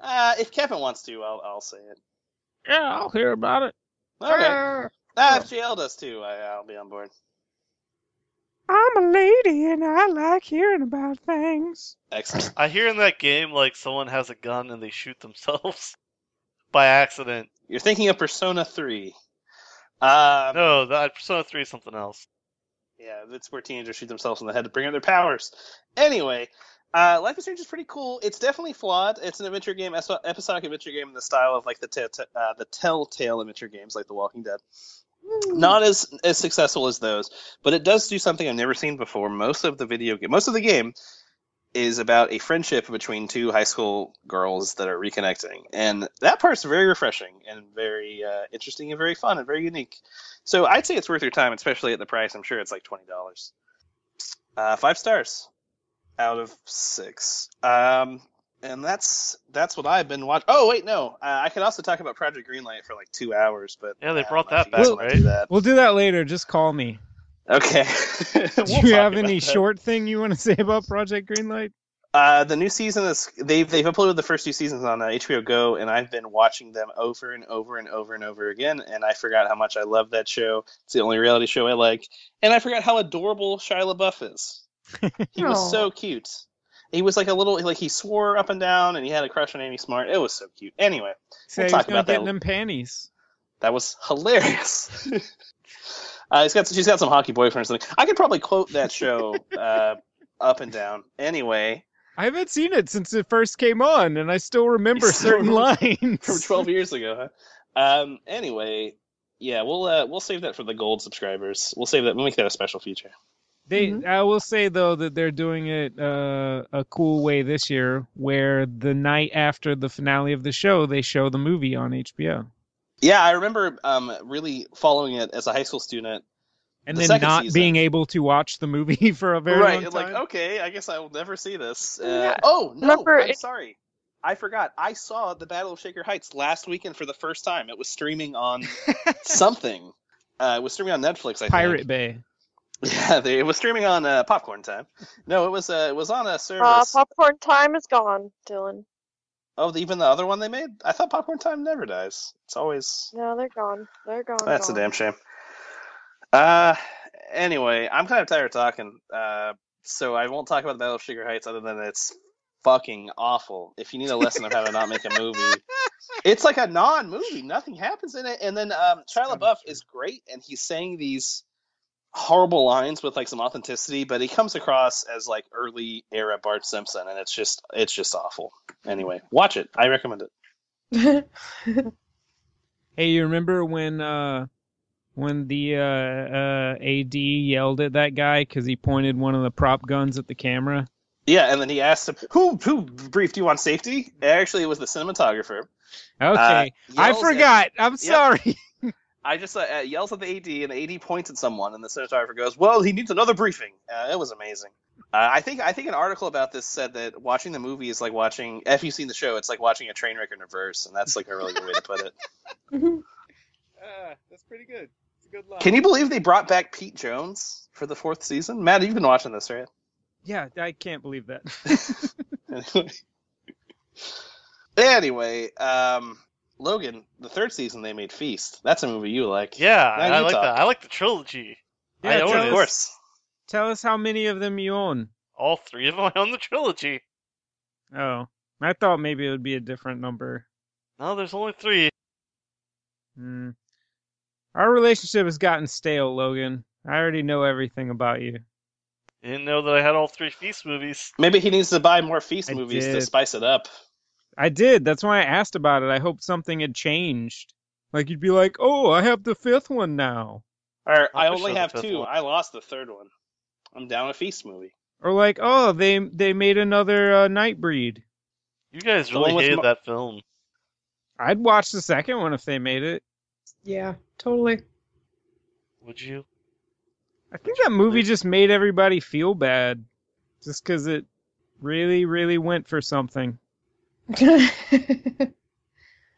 [SPEAKER 1] uh, if Kevin wants to, I'll I'll say it.
[SPEAKER 2] Yeah, I'll hear about it.
[SPEAKER 1] All right. Ah, if JL does too, I, I'll be on board.
[SPEAKER 2] I'm a lady and I like hearing about things.
[SPEAKER 1] Excellent.
[SPEAKER 6] I hear in that game like someone has a gun and they shoot themselves by accident.
[SPEAKER 1] You're thinking of Persona Three. Um,
[SPEAKER 6] No, that Persona Three is something else.
[SPEAKER 1] Yeah, that's where teenagers shoot themselves in the head to bring out their powers. Anyway, uh, Life is Strange is pretty cool. It's definitely flawed. It's an adventure game, es- episodic adventure game in the style of like the t- t- uh, the Telltale adventure games, like The Walking Dead. Not as as successful as those, but it does do something I've never seen before. Most of the video game, most of the game, is about a friendship between two high school girls that are reconnecting, and that part's very refreshing and very uh, interesting and very fun and very unique. So I'd say it's worth your time, especially at the price. I'm sure it's like twenty dollars. Uh, five stars out of six. Um, and that's that's what I've been watching. Oh wait, no, uh, I could also talk about Project Greenlight for like two hours, but
[SPEAKER 6] Yeah, they
[SPEAKER 1] uh,
[SPEAKER 6] brought
[SPEAKER 1] I don't
[SPEAKER 6] that
[SPEAKER 1] know if you
[SPEAKER 6] back,
[SPEAKER 1] guys wanna do
[SPEAKER 2] We'll do that later. Just call me.
[SPEAKER 1] that. Okay.
[SPEAKER 2] Do
[SPEAKER 1] We'll
[SPEAKER 2] you
[SPEAKER 1] talk
[SPEAKER 2] have
[SPEAKER 1] about
[SPEAKER 2] any
[SPEAKER 1] that.
[SPEAKER 2] short thing you want to say about Project Greenlight?
[SPEAKER 1] Uh, the new season is they've they've uploaded the first two seasons on uh, HBO Go, and I've been watching them over and over and over and over again. And I forgot how much I love that show. It's the only reality show I like, and I forgot how adorable Shia LaBeouf is. he was so cute. He was like a little like he swore up and down, and he had a crush on Amy Smart. It was so cute. Anyway,
[SPEAKER 2] Say
[SPEAKER 1] talk
[SPEAKER 2] he's gonna
[SPEAKER 1] about
[SPEAKER 2] get
[SPEAKER 1] that.
[SPEAKER 2] in them panties.
[SPEAKER 1] that was hilarious. uh, he's got she's got some hockey boyfriend or something. I could probably quote that show uh, up and down. Anyway.
[SPEAKER 2] I haven't seen it since it first came on, and I still remember
[SPEAKER 1] You still
[SPEAKER 2] certain
[SPEAKER 1] from
[SPEAKER 2] lines.
[SPEAKER 1] 12 years ago huh? um anyway yeah we'll uh, we'll save that for the gold subscribers we'll save that we'll make that a special feature
[SPEAKER 2] They,
[SPEAKER 4] Mhm.
[SPEAKER 2] I will say though that they're doing it uh, a cool way this year, where the night after the finale of the show, they show the movie on HBO,
[SPEAKER 1] yeah i remember um really following it as a high school student
[SPEAKER 2] and
[SPEAKER 1] The
[SPEAKER 2] then
[SPEAKER 1] second
[SPEAKER 2] not
[SPEAKER 1] season.
[SPEAKER 2] being able to watch the movie for a very
[SPEAKER 1] right
[SPEAKER 2] long
[SPEAKER 1] like
[SPEAKER 2] time.
[SPEAKER 1] okay i guess i will never see this uh,
[SPEAKER 3] Yeah.
[SPEAKER 1] oh no
[SPEAKER 3] Remember
[SPEAKER 1] i'm
[SPEAKER 3] it-
[SPEAKER 1] sorry i forgot i saw the battle of shaker heights last weekend for the first time it was streaming on something uh, it was streaming on netflix i
[SPEAKER 2] Pirate
[SPEAKER 1] think
[SPEAKER 2] Bay.
[SPEAKER 1] yeah they, it was streaming on uh, popcorn time no it was uh, it was on a service
[SPEAKER 3] Uh, popcorn time is gone, Dylan.
[SPEAKER 1] Oh, the- even the other one they made? I thought Popcorn Time never dies. It's always
[SPEAKER 3] No, they're gone. They're gone.
[SPEAKER 1] that's a
[SPEAKER 3] gone.
[SPEAKER 1] damn shame. Uh, anyway, I'm kind of tired of talking. Uh, so I won't talk about the Battle of Sugar Heights other than it's fucking awful. If you need a lesson of how to not make a movie, it's like a non-movie. Nothing happens in it, and then um, Shia LaBeouf is great, and he's saying these horrible lines with like some authenticity, but he comes across as like early era Bart Simpson, and it's just it's just awful. Anyway, watch it. I recommend it.
[SPEAKER 2] Hey, you remember when uh, when the uh, uh, AD yelled at that guy because he pointed one of the prop guns at the camera?
[SPEAKER 1] Yeah, and then he asked him, "Who who briefed you on safety?" Actually, it was the cinematographer.
[SPEAKER 2] Okay,
[SPEAKER 1] Uh,
[SPEAKER 2] I
[SPEAKER 1] yells at-
[SPEAKER 2] forgot. I'm sorry.
[SPEAKER 1] I just uh, uh, yells at the AD, and the AD points at someone, and the cinematographer goes, "Well, he needs another briefing." Uh, it was amazing. Uh, I think I think an article about this said that watching the movie is like watching. If you've seen the show, it's like watching a train wreck in reverse, and that's like a really good way to put it.
[SPEAKER 2] Uh, that's pretty good. It's a good line.
[SPEAKER 1] Can you believe they brought back Pete Jones for the fourth season? Matt, you've been watching this, right?
[SPEAKER 2] Yeah, I can't believe that.
[SPEAKER 1] anyway, anyway um, Logan, the third season they made Feast. That's a movie you like.
[SPEAKER 6] Yeah,
[SPEAKER 1] Now
[SPEAKER 6] I
[SPEAKER 1] you
[SPEAKER 6] like
[SPEAKER 1] talk.
[SPEAKER 6] that. I like the trilogy.
[SPEAKER 2] Yeah,
[SPEAKER 6] I
[SPEAKER 2] tell
[SPEAKER 6] own
[SPEAKER 2] us,
[SPEAKER 6] it.
[SPEAKER 1] Of course.
[SPEAKER 2] Tell us how many of them you own.
[SPEAKER 6] All three of them I own the trilogy.
[SPEAKER 2] Oh, I thought maybe it would be a different number.
[SPEAKER 6] No, there's only three.
[SPEAKER 2] Hmm. Our relationship has gotten stale, Logan. I already know everything about you.
[SPEAKER 6] Didn't know that I had all three Feast movies.
[SPEAKER 1] Maybe he needs to buy more Feast
[SPEAKER 2] I
[SPEAKER 1] movies to
[SPEAKER 2] did.
[SPEAKER 1] spice it up.
[SPEAKER 2] I did. That's why I asked about it. I hoped something had changed. Like you'd be like, "Oh, I have the fifth one now,"
[SPEAKER 1] Or
[SPEAKER 6] I
[SPEAKER 1] I,
[SPEAKER 6] wish
[SPEAKER 1] only
[SPEAKER 6] I
[SPEAKER 1] have
[SPEAKER 6] was the fifth
[SPEAKER 1] two.
[SPEAKER 6] one.
[SPEAKER 1] I lost the third one. I'm down a Feast movie.
[SPEAKER 2] or like, "Oh, they they made another uh, Nightbreed."
[SPEAKER 6] You guys
[SPEAKER 1] The one
[SPEAKER 6] really
[SPEAKER 1] with
[SPEAKER 6] hated
[SPEAKER 1] Mo-
[SPEAKER 6] that film.
[SPEAKER 2] I'd watch the second one if they made it.
[SPEAKER 4] yeah, totally.
[SPEAKER 6] Would you?
[SPEAKER 2] I think that movie just made everybody feel bad, just because it really, really went for something.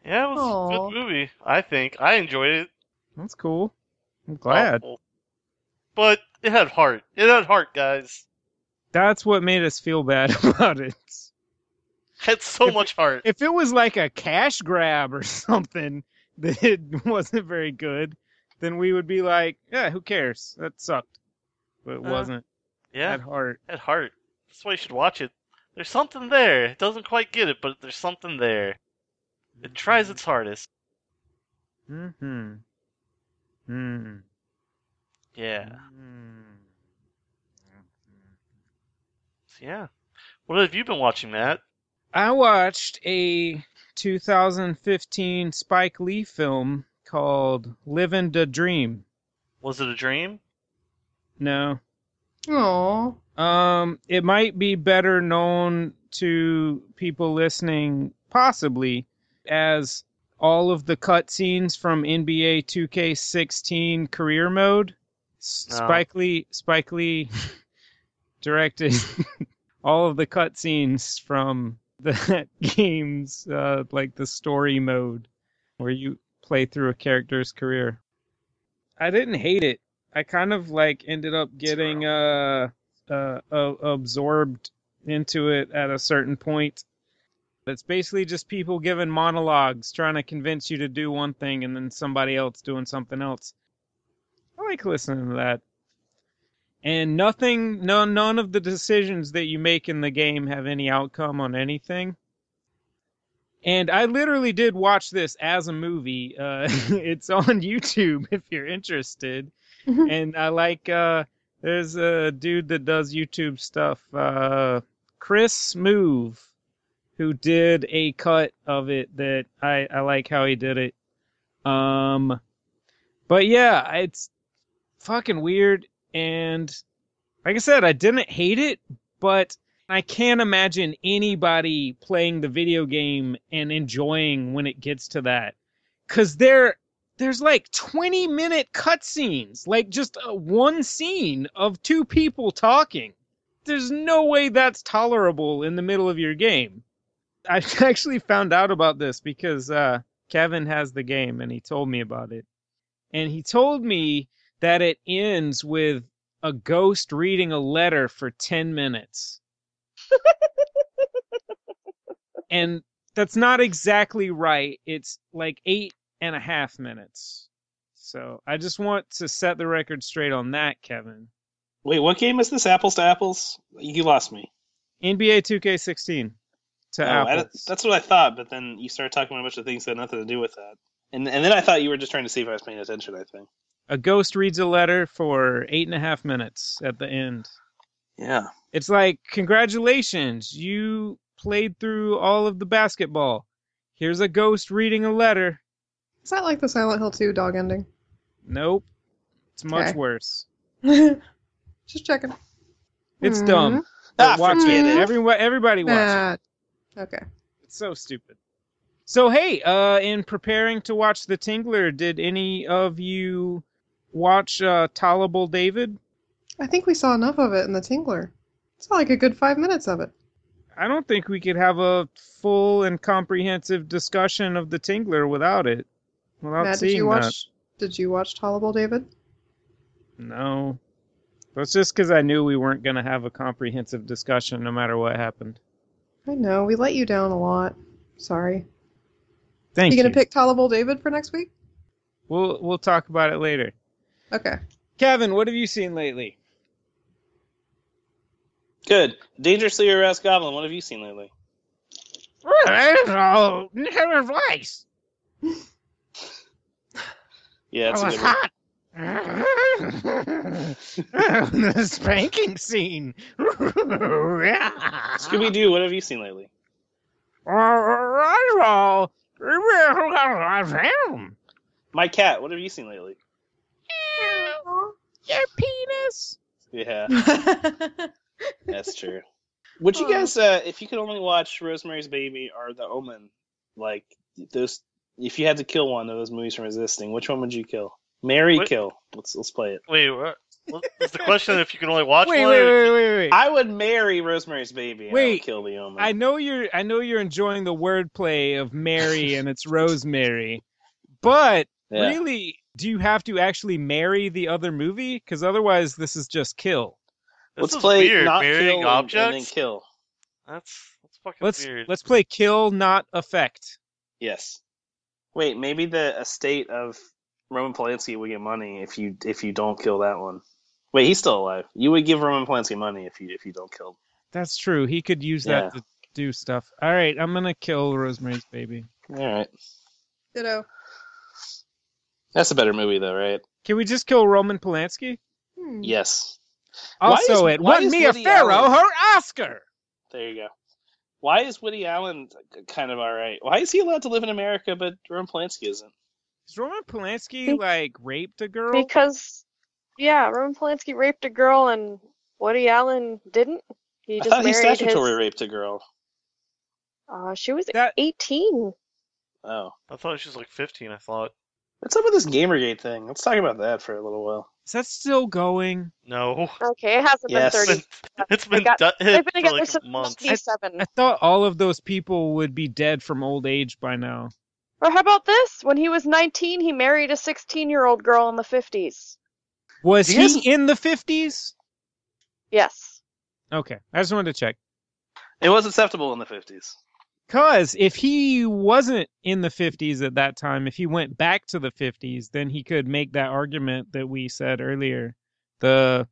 [SPEAKER 6] Yeah, it was
[SPEAKER 4] Aw.
[SPEAKER 6] a good movie. I think I enjoyed it.
[SPEAKER 2] That's cool. I'm glad.
[SPEAKER 6] Awful. But it had heart. It had heart, guys.
[SPEAKER 2] That's what made us feel bad about it.
[SPEAKER 6] Had so much heart.
[SPEAKER 2] If it was like a cash grab or something that it wasn't very good, then we would be like, yeah, who cares? That sucked. But it
[SPEAKER 6] Uh,
[SPEAKER 2] wasn't
[SPEAKER 6] Yeah,
[SPEAKER 2] at heart.
[SPEAKER 6] had heart. That's why you should watch it. There's something there. It doesn't quite get it, but there's something there. It tries its hardest.
[SPEAKER 2] Mm-hmm. Hmm.
[SPEAKER 6] Yeah.
[SPEAKER 2] Hmm.
[SPEAKER 6] So, yeah. What have you been watching, Matt?
[SPEAKER 2] I watched a 2015 Spike Lee film called Living the Dream.
[SPEAKER 6] Was it a dream?
[SPEAKER 2] No.
[SPEAKER 4] Aww.
[SPEAKER 2] Um, it might be better known to people listening, possibly, as all of the cutscenes from NBA 2K16 career mode. S-
[SPEAKER 6] No.
[SPEAKER 2] Spike Lee, Spike Lee directed all of the cutscenes from the games, uh, like the story mode, where you play through a character's career. I didn't hate it. I kind of like ended up getting uh, uh, uh absorbed into it at a certain point. It's basically just people giving monologues, trying to convince you to do one thing, and then somebody else doing something else. I like listening to that. And nothing, no, none of the decisions that you make in the game have any outcome on anything. And I literally did watch this as a movie. Uh, it's on YouTube if you're interested. and I like uh, there's a dude that does YouTube stuff, uh, Chris Move, who did a cut of it that I I like how he did it. Um, but yeah, it's fucking weird, and like I said, I didn't hate it, but I can't imagine anybody playing the video game and enjoying when it gets to that, because they're there's like 20 minute cutscenes, like just uh, one scene of two people talking. There's no way that's tolerable in the middle of your game. I actually found out about this because uh, Kevin has the game and he told me about it. And he told me that it ends with a ghost reading a letter for 10 minutes. and that's not exactly right. It's like eight and a half minutes. So I just want to set the record straight on that, Kevin.
[SPEAKER 1] Wait, what game is this? Apples to apples? You lost me.
[SPEAKER 2] NBA 2K16 to
[SPEAKER 1] Oh, I-
[SPEAKER 2] apples.
[SPEAKER 1] that's what I thought, but then you started talking about a bunch of things that had nothing to do with that. And and then I thought you were just trying to see if I was paying attention. I think.
[SPEAKER 2] a ghost reads a letter for eight and a half minutes at the end.
[SPEAKER 1] Yeah.
[SPEAKER 2] It's like, congratulations, you played through all of the basketball. Here's a ghost reading a letter.
[SPEAKER 4] Is that like the Silent Hill 2 dog ending?
[SPEAKER 2] Nope, it's much
[SPEAKER 4] Okay.
[SPEAKER 2] worse.
[SPEAKER 4] Just checking.
[SPEAKER 2] It's
[SPEAKER 4] Mhm.
[SPEAKER 2] dumb.
[SPEAKER 1] Ah,
[SPEAKER 2] But watch
[SPEAKER 1] forget
[SPEAKER 2] it.
[SPEAKER 1] it.
[SPEAKER 2] Everyone, everybody watch it.
[SPEAKER 4] Nah. Okay.
[SPEAKER 2] It's so stupid. So hey, uh, in preparing to watch The Tingler, did any of you watch uh, Tolerable David?
[SPEAKER 4] I think we saw enough of it in the Tingler. Saw like a good five minutes of it.
[SPEAKER 2] I don't think we could have a full and comprehensive discussion of The Tingler without it. Without
[SPEAKER 4] Matt, did
[SPEAKER 2] seeing
[SPEAKER 4] you watch? Did you watch Tolerable David?
[SPEAKER 2] that. No. That's just because I knew we weren't going to have a comprehensive discussion no matter what happened.
[SPEAKER 4] I know we let you down a lot. Sorry.
[SPEAKER 2] Thank
[SPEAKER 4] you
[SPEAKER 2] you.
[SPEAKER 4] gonna pick Tolerable David for next week?
[SPEAKER 2] We'll we'll talk about it later.
[SPEAKER 4] Okay.
[SPEAKER 2] Kevin, what have you seen lately?
[SPEAKER 1] Good. Dangerously Aroused Goblin. What have you seen lately?
[SPEAKER 2] Oh, never advice.
[SPEAKER 1] Yeah,
[SPEAKER 2] Oh,
[SPEAKER 1] it's a good one.
[SPEAKER 2] the spanking scene. Scooby
[SPEAKER 1] Scooby Doo. What have you seen lately? My cat. What have you seen lately?
[SPEAKER 2] Your penis.
[SPEAKER 1] Yeah,
[SPEAKER 4] I
[SPEAKER 1] that's true. Would you
[SPEAKER 4] Aw.
[SPEAKER 1] guys, uh, if you could only watch Rosemary's Baby or The Omen, like those, if you had to kill one of those movies from existing, which one would you kill? Mary
[SPEAKER 6] What?
[SPEAKER 1] kill. Let's let's play it.
[SPEAKER 6] Wait, what? what- Was the question if you can only watch
[SPEAKER 2] Wait, wait,
[SPEAKER 6] one?
[SPEAKER 2] wait, wait, wait.
[SPEAKER 1] I would marry Rosemary's Baby. And I would
[SPEAKER 2] Wait,
[SPEAKER 1] kill the Omen.
[SPEAKER 2] I know you're I know you're enjoying the wordplay of Mary and it's Rosemary, but
[SPEAKER 1] Yeah.
[SPEAKER 2] really, do you have to actually marry the other movie? Because otherwise, this is just kill.
[SPEAKER 6] This
[SPEAKER 1] Let's
[SPEAKER 6] is
[SPEAKER 1] play
[SPEAKER 6] weird.
[SPEAKER 1] not
[SPEAKER 6] Marrying
[SPEAKER 1] kill and-
[SPEAKER 6] objects.
[SPEAKER 1] and then kill.
[SPEAKER 6] That's that's fucking
[SPEAKER 2] Let's
[SPEAKER 6] weird.
[SPEAKER 2] let's play kill, not affect.
[SPEAKER 1] Yes. Wait, maybe the estate of Roman Polanski would get money if you if you don't kill that one. Wait, he's still alive. You would give Roman Polanski money if you if you don't kill.
[SPEAKER 2] That's true. He could use that to do stuff. All right, I'm gonna kill Rosemary's Baby.
[SPEAKER 1] All right,
[SPEAKER 4] Ditto.
[SPEAKER 1] that's a better movie though, right?
[SPEAKER 2] Can we just kill Roman Polanski?
[SPEAKER 8] Mm.
[SPEAKER 4] Hmm.
[SPEAKER 1] Yes. Why is-
[SPEAKER 2] Also, it
[SPEAKER 1] why
[SPEAKER 2] won
[SPEAKER 1] is
[SPEAKER 2] Mia
[SPEAKER 1] Woody
[SPEAKER 2] Farrow
[SPEAKER 1] Allen-
[SPEAKER 2] her Oscar.
[SPEAKER 1] There you go. Why is Woody Allen k- kind of all right? Why is he allowed to live in America but Roman Polanski isn't?
[SPEAKER 2] Is Roman Polanski
[SPEAKER 3] Be-
[SPEAKER 2] like raped a girl?
[SPEAKER 8] Because, yeah, Roman Polanski raped a girl and Woody Allen didn't. He
[SPEAKER 1] I
[SPEAKER 8] just
[SPEAKER 1] thought he
[SPEAKER 8] married his.
[SPEAKER 1] statutory raped a girl.
[SPEAKER 8] Uh, she was
[SPEAKER 2] That-
[SPEAKER 8] 18.
[SPEAKER 1] Oh,
[SPEAKER 6] I thought she was like 15. I thought
[SPEAKER 1] what's up with this GamerGate thing? Let's talk about that for a little while.
[SPEAKER 2] Is that still going?
[SPEAKER 6] no.
[SPEAKER 8] Okay, it hasn't
[SPEAKER 1] Yes.
[SPEAKER 8] been 30.
[SPEAKER 6] It's been, it's been
[SPEAKER 8] got-
[SPEAKER 6] du-
[SPEAKER 8] They've been
[SPEAKER 6] for
[SPEAKER 8] together
[SPEAKER 6] like
[SPEAKER 8] since
[SPEAKER 6] months.
[SPEAKER 8] 97.
[SPEAKER 2] I thought all of those people would be dead from old age by now.
[SPEAKER 8] Or how about this? When he was 19, he married a 16 year old girl in the 50s.
[SPEAKER 2] Was
[SPEAKER 1] He
[SPEAKER 2] he
[SPEAKER 1] hasn't-
[SPEAKER 2] in the 50s?
[SPEAKER 8] Yes.
[SPEAKER 2] Okay, I just wanted to check.
[SPEAKER 1] It was acceptable in the fifties.
[SPEAKER 2] Because if he wasn't in the 50s at that time, if he went back to the 50s, then he could make that argument that we said earlier the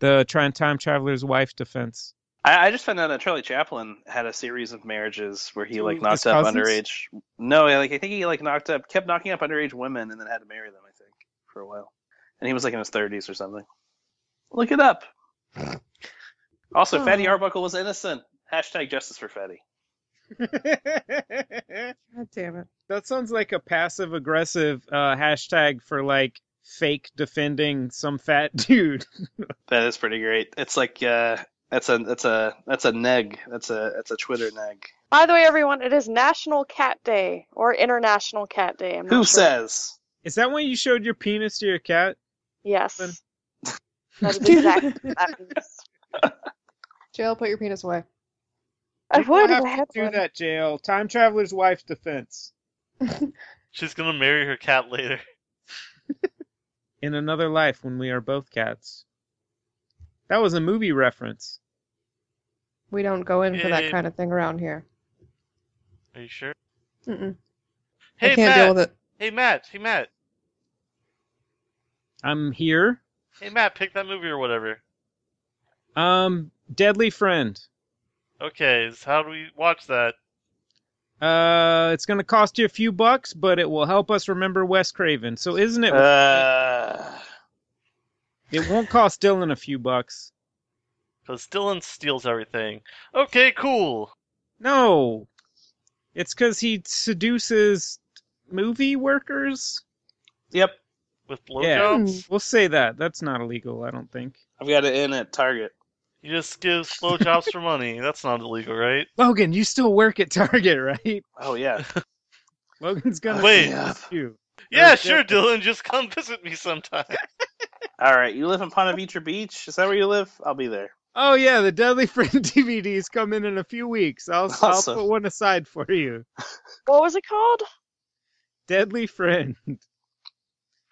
[SPEAKER 2] the try and time traveler's wife defense.
[SPEAKER 1] I, I just found out that Charlie Chaplin had a series of marriages where he
[SPEAKER 2] To
[SPEAKER 1] like
[SPEAKER 2] his
[SPEAKER 1] knocked up
[SPEAKER 2] cousins?
[SPEAKER 1] underage. No, yeah, like I think he like knocked up, kept knocking up underage women, and then had to marry them. I think for a while, and he was like in his thirties or something. Look it up. Also,
[SPEAKER 4] Oh.
[SPEAKER 1] Fatty Arbuckle was innocent. Hashtag justice for Fatty.
[SPEAKER 4] God damn it.
[SPEAKER 2] That sounds like a passive aggressive uh, hashtag for like fake defending some fat dude.
[SPEAKER 1] That is pretty great. It's like uh, that's a that's a that's a neg. That's a that's a Twitter neg.
[SPEAKER 8] By the way, everyone, it is National Cat Day or International Cat Day. I'm not
[SPEAKER 1] Who
[SPEAKER 8] sure.
[SPEAKER 1] says?
[SPEAKER 2] Is that when you showed your penis to your cat?
[SPEAKER 8] Yes. That is exactly what that means.
[SPEAKER 4] Jail, put your penis away.
[SPEAKER 8] I
[SPEAKER 2] People
[SPEAKER 8] would
[SPEAKER 2] have
[SPEAKER 8] if I had
[SPEAKER 2] to do
[SPEAKER 8] one.
[SPEAKER 2] that, JL. Time traveler's wife defense.
[SPEAKER 6] She's gonna marry her cat later.
[SPEAKER 2] In another life, when we are both cats. That was a movie reference.
[SPEAKER 4] We don't go in for that
[SPEAKER 6] Eh.
[SPEAKER 4] kind of thing around here.
[SPEAKER 6] Are you sure?
[SPEAKER 4] Mm-mm. I
[SPEAKER 6] Hey Matt.
[SPEAKER 4] can't deal with it.
[SPEAKER 6] Hey Matt. Hey Matt.
[SPEAKER 2] I'm here.
[SPEAKER 6] Hey Matt. Pick that movie or whatever.
[SPEAKER 2] Um, Deadly Friend.
[SPEAKER 6] Okay. So how do we watch that?
[SPEAKER 2] Uh, it's gonna cost you a few bucks, but it will help us remember Wes Craven. So isn't it?
[SPEAKER 1] Uh,
[SPEAKER 2] it won't cost Dylan a few bucks.
[SPEAKER 6] Because Dylan steals everything. Okay. Cool.
[SPEAKER 2] No, it's because he seduces movie workers.
[SPEAKER 1] yep,
[SPEAKER 6] With
[SPEAKER 2] Yeah.
[SPEAKER 4] Hmm.
[SPEAKER 6] blowjobs.
[SPEAKER 2] We'll say that. That's not illegal, I don't think.
[SPEAKER 1] I've got it in at Target.
[SPEAKER 6] He just gives blowjobs for money. That's not illegal, right?
[SPEAKER 2] Logan, you still work at Target, right?
[SPEAKER 1] Oh yeah.
[SPEAKER 2] Logan's gonna
[SPEAKER 6] Wait.
[SPEAKER 1] Yep.
[SPEAKER 2] you.
[SPEAKER 6] Yeah,
[SPEAKER 2] Or
[SPEAKER 6] sure, Dylan. Just come visit me sometime.
[SPEAKER 1] All right, you live in Ponte Vedra Beach. Is that where you live? I'll be there.
[SPEAKER 2] Oh yeah, the Deadly Friend DVDs come in in a few weeks. I'll
[SPEAKER 1] Awesome.
[SPEAKER 2] I'll put one aside for you.
[SPEAKER 8] What was it called?
[SPEAKER 2] Deadly Friend.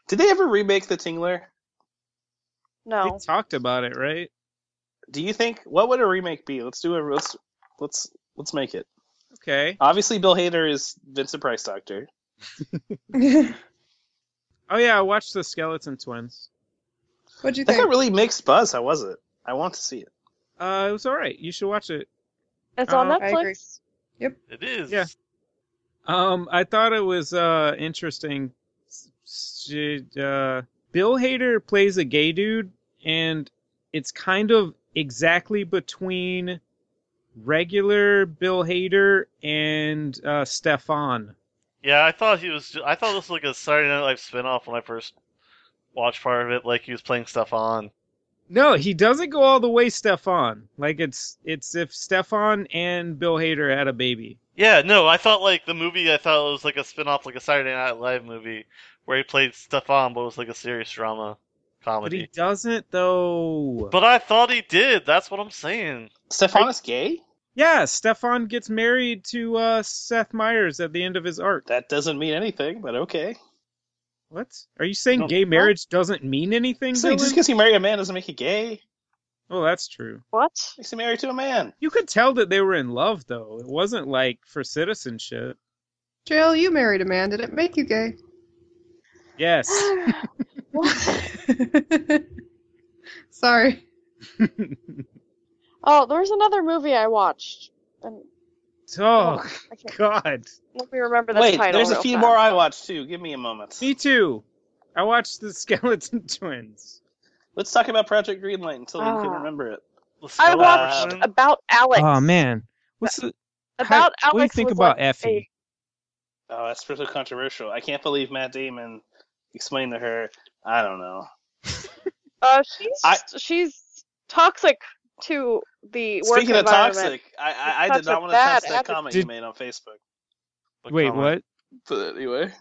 [SPEAKER 1] Did they ever remake The Tingler?
[SPEAKER 2] We
[SPEAKER 8] No.
[SPEAKER 2] talked about it, right?
[SPEAKER 1] Do you think what would a remake be? Let's do a let's let's let's make it.
[SPEAKER 2] Okay.
[SPEAKER 1] Obviously, Bill Hader is Vincent Price Doctor.
[SPEAKER 4] Hmm.
[SPEAKER 2] Oh yeah, I watched the Skeleton Twins.
[SPEAKER 4] What'd you
[SPEAKER 1] That got
[SPEAKER 4] think?
[SPEAKER 1] really mixed buzz. How was it? I want to see it.
[SPEAKER 2] Uh, it was all right. You should watch it.
[SPEAKER 8] It's on
[SPEAKER 2] Uh,
[SPEAKER 4] I agree.
[SPEAKER 8] Netflix.
[SPEAKER 6] It is.
[SPEAKER 2] Yeah. Um, I thought it was uh interesting. S- s- uh, Bill Hader plays a gay dude, and it's kind of exactly between regular Bill Hader and uh, Stefan.
[SPEAKER 6] Yeah, I thought he was. I thought this was like a Saturday Night Live spinoff when I first watched part of it. Like he was playing stuff on.
[SPEAKER 2] No, he doesn't go all the way Stefan. Like it's it's if Stefan and Bill Hader had a baby.
[SPEAKER 6] Yeah, no, I thought like the movie. I thought it was like a spinoff, like a Saturday Night Live movie where he played stuff on, but it was like a serious drama
[SPEAKER 2] But
[SPEAKER 6] comedy.
[SPEAKER 2] he doesn't though.
[SPEAKER 6] But I thought he did. That's what I'm saying.
[SPEAKER 1] Stefan is gay.
[SPEAKER 2] yeah, Stefan gets married to uh, Seth Meyers at the end of his arc.
[SPEAKER 1] That doesn't mean anything, but okay.
[SPEAKER 2] What? Are you saying
[SPEAKER 1] No.
[SPEAKER 2] gay marriage doesn't mean anything,
[SPEAKER 1] So just
[SPEAKER 2] Dylan?
[SPEAKER 1] because you marry a man doesn't make you gay.
[SPEAKER 2] Oh, that's true.
[SPEAKER 8] What?
[SPEAKER 1] Makes you married to a man.
[SPEAKER 2] You could tell that they were in love, though. It wasn't like for citizenship.
[SPEAKER 4] Jail, you married a man. Did it make you gay?
[SPEAKER 2] Yes. Oh,
[SPEAKER 8] what?
[SPEAKER 4] Sorry.
[SPEAKER 8] Oh, there was another movie I watched. And
[SPEAKER 2] oh,
[SPEAKER 8] I can't
[SPEAKER 2] God.
[SPEAKER 8] let me remember the
[SPEAKER 1] Wait,
[SPEAKER 8] title.
[SPEAKER 1] there's a
[SPEAKER 8] real
[SPEAKER 1] few
[SPEAKER 8] fast.
[SPEAKER 1] more I watched too. Give me a moment.
[SPEAKER 2] Me too. I watched the Skeleton Twins.
[SPEAKER 1] Let's talk about Project Greenlight until you can
[SPEAKER 8] Ah.
[SPEAKER 1] remember it.
[SPEAKER 6] The
[SPEAKER 8] I watched
[SPEAKER 1] Um,
[SPEAKER 6] skeleton.
[SPEAKER 8] about Alex.
[SPEAKER 2] Oh man, what's the,
[SPEAKER 8] about
[SPEAKER 2] how, What
[SPEAKER 8] Alex.
[SPEAKER 2] do you think
[SPEAKER 8] was
[SPEAKER 2] about
[SPEAKER 8] like
[SPEAKER 2] Effie?
[SPEAKER 8] a-
[SPEAKER 1] Oh, that's pretty controversial. I can't believe Matt Damon explained to her. I don't know.
[SPEAKER 8] Uh, she's
[SPEAKER 1] I-
[SPEAKER 8] she's toxic to the work
[SPEAKER 1] Speaking of toxic,
[SPEAKER 8] environment.
[SPEAKER 1] I I, I
[SPEAKER 8] Such
[SPEAKER 1] did not
[SPEAKER 8] a
[SPEAKER 1] want to touch
[SPEAKER 8] bad
[SPEAKER 1] that comment you
[SPEAKER 2] attitude.
[SPEAKER 1] made on Facebook.
[SPEAKER 2] Wait,
[SPEAKER 6] comment?
[SPEAKER 2] what?
[SPEAKER 1] But anyway,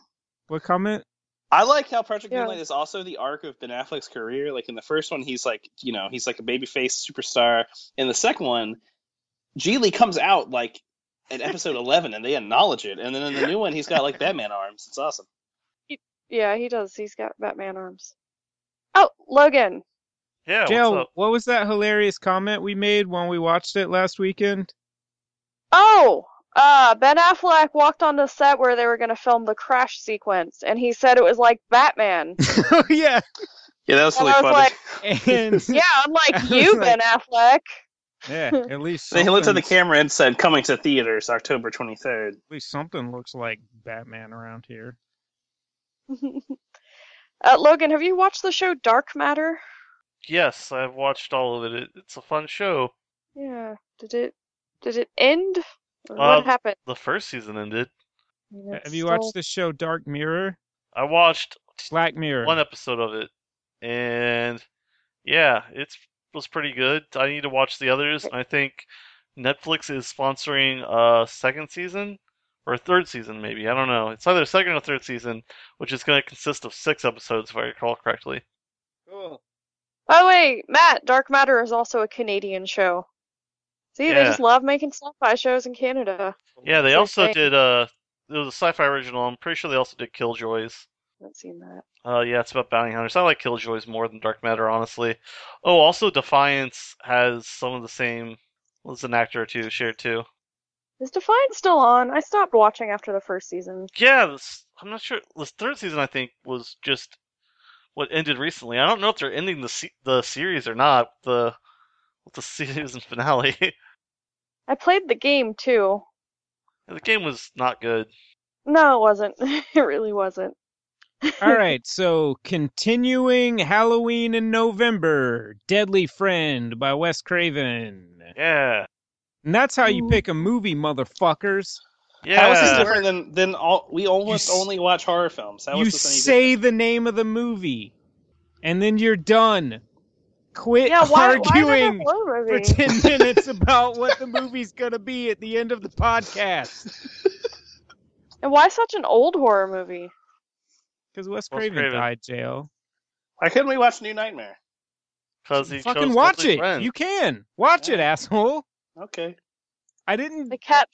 [SPEAKER 2] What comment?
[SPEAKER 1] I like how Project
[SPEAKER 8] Yeah.
[SPEAKER 1] Greenlight is also the arc of Ben Affleck's career. Like in the first one, he's like you know he's like a babyface superstar. In the second one, Geely comes out like in episode eleven, and they acknowledge it. And then in the new one, he's got like Batman arms. It's awesome.
[SPEAKER 8] Yeah, he does. He's got Batman arms. Oh, Logan.
[SPEAKER 6] Yeah, what's
[SPEAKER 2] Jail,
[SPEAKER 6] up?
[SPEAKER 2] what was that hilarious comment we made when we watched it last weekend?
[SPEAKER 8] Oh, uh, Ben Affleck walked on the set where they were gonna film the crash sequence, and he said it was like Batman.
[SPEAKER 2] oh yeah,
[SPEAKER 1] Yeah, that was
[SPEAKER 8] And
[SPEAKER 1] really
[SPEAKER 8] I was
[SPEAKER 1] funny.
[SPEAKER 8] like-
[SPEAKER 2] and
[SPEAKER 8] yeah, I'm
[SPEAKER 2] I
[SPEAKER 8] like
[SPEAKER 2] was
[SPEAKER 8] you,
[SPEAKER 2] like-
[SPEAKER 8] Ben Affleck.
[SPEAKER 2] yeah, at least
[SPEAKER 1] Then he looked at the
[SPEAKER 2] something's-
[SPEAKER 1] camera and said, "Coming to theaters October twenty third.
[SPEAKER 2] At least something looks like Batman around here.
[SPEAKER 8] uh, Logan, have you watched the show Dark Matter?
[SPEAKER 6] Yes, I've watched all of it. it. It's a fun show.
[SPEAKER 8] Yeah. Did it? Did it end? Or
[SPEAKER 6] Um,
[SPEAKER 8] what happened?
[SPEAKER 6] The first season ended.
[SPEAKER 8] I mean, it's
[SPEAKER 2] Have you
[SPEAKER 8] still-
[SPEAKER 2] watched the show Dark Mirror?
[SPEAKER 6] I watched
[SPEAKER 2] Black Mirror.
[SPEAKER 6] one episode of it, and yeah, it was pretty good. I need to watch the others. and I think Netflix is sponsoring a second season or a third season, maybe. I don't know. It's either a second or third season, which is going to consist of six episodes, if I recall correctly.
[SPEAKER 2] Cool.
[SPEAKER 8] By the way, Matt, Dark Matter is also a Canadian show. See, they
[SPEAKER 6] Yeah.
[SPEAKER 8] just love making sci-fi shows in Canada.
[SPEAKER 6] Yeah, they
[SPEAKER 8] Sure
[SPEAKER 6] also
[SPEAKER 8] thing.
[SPEAKER 6] did. Uh, it was a sci-fi original. I'm pretty sure they also did Killjoys.
[SPEAKER 8] haven't seen that.
[SPEAKER 6] Uh, yeah, it's about bounty hunters. I like Killjoys more than Dark Matter, honestly. Oh, also Defiance has some of the same. Was an actor or two shared too.
[SPEAKER 8] Is Defiance still on? I stopped watching after the first season.
[SPEAKER 6] Yeah, this, I'm not sure. This third season, I think, was just what ended recently. I don't know if they're ending the se- the series or not. The with the season finale.
[SPEAKER 8] I played the game too.
[SPEAKER 6] the game was not good.
[SPEAKER 8] No, it wasn't. it really wasn't.
[SPEAKER 2] All right, so continuing Halloween in November, Deadly Friend by Wes Craven.
[SPEAKER 6] Yeah,
[SPEAKER 2] And that's how you pick a movie, motherfuckers.
[SPEAKER 6] yeah.
[SPEAKER 1] How is this different than than all? We almost
[SPEAKER 2] s-
[SPEAKER 1] only watch horror films. How is
[SPEAKER 2] you
[SPEAKER 1] this any
[SPEAKER 2] say the name of the movie, and then you're done. Quit
[SPEAKER 8] Yeah, why, why is it
[SPEAKER 2] arguing
[SPEAKER 8] a horror
[SPEAKER 2] for
[SPEAKER 8] movie?
[SPEAKER 2] ten minutes about what the movie's gonna be at the end of the podcast
[SPEAKER 8] And why such an old horror movie?
[SPEAKER 2] because Wes
[SPEAKER 6] Wes
[SPEAKER 2] Craven,
[SPEAKER 6] Craven.
[SPEAKER 2] died jail.
[SPEAKER 1] Why couldn't we watch New Nightmare?
[SPEAKER 6] Because he
[SPEAKER 2] Fucking
[SPEAKER 6] chose
[SPEAKER 2] watch
[SPEAKER 6] Deadly
[SPEAKER 2] it.
[SPEAKER 6] Friend.
[SPEAKER 2] You can watch it,
[SPEAKER 1] Yeah.
[SPEAKER 2] asshole.
[SPEAKER 1] Okay.
[SPEAKER 2] I didn't.
[SPEAKER 8] The cat,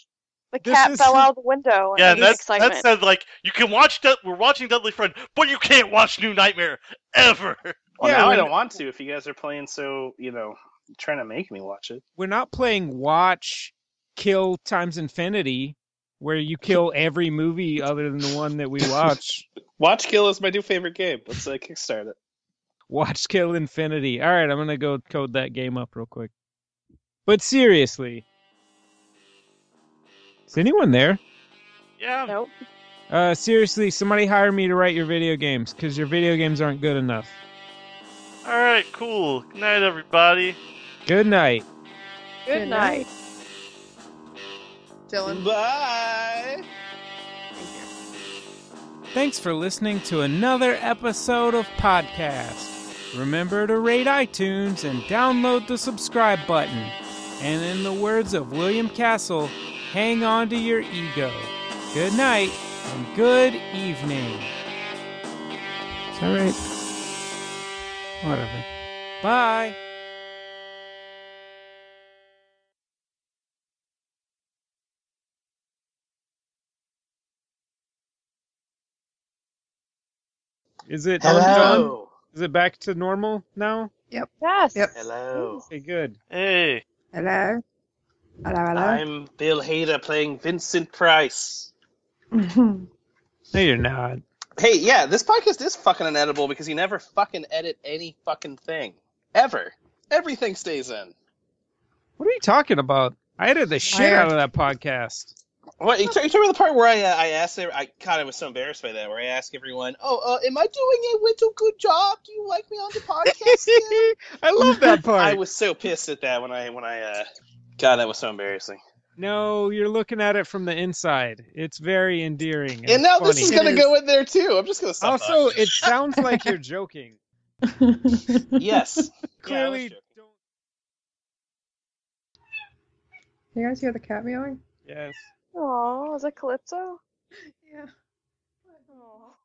[SPEAKER 8] the
[SPEAKER 2] This
[SPEAKER 8] cat
[SPEAKER 2] is-
[SPEAKER 8] fell out of the window.
[SPEAKER 6] Yeah,
[SPEAKER 8] in
[SPEAKER 6] and that's,
[SPEAKER 8] excitement.
[SPEAKER 6] that said, like you can watch. De- we're watching Deadly Friend, but you can't watch New Nightmare ever.
[SPEAKER 1] Well,
[SPEAKER 2] Yeah,
[SPEAKER 1] now I
[SPEAKER 2] when-
[SPEAKER 1] don't want to. If you guys are playing so, you know, trying to make me watch it.
[SPEAKER 2] We're not playing watch, kill times infinity, where you kill every movie other than the one that we watch.
[SPEAKER 1] Watch Kill is my new favorite game. Let's uh, kickstart it.
[SPEAKER 2] Watch Kill Infinity. All right, I'm going to go code that game up real quick. But seriously. Is anyone there?
[SPEAKER 6] Yeah,
[SPEAKER 8] Nope.
[SPEAKER 2] Uh, seriously, somebody hire me to write your video games because your video games aren't good enough.
[SPEAKER 6] All right, cool. Good night, everybody.
[SPEAKER 2] Good night.
[SPEAKER 8] Good night.
[SPEAKER 4] Dylan.
[SPEAKER 1] Bye.
[SPEAKER 2] Thanks for listening to another episode of Podcast. Remember to rate iTunes and download the subscribe button. And in the words of William Castle, hang on to your ego. Good night and good evening. Is that right? Whatever. Bye. Is it
[SPEAKER 4] Hello.
[SPEAKER 2] Is it back to normal now?
[SPEAKER 8] Yes.
[SPEAKER 4] Yep.
[SPEAKER 1] Hello.
[SPEAKER 2] Okay, good.
[SPEAKER 6] Hey.
[SPEAKER 4] Hello. Hello,
[SPEAKER 1] I'm Bill Hader playing Vincent Price.
[SPEAKER 4] hello.
[SPEAKER 2] No, you're not.
[SPEAKER 1] Hey, yeah, this podcast is fucking inedible because you never fucking edit any fucking thing ever. Everything stays in.
[SPEAKER 2] What are you talking about? I edited the shit
[SPEAKER 4] Liar.
[SPEAKER 2] out of that podcast.
[SPEAKER 1] What you, t- you told me the part where I uh, I asked every- I kind of was so embarrassed by that where I asked everyone, "Oh, uh, am I doing a little good job? Do you like me on the podcast?" yet?"
[SPEAKER 2] I love that part.
[SPEAKER 1] I was so pissed at that when I when I uh, God, that was so embarrassing.
[SPEAKER 2] No, you're looking at it from the inside. It's very endearing. And,
[SPEAKER 1] And now
[SPEAKER 2] funny.
[SPEAKER 1] this is
[SPEAKER 4] It
[SPEAKER 1] gonna
[SPEAKER 4] is.
[SPEAKER 1] go in there too. I'm just gonna stop
[SPEAKER 2] also,
[SPEAKER 1] talking.
[SPEAKER 2] it sounds like you're joking.
[SPEAKER 1] yes,
[SPEAKER 2] Clearly,
[SPEAKER 1] Yeah, I was
[SPEAKER 2] don't.
[SPEAKER 4] You guys hear the cat meowing?
[SPEAKER 2] Yes.
[SPEAKER 8] Aw, is it Calypso?
[SPEAKER 4] Yeah.
[SPEAKER 8] Aw.